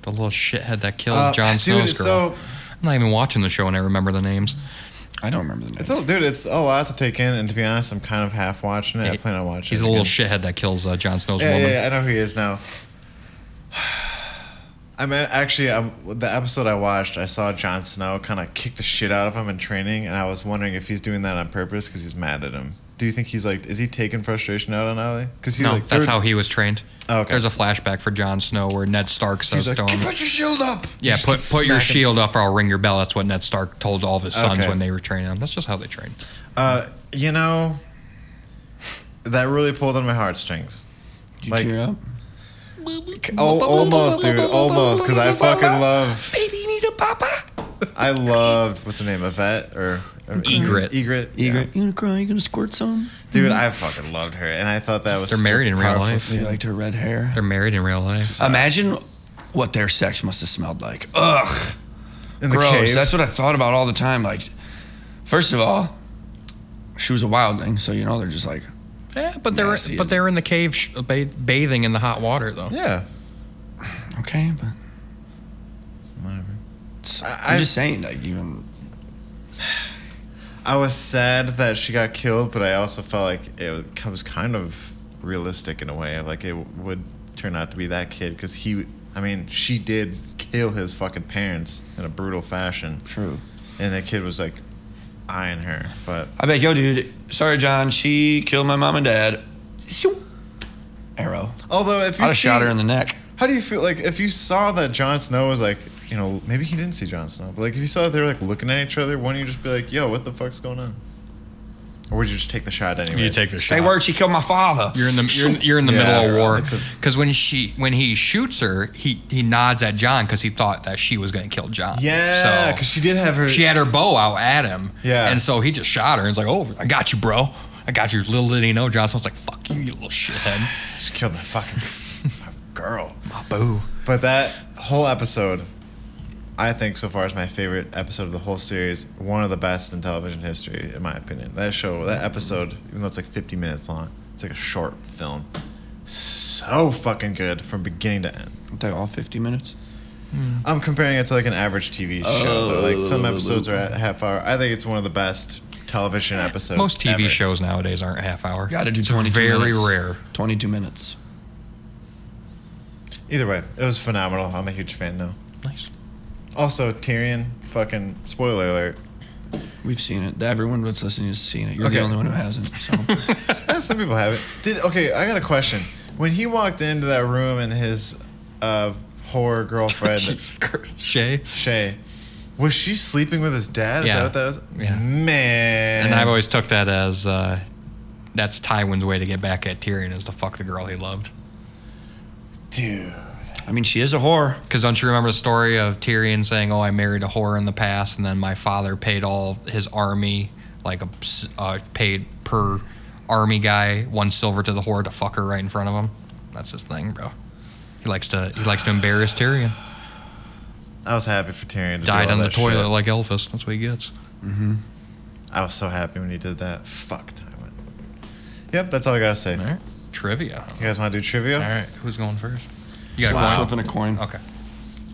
[SPEAKER 3] the little shithead that kills
[SPEAKER 1] Uh,
[SPEAKER 3] Jon
[SPEAKER 1] dude,
[SPEAKER 3] Snow's girl?
[SPEAKER 1] so
[SPEAKER 3] I'm not even watching the show, and I remember the names.
[SPEAKER 2] I don't remember the name.
[SPEAKER 1] it's a, dude, it's a lot to take in, and to be honest, I'm kind of half watching it. I
[SPEAKER 3] He-
[SPEAKER 1] plan on watching.
[SPEAKER 3] He's
[SPEAKER 1] it
[SPEAKER 3] a little
[SPEAKER 1] again.
[SPEAKER 3] shithead that kills uh, Jon Snow's
[SPEAKER 1] Yeah,
[SPEAKER 3] woman.
[SPEAKER 1] yeah, yeah, I know who he is now. I mean, actually, um, the episode I watched, I saw Jon Snow kind of kick the shit out of him in training, and I was wondering if he's doing that on purpose because he's mad at him. Do you think he's like, is he taking frustration out on Ollie? Because he's
[SPEAKER 3] No,
[SPEAKER 1] like,
[SPEAKER 3] that's
[SPEAKER 1] dude-
[SPEAKER 3] how he was trained.
[SPEAKER 1] Oh, okay.
[SPEAKER 3] There's a flashback for Jon Snow where Ned Stark says
[SPEAKER 1] he's like,
[SPEAKER 3] to
[SPEAKER 1] "Get-
[SPEAKER 3] him,
[SPEAKER 1] put your shield up.
[SPEAKER 3] "Yeah,
[SPEAKER 1] Just
[SPEAKER 3] put
[SPEAKER 1] keep
[SPEAKER 3] put your
[SPEAKER 1] smacking.
[SPEAKER 3] shield off, or I'll ring your bell." That's what Ned Stark told all of his sons
[SPEAKER 1] Okay.
[SPEAKER 3] when they were training him. That's just how they train.
[SPEAKER 1] Uh, you know, that really pulled on my heartstrings.
[SPEAKER 2] Did you
[SPEAKER 1] like-
[SPEAKER 2] cheer up?
[SPEAKER 1] Oh, almost, dude, almost, because I fucking love. Baby need a papa. I loved what's her name, Yvette or or-
[SPEAKER 3] Egret.
[SPEAKER 1] Egret,
[SPEAKER 2] You
[SPEAKER 1] yeah.
[SPEAKER 2] gonna, you gonna cry? You gonna squirt some?
[SPEAKER 1] Dude, I fucking loved her, and I thought that was.
[SPEAKER 3] They're
[SPEAKER 1] such a
[SPEAKER 3] married in real
[SPEAKER 1] powerful
[SPEAKER 3] life.
[SPEAKER 1] scene.
[SPEAKER 2] You liked her red hair.
[SPEAKER 3] They're married in real life.
[SPEAKER 2] Imagine what their sex must have smelled like. Ugh,
[SPEAKER 1] In the
[SPEAKER 2] gross.
[SPEAKER 1] cave.
[SPEAKER 2] That's what I thought about all the time. Like, first of all, she was a wildling, so you know they're just like,
[SPEAKER 3] Yeah, but they're
[SPEAKER 2] Nasty.
[SPEAKER 3] but they're in the cave sh- ba- bathing in the hot water though.
[SPEAKER 1] yeah.
[SPEAKER 2] okay, but
[SPEAKER 1] I,
[SPEAKER 2] I'm
[SPEAKER 1] I-
[SPEAKER 2] just saying, like, even
[SPEAKER 1] I was sad that she got killed, but I also felt like it was kind of realistic in a way. Like it would turn out to be that kid because he, I mean, she did kill his fucking parents in a brutal fashion,
[SPEAKER 2] true.
[SPEAKER 1] and the kid was like eyeing her. But
[SPEAKER 2] I bet, yo, dude. Sorry, John. She killed my mom and dad. Shoop. Arrow.
[SPEAKER 1] although if
[SPEAKER 2] I'd
[SPEAKER 1] you
[SPEAKER 2] have
[SPEAKER 1] see,
[SPEAKER 2] shot her in the neck.
[SPEAKER 1] how do you feel like if you saw that Jon Snow was like, you know, maybe he didn't see Jon Snow, but like if you saw that they were like looking at each other, wouldn't you just be like, yo, what the fuck's going on? Or would you just take the shot anyway?
[SPEAKER 3] the
[SPEAKER 2] Say word. She killed my father.
[SPEAKER 3] You're in the you're, in- you're in the
[SPEAKER 1] Yeah,
[SPEAKER 3] middle of war
[SPEAKER 1] it's a-
[SPEAKER 3] because when she when he shoots her, he he nods at John because he thought that she was going to kill John.
[SPEAKER 1] Yeah,
[SPEAKER 3] So-
[SPEAKER 1] because she did have her.
[SPEAKER 3] she had her bow out at him.
[SPEAKER 1] Yeah.
[SPEAKER 3] And so he just shot her and was like, oh, I got you, bro. I got you. Little did he know, John Snow's like, fuck you, you little shithead.
[SPEAKER 1] She killed my fucking my girl.
[SPEAKER 3] My boo.
[SPEAKER 1] But that whole episode, I think so far is my favorite episode of the whole series. One of the best in television history, in my opinion. That show, that episode, even though it's like 50 minutes long, it's like a short film. So fucking good from beginning to end.
[SPEAKER 2] Take all 50 minutes.
[SPEAKER 1] I'm comparing it to like an average TV show. though. Like some episodes are a half hour. I think it's one of the best television episodes.
[SPEAKER 3] Most TV
[SPEAKER 1] ever.
[SPEAKER 3] shows nowadays aren't half hour.
[SPEAKER 2] Got to do
[SPEAKER 3] It's
[SPEAKER 2] 22
[SPEAKER 3] Very
[SPEAKER 2] minutes.
[SPEAKER 3] rare.
[SPEAKER 2] 22 minutes.
[SPEAKER 1] Either way, it was phenomenal. I'm a huge fan now.
[SPEAKER 3] Nice.
[SPEAKER 1] Also, Tyrion, fucking spoiler alert.
[SPEAKER 2] We've seen it. Everyone that's listening has seen it. You're the
[SPEAKER 1] Okay.
[SPEAKER 2] only one who hasn't. So
[SPEAKER 1] Eh, some people have it. Did okay? I got a question. When he walked into that room and his uh, whore girlfriend
[SPEAKER 3] Jesus Christ. Shay.
[SPEAKER 1] Shay, was she sleeping with his dad? Is
[SPEAKER 3] Yeah.
[SPEAKER 1] that what that was?
[SPEAKER 3] Yeah.
[SPEAKER 1] Man.
[SPEAKER 3] And I've always took that as uh, that's Tywin's way to get back at Tyrion is to fuck the girl he loved.
[SPEAKER 1] dude.
[SPEAKER 2] I mean, she is a whore.
[SPEAKER 3] Because don't you remember the story of Tyrion saying, "Oh, I married a whore in the past, and then my father paid all his army, like a s- uh, paid per army guy one silver to the whore to fuck her right in front of him." That's his thing, bro. He likes to he likes to embarrass Tyrion.
[SPEAKER 1] I was happy for Tyrion. To
[SPEAKER 3] Died
[SPEAKER 1] do all
[SPEAKER 3] on the
[SPEAKER 1] that
[SPEAKER 3] toilet
[SPEAKER 1] shit.
[SPEAKER 3] like Elvis. That's what he gets.
[SPEAKER 1] I was so happy when he did that. Fuck Tywin. Yep, that's all I gotta say.
[SPEAKER 3] All right, trivia.
[SPEAKER 1] You guys want to do trivia?
[SPEAKER 3] All right, who's going first? You got
[SPEAKER 2] Wow.
[SPEAKER 3] a coin?
[SPEAKER 2] Flipping a coin.
[SPEAKER 3] Okay.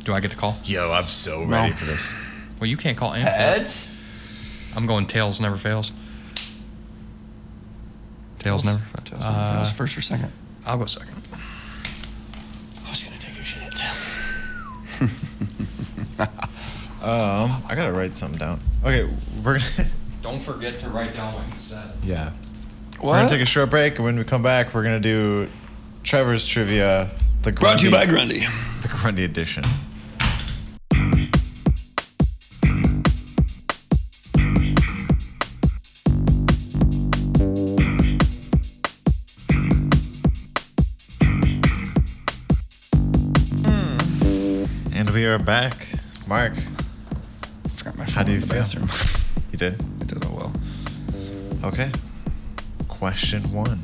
[SPEAKER 3] Do I get to call?
[SPEAKER 1] Yo, I'm so ready
[SPEAKER 2] No.
[SPEAKER 1] for this.
[SPEAKER 3] Well, you can't call. and flip.
[SPEAKER 2] Heads.
[SPEAKER 3] I'm going tails never fails. Tails never fails.
[SPEAKER 2] That was first or second.
[SPEAKER 3] I'll go second.
[SPEAKER 2] I was gonna take a shit.
[SPEAKER 1] Um, I gotta write something down. Okay, we're gonna.
[SPEAKER 3] Don't forget to write down what you said.
[SPEAKER 1] yeah. We're
[SPEAKER 2] What?
[SPEAKER 1] gonna take a short break, and when we come back, we're gonna do Trevor's trivia. The
[SPEAKER 2] Brought to you
[SPEAKER 1] Grundy-
[SPEAKER 2] by Grundy.
[SPEAKER 1] the Grundy edition. And we are back. Mark,
[SPEAKER 2] Forgot my phone
[SPEAKER 1] do
[SPEAKER 2] in
[SPEAKER 1] you
[SPEAKER 2] the
[SPEAKER 1] feel?
[SPEAKER 2] bathroom.
[SPEAKER 1] you did?
[SPEAKER 2] I did all well.
[SPEAKER 1] Okay. Question one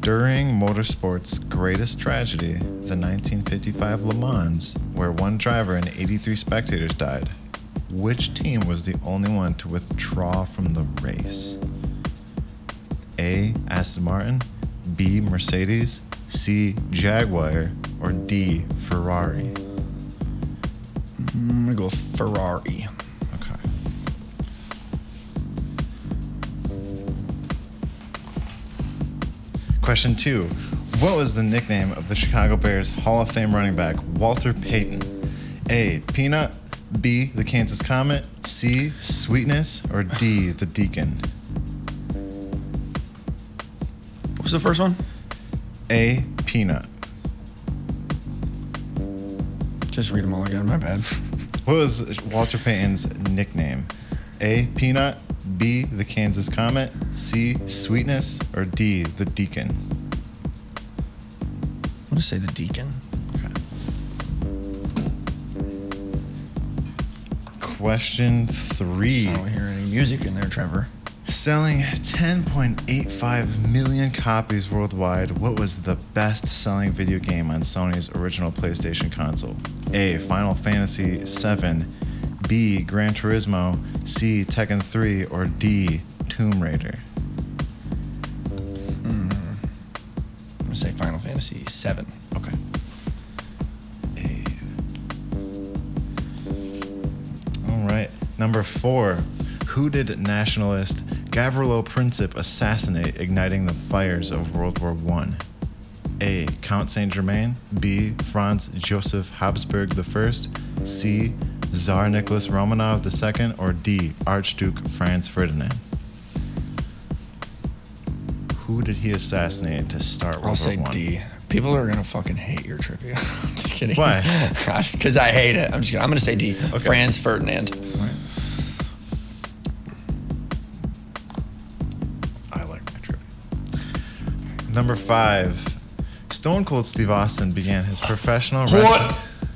[SPEAKER 1] During motorsport's greatest tragedy, the 1955 Le Mans, where one driver and 83 spectators died, which team was the only one to withdraw from the race? A. Aston Martin, B. Mercedes, C. Jaguar, or D. Ferrari?
[SPEAKER 2] I'm gonna go Ferrari.
[SPEAKER 1] Okay. Question two What was the nickname of the Chicago Bears Hall of Fame running back Walter Payton? A. Peanut, B. The Kansas Comet, C. Sweetness, or D. The Deacon?
[SPEAKER 2] What was the first one?
[SPEAKER 1] A. Peanut.
[SPEAKER 2] Just read them all again. My bad.
[SPEAKER 1] What was Walter Payton's nickname? A. Peanut, B. The Kansas Comet, C. Sweetness, or D. The Deacon?
[SPEAKER 2] I'm gonna say the Deacon.
[SPEAKER 1] Question three.
[SPEAKER 2] I don't hear any music in there, Trevor.
[SPEAKER 1] Selling 10.85 million copies worldwide, what was the best selling video game on Sony's original PlayStation console? A. Final Fantasy VII, B. Gran Turismo, C. Tekken 3, or D. Tomb Raider?
[SPEAKER 2] I'm gonna say Final Fantasy Seven.
[SPEAKER 1] Okay. All right. Number four. Who did nationalist Gavrilo Princip assassinate, igniting the fires of World War One? A. Count Saint Germain. B. Franz Joseph Habsburg I. C. Tsar Nicholas Romanov II. Or D. Archduke Franz Ferdinand. Who did he assassinate to start World
[SPEAKER 2] I'll say
[SPEAKER 1] War One?
[SPEAKER 2] D. People are gonna fucking hate your trivia. I'm just kidding.
[SPEAKER 1] Why?
[SPEAKER 2] Because I hate it. I'm just. Kidding. I'm gonna say D. Franz Ferdinand.
[SPEAKER 1] I like my trivia. Number five, Stone Cold Steve Austin began his professional wrestling.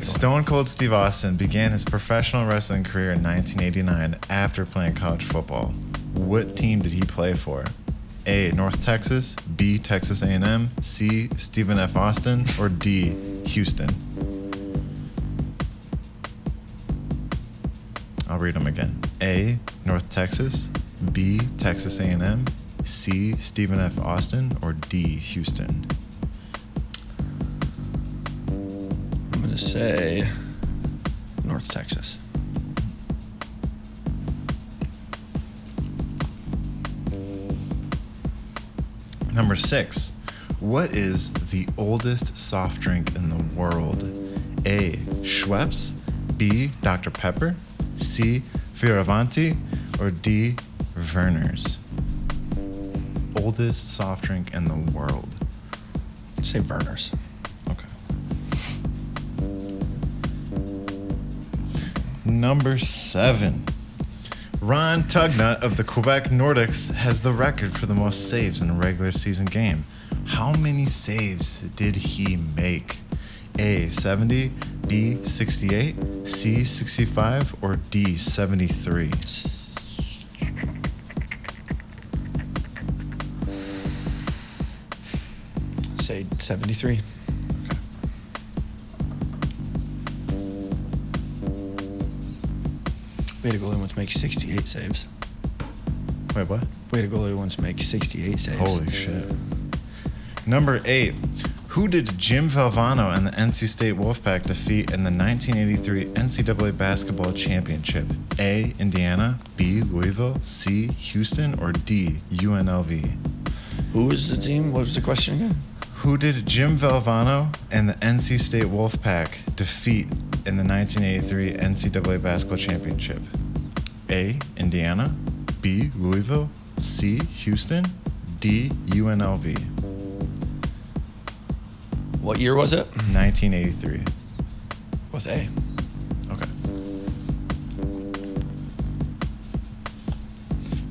[SPEAKER 1] Stone Cold Steve Austin began his professional wrestling career in 1989 after playing college football. What team did he play for? A. North Texas, B. Texas A&M, C. Stephen F. Austin, or D. Houston. I'll read them again. A. North Texas, B. Texas A&M, C. Stephen F. Austin, or D. Houston.
[SPEAKER 2] I'm gonna say North Texas.
[SPEAKER 1] Number six, what is the oldest soft drink in the world? A. Schweppes, B. Dr. Pepper, C. Firavanti, or D. Verner's? Oldest soft drink in the world.
[SPEAKER 2] Say Verner's.
[SPEAKER 1] Okay. Number seven. Ron Tugnut of the Quebec Nordics has the record for the most saves in a regular season game. How many saves did he make? A 70, B 68, C 65, or D 73?
[SPEAKER 2] Say 73. Way to goalie once make 68 saves.
[SPEAKER 1] Wait, what?
[SPEAKER 2] Way to goalie once make 68 saves.
[SPEAKER 1] Holy shit. Number eight. Who did Jim Valvano and the NC State Wolfpack defeat in the 1983 NCAA Basketball Championship? A. Indiana, B. Louisville, C. Houston, or D. UNLV?
[SPEAKER 2] Who was the team? What was the question again?
[SPEAKER 1] Who did Jim Valvano and the NC State Wolfpack defeat in the 1983 NCAA Basketball Championship? A. Indiana, B. Louisville, C. Houston, D. UNLV?
[SPEAKER 2] What year was it?
[SPEAKER 1] 1983.
[SPEAKER 2] With A.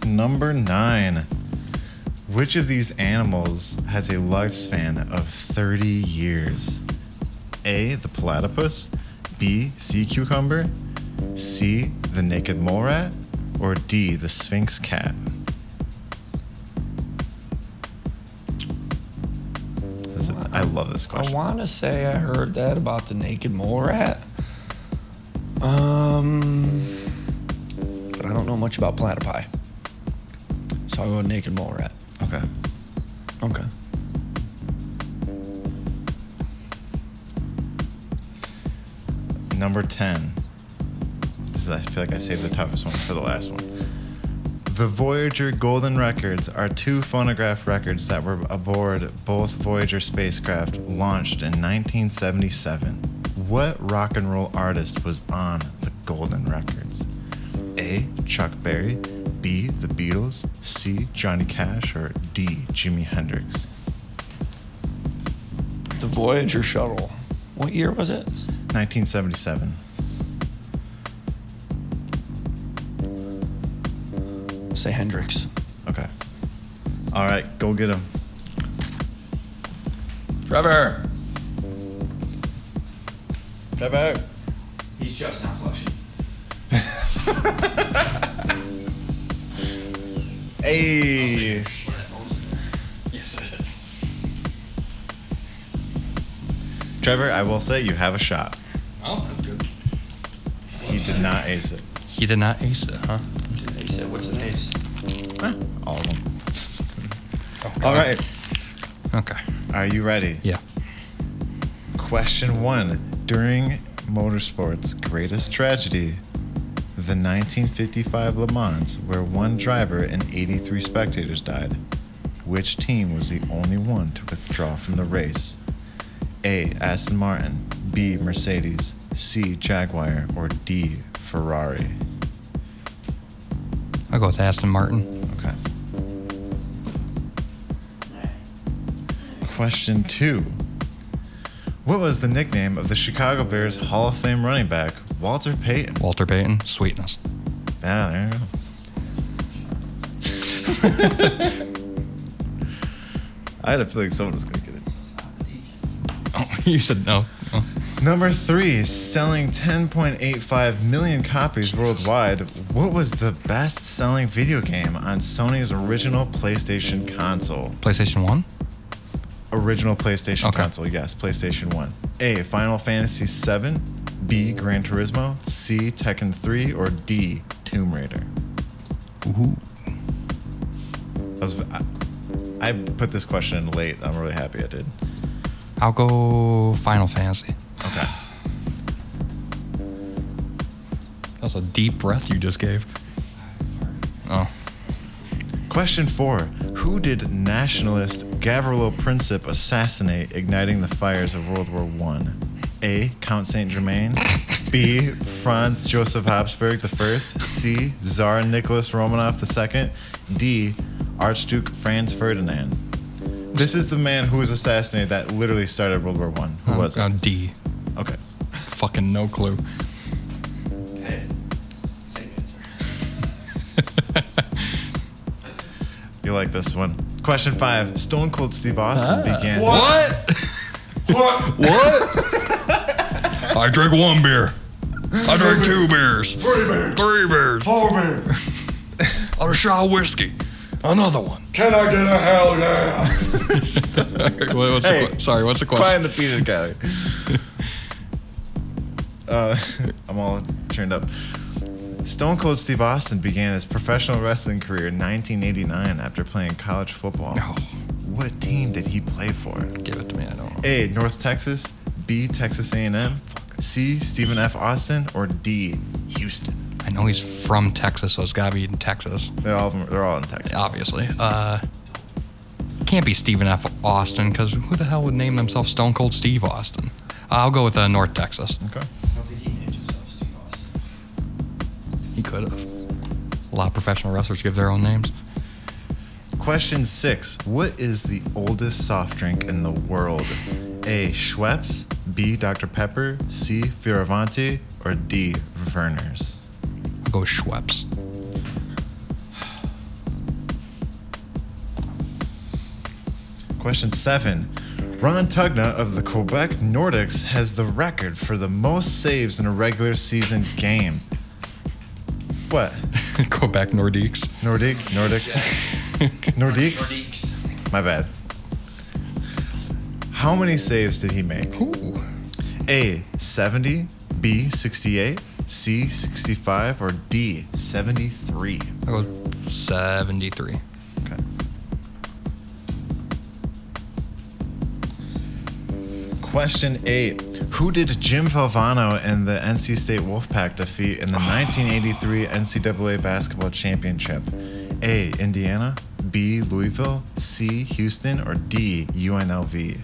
[SPEAKER 1] Okay. Number nine. Which of these animals has a lifespan of 30 years? A. The platypus. B. Sea cucumber. C. The naked mole rat. Or D, the Sphinx cat? This is- I love this
[SPEAKER 2] I
[SPEAKER 1] question.
[SPEAKER 2] want to say I heard that about the naked mole rat. Um, but I don't know much about platypi, so I'll go with naked mole rat.
[SPEAKER 1] Okay.
[SPEAKER 2] Okay.
[SPEAKER 1] Number 10. This is, I feel like I saved the toughest one for the last one. The Voyager Golden Records are two phonograph records that were aboard both Voyager spacecraft launched in 1977. What rock and roll artist was on the Golden Records? A. Chuck Berry, B. The Beatles, C. Johnny Cash, or D. Jimi Hendrix?
[SPEAKER 2] The Voyager shuttle. What year was it?
[SPEAKER 1] 1977.
[SPEAKER 2] Say Hendrix.
[SPEAKER 1] Okay. All right, go get him.
[SPEAKER 2] Trevor.
[SPEAKER 1] Trevor.
[SPEAKER 2] He's just not flushing.
[SPEAKER 1] Hey.
[SPEAKER 2] Yes, it is.
[SPEAKER 1] Trevor, I will say you have a shot.
[SPEAKER 3] Oh, that's good.
[SPEAKER 1] He did not ace it.
[SPEAKER 3] He did not ace it, huh?
[SPEAKER 2] He said, "What's an ace?"
[SPEAKER 1] All of them. All right.
[SPEAKER 3] Okay.
[SPEAKER 1] Are you ready?
[SPEAKER 3] Yeah.
[SPEAKER 1] Question one. During motorsport's greatest tragedy, the 1955 Le Mans, where one driver and 83 spectators died, which team was the only one to withdraw from the race? A. Aston Martin, B. Mercedes, C. Jaguar, or D. Ferrari?
[SPEAKER 3] I'll go with Aston Martin.
[SPEAKER 1] Okay. Question two. What was the nickname of the Chicago Bears Hall of Fame running back, Walter Payton?
[SPEAKER 3] Walter Payton, sweetness.
[SPEAKER 1] Ah, there you go. I had a feeling someone was going to get it.
[SPEAKER 3] Oh, you said no. Oh.
[SPEAKER 1] Number three, selling 10.85 million copies worldwide. What was the best selling video game on Sony's original PlayStation console?
[SPEAKER 3] PlayStation 1?
[SPEAKER 1] original PlayStation
[SPEAKER 3] Okay.
[SPEAKER 1] console. Yes, PlayStation 1. A. Final Fantasy 7, B. Gran Turismo, C. Tekken 3, or D. Tomb Raider. That was, I, I put this question in late. I'm really happy I did.
[SPEAKER 3] I'll go Final Fantasy.
[SPEAKER 1] Okay.
[SPEAKER 3] That was a deep breath you just gave. Oh.
[SPEAKER 1] Question four Who did nationalist Gavrilo Princip assassinate, igniting the fires of World War I? A. Count Saint Germain. B. Franz Joseph Habsburg I. C. Tsar Nicholas Romanov II. D. Archduke Franz Ferdinand. This is the man who was assassinated that literally started World War One. Who
[SPEAKER 3] I'll-
[SPEAKER 1] was
[SPEAKER 3] I'll
[SPEAKER 1] it?
[SPEAKER 3] D.
[SPEAKER 1] Okay.
[SPEAKER 3] Fucking no clue.
[SPEAKER 2] Same answer.
[SPEAKER 1] You like this one. Question five. Stone Cold Steve Austin began.
[SPEAKER 8] What?
[SPEAKER 3] I drink one beer. I drink two beers. Three beers. Three beers.
[SPEAKER 8] Hold me.
[SPEAKER 3] A shot of whiskey. Another one.
[SPEAKER 8] Can I get a hell yeah?
[SPEAKER 3] What- what's the
[SPEAKER 1] Hey,
[SPEAKER 3] que- sorry, what's the
[SPEAKER 1] Brian
[SPEAKER 3] question?
[SPEAKER 1] the peanut gallery. uh, I'm all turned up. Stone Cold Steve Austin began his professional wrestling career in 1989 after playing college football.
[SPEAKER 3] No.
[SPEAKER 1] What team did he play for?
[SPEAKER 3] Give it to me. I don't know.
[SPEAKER 1] A. North Texas. B. Texas A&M. C. Stephen F. Austin. Or D. Houston.
[SPEAKER 3] I know he's from Texas, so it's got to be in Texas,
[SPEAKER 1] They're all they're all in Texas.
[SPEAKER 3] obviously. Uh, can't be Stephen F. Austin, because who the hell would name themselves Stone Cold Steve Austin? I'll go with uh, North Texas.
[SPEAKER 1] Okay.
[SPEAKER 2] I don't think he named himself Steve Austin.
[SPEAKER 3] He could have. A lot of professional wrestlers give their own names.
[SPEAKER 1] Question six What is the oldest soft drink in the world? A. Schweppes, B. Dr. Pepper, C. Fioravanti, or D. Verner's?
[SPEAKER 3] I'll go Schweppes.
[SPEAKER 1] Question seven Ron Tugna of the Quebec Nordics has the record for the most saves in a regular season game. What?
[SPEAKER 3] Quebec Nordiques.
[SPEAKER 1] Nordiques? Nordics? Nordiques? My bad. How many saves did he make? A. 70, B. 68, C. 65, or D. 73?
[SPEAKER 3] That was 73.
[SPEAKER 1] Okay. Question eight. Who did Jim Valvano and the NC State Wolfpack defeat in the 1983 NCAA Basketball Championship? A. Indiana, B. Louisville, C. Houston, or D. UNLV?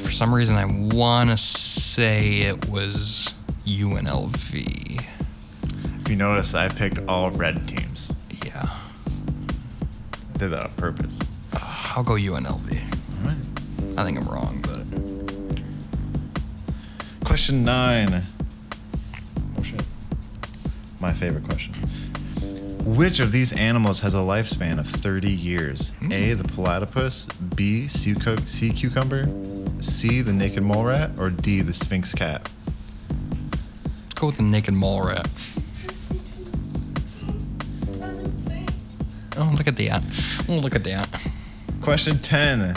[SPEAKER 3] For some reason, I want to say it was UNLV.
[SPEAKER 1] If you notice, I picked all red teams.
[SPEAKER 3] Yeah.
[SPEAKER 1] Did that on purpose.
[SPEAKER 3] I'll go UNLV.
[SPEAKER 1] All right.
[SPEAKER 3] I think I'm wrong, but
[SPEAKER 1] Question nine. Oh shit. My favorite question. Which of these animals has a lifespan of 30 years? A. The platypus. B. Sea, cu- sea cucumber. C. The naked mole rat. Or D. The sphinx cat.
[SPEAKER 3] go with the naked mole rat. Oh, look at that. Oh, look at that.
[SPEAKER 1] Question 10.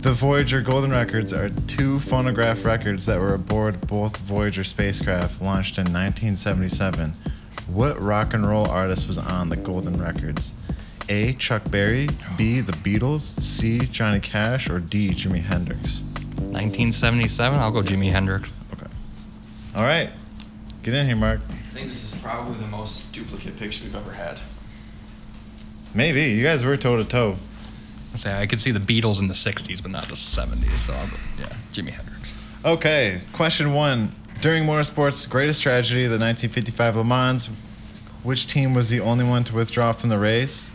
[SPEAKER 1] The Voyager Golden Records are two phonograph records that were aboard both Voyager spacecraft launched in 1977. What rock and roll artist was on the Golden Records? A. Chuck Berry, B. The Beatles, C. Johnny Cash, or D. Jimi Hendrix?
[SPEAKER 3] 1977, I'll go Jimi Hendrix.
[SPEAKER 1] Okay. All right. Get in here, Mark.
[SPEAKER 2] I think this is probably the most duplicate picture we've ever had.
[SPEAKER 1] Maybe. You guys were toe to toe.
[SPEAKER 3] I say I could see the Beatles in the 60s, but not the 70s. So I'll go, yeah, Jimi Hendrix.
[SPEAKER 1] Okay, question one. During motorsport's greatest tragedy, the 1955 Le Mans, which team was the only one to withdraw from the race?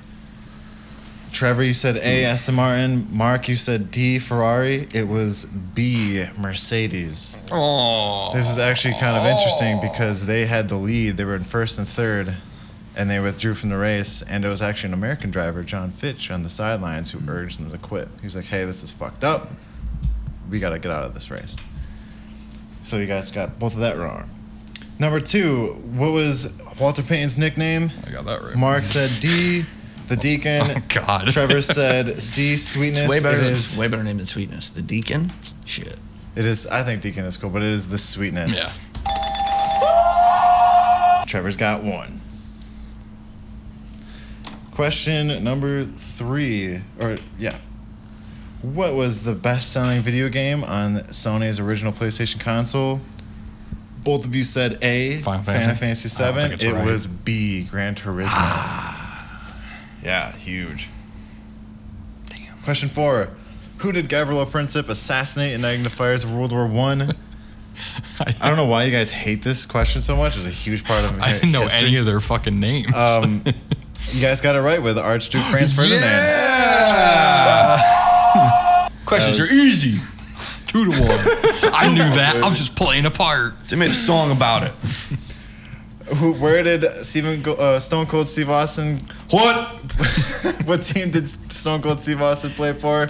[SPEAKER 1] Trevor, you said A, Aston Martin. Mark, you said D, Ferrari. It was B, Mercedes.
[SPEAKER 3] Oh.
[SPEAKER 1] This is actually kind of interesting because they had the lead. They were in first and third, and they withdrew from the race. And it was actually an American driver, John Fitch, on the sidelines who urged them to quit. He was like, hey, this is fucked up. We got to get out of this race. So you guys got both of that wrong. Number two, what was Walter Payton's nickname?
[SPEAKER 3] I got that right.
[SPEAKER 1] Mark said D, the Deacon.
[SPEAKER 3] Oh, God.
[SPEAKER 1] Trevor said C, Sweetness.
[SPEAKER 2] It's way better.
[SPEAKER 1] It
[SPEAKER 2] Than,
[SPEAKER 1] is-
[SPEAKER 2] way better name than sweetness. The deacon. Shit.
[SPEAKER 1] It is. I think Deacon is cool, but it is the sweetness. Trevor's got one. Question number three, or yeah. What was the best-selling video game on Sony's original PlayStation console? Both of you said A. Final
[SPEAKER 3] Final Fantasy?
[SPEAKER 1] Fantasy
[SPEAKER 3] I don't
[SPEAKER 1] Seven.
[SPEAKER 3] think it's
[SPEAKER 1] It
[SPEAKER 3] right. Ah.
[SPEAKER 1] was B. Gran Turismo. Yeah, huge.
[SPEAKER 3] Damn.
[SPEAKER 1] Question four. Who did Gavrilo Princip assassinate igniting the fires of World War One? I don't know why you guys hate this question so much. It's a huge part of
[SPEAKER 3] I didn't know
[SPEAKER 1] history.
[SPEAKER 3] any of their fucking names.
[SPEAKER 1] Um, you guys got it right with Archduke Franz Ferdinand.
[SPEAKER 2] Questions
[SPEAKER 1] That was-
[SPEAKER 2] are easy.
[SPEAKER 3] Two to one. I knew that. I was just playing a part.
[SPEAKER 2] They made a song about it.
[SPEAKER 1] Who, where did Stephen, Go- uh, Stone Cold Steve Austin?
[SPEAKER 2] What?
[SPEAKER 1] What team did Stone Cold Steve Austin play for?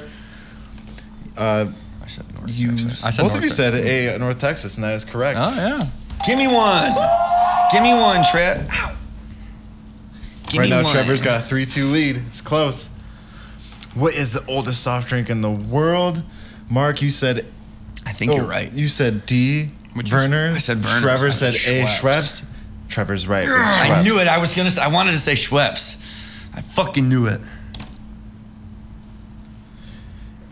[SPEAKER 1] Uh,
[SPEAKER 2] I said North
[SPEAKER 3] You-
[SPEAKER 2] Texas.
[SPEAKER 3] I said
[SPEAKER 1] both
[SPEAKER 3] North
[SPEAKER 1] of you
[SPEAKER 3] Texas.
[SPEAKER 1] said a North Texas, and that is correct.
[SPEAKER 3] Oh yeah.
[SPEAKER 2] Give me one. Give me one, Trent. Give
[SPEAKER 1] right
[SPEAKER 2] me
[SPEAKER 1] now,
[SPEAKER 2] one.
[SPEAKER 1] Trevor's got a three-two lead. It's close. What is the oldest soft drink in the world? Mark, you said
[SPEAKER 2] I think
[SPEAKER 1] Oh,
[SPEAKER 2] you're right.
[SPEAKER 1] You said D.
[SPEAKER 3] What'd you
[SPEAKER 1] Werner.
[SPEAKER 2] I said Verner's.
[SPEAKER 1] Trevor
[SPEAKER 2] I
[SPEAKER 1] said
[SPEAKER 2] said
[SPEAKER 1] A.
[SPEAKER 2] Schweppes.
[SPEAKER 1] Schweppes. Trevor's right. It's
[SPEAKER 2] I
[SPEAKER 1] Schweppes.
[SPEAKER 2] knew it. I was gonna. s- I wanted to say Schweppes. I fucking knew it.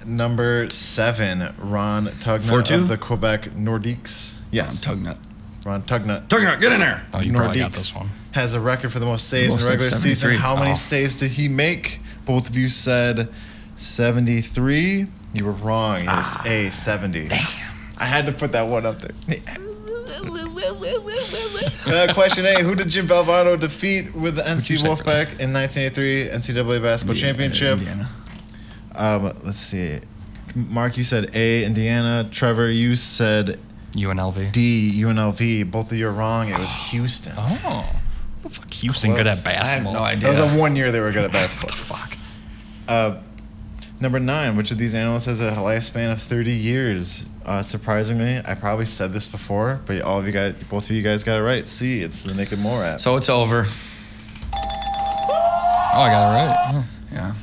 [SPEAKER 1] Number seven, Ron Tugnut
[SPEAKER 2] 4-2?
[SPEAKER 1] of the Quebec Nordiques. Yes,
[SPEAKER 2] Tongue nut.
[SPEAKER 1] Ron Tugnut.
[SPEAKER 2] Tongue nut. Get in there.
[SPEAKER 3] Oh, you probably got this one.
[SPEAKER 1] has a record for the most saves in
[SPEAKER 2] Most
[SPEAKER 1] the regular
[SPEAKER 2] saves,
[SPEAKER 1] season.
[SPEAKER 2] 73.
[SPEAKER 1] How many
[SPEAKER 2] Oh.
[SPEAKER 1] saves did he make? Both of you said 73. You were wrong. It was
[SPEAKER 3] Ah.
[SPEAKER 1] A, 70. Damn. I had to put that one up there. Uh, question A Who did Jim Valvano defeat with the NC
[SPEAKER 3] you say for
[SPEAKER 1] Wolfpack in 1983 NCAA Basketball Championship?
[SPEAKER 2] Indiana.
[SPEAKER 1] Um, let's see. Mark, you said A, Indiana. Trevor, you said
[SPEAKER 3] UNLV.
[SPEAKER 1] D, UNLV. Both of you are wrong. It was Houston.
[SPEAKER 3] oh. The fuck Houston good
[SPEAKER 1] Close.
[SPEAKER 3] at
[SPEAKER 2] I have
[SPEAKER 3] basketball.
[SPEAKER 2] no
[SPEAKER 1] That was
[SPEAKER 2] idea.
[SPEAKER 1] the one year they were good at basketball.
[SPEAKER 3] Fuck.
[SPEAKER 1] Number nine, which of these animals has a lifespan of 30 years? Uh, surprisingly, I probably said this before, but all of you got, both of you guys got it right. See, it's the naked mole rat.
[SPEAKER 2] So it's over.
[SPEAKER 3] Oh, I got it right. Oh.
[SPEAKER 2] Yeah,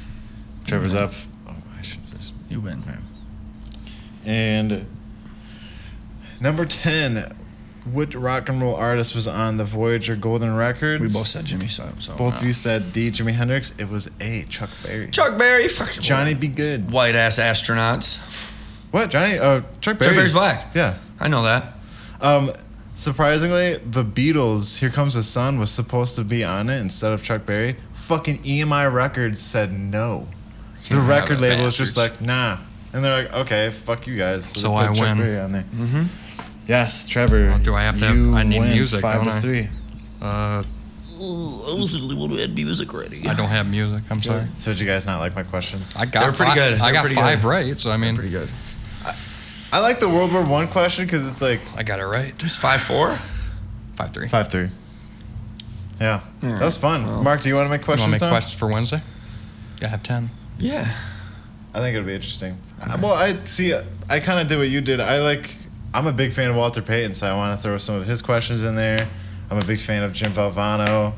[SPEAKER 1] Trevor's up. Oh, I should just.
[SPEAKER 2] you win.
[SPEAKER 1] And number 10, what rock and roll artist was on the Voyager Golden Records?
[SPEAKER 2] We both said Jimmy so. so
[SPEAKER 1] Both
[SPEAKER 2] uh,
[SPEAKER 1] of you said D. Jimi Hendrix. It was A. Chuck Berry.
[SPEAKER 2] Chuck Berry, fucking
[SPEAKER 1] Johnny B. Good.
[SPEAKER 2] white ass astronauts.
[SPEAKER 1] What Johnny? Uh, Chuck Berry.
[SPEAKER 2] Berry's black.
[SPEAKER 1] Yeah.
[SPEAKER 2] I know that.
[SPEAKER 1] Um, surprisingly, the Beatles' "Here Comes the Sun" was supposed to be on it instead of Chuck Berry. Fucking EMI Records said no. The
[SPEAKER 3] Yeah,
[SPEAKER 1] record
[SPEAKER 3] the
[SPEAKER 1] label is just
[SPEAKER 3] bastards.
[SPEAKER 1] like nah, and they're like, okay, fuck you guys.
[SPEAKER 3] So
[SPEAKER 1] they
[SPEAKER 3] I
[SPEAKER 1] put Chuck
[SPEAKER 3] win.
[SPEAKER 1] Berry on there. Mm-hmm. Yes, Trevor.
[SPEAKER 3] Oh, do I have to have-
[SPEAKER 1] you
[SPEAKER 3] I need
[SPEAKER 1] win
[SPEAKER 3] music,
[SPEAKER 1] Five
[SPEAKER 3] don't
[SPEAKER 1] to
[SPEAKER 3] I?
[SPEAKER 1] three.
[SPEAKER 3] Uh,
[SPEAKER 2] I listen to had music ready.
[SPEAKER 3] I don't have music. I'm sorry.
[SPEAKER 1] So did you guys not like my questions?
[SPEAKER 3] I got
[SPEAKER 2] They're pretty
[SPEAKER 3] fi-
[SPEAKER 2] good.
[SPEAKER 3] I
[SPEAKER 2] They're
[SPEAKER 3] got
[SPEAKER 2] pretty
[SPEAKER 3] five
[SPEAKER 2] good.
[SPEAKER 3] right, so I mean,
[SPEAKER 2] Pretty good.
[SPEAKER 1] I like the World War One question because it's like
[SPEAKER 3] I got it right.
[SPEAKER 2] There's five four.
[SPEAKER 3] Five three.
[SPEAKER 1] five three. Yeah, that was fun. Mark, do you want to make
[SPEAKER 3] You want to
[SPEAKER 1] questions?
[SPEAKER 3] make
[SPEAKER 1] now?
[SPEAKER 3] questions for Wednesday? Gotta have ten.
[SPEAKER 2] Yeah.
[SPEAKER 1] I think it'll be interesting. Uh, Well, I see. I kind of did what you did. I like. I'm a big fan of Walter Payton, so I want to throw some of his questions in there. I'm a big fan of Jim Valvano,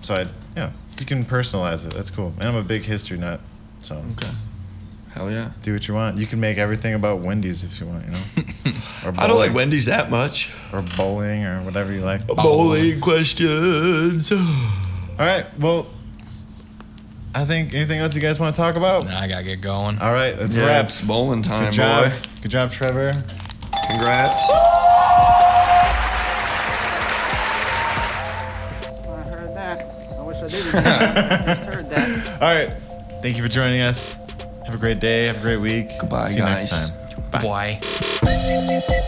[SPEAKER 1] so I yeah. You can personalize it. That's cool. And I'm a big history nut, so
[SPEAKER 2] Okay. Hell yeah.
[SPEAKER 1] do what you want. You can make everything about Wendy's if you want, you know. or bowling,
[SPEAKER 2] I don't like Oh. Wendy's that much.
[SPEAKER 1] or bowling or whatever you like.
[SPEAKER 2] Bowling questions.
[SPEAKER 1] All right. Well, I think anything else you guys want to talk about?
[SPEAKER 3] Nah, I gotta get going.
[SPEAKER 1] All right, that's
[SPEAKER 2] Raps
[SPEAKER 1] wraps.
[SPEAKER 2] bowling time,
[SPEAKER 1] Good job.
[SPEAKER 2] boy.
[SPEAKER 1] Good job, Trevor.
[SPEAKER 2] Congrats.
[SPEAKER 10] Oh, I heard that. I wish I didn't. I just heard that.
[SPEAKER 1] All right. Thank you for joining us. Have a great day. Have a great week.
[SPEAKER 2] Goodbye,
[SPEAKER 1] See you next
[SPEAKER 2] guys.
[SPEAKER 1] time.
[SPEAKER 3] Bye.
[SPEAKER 10] Thank you.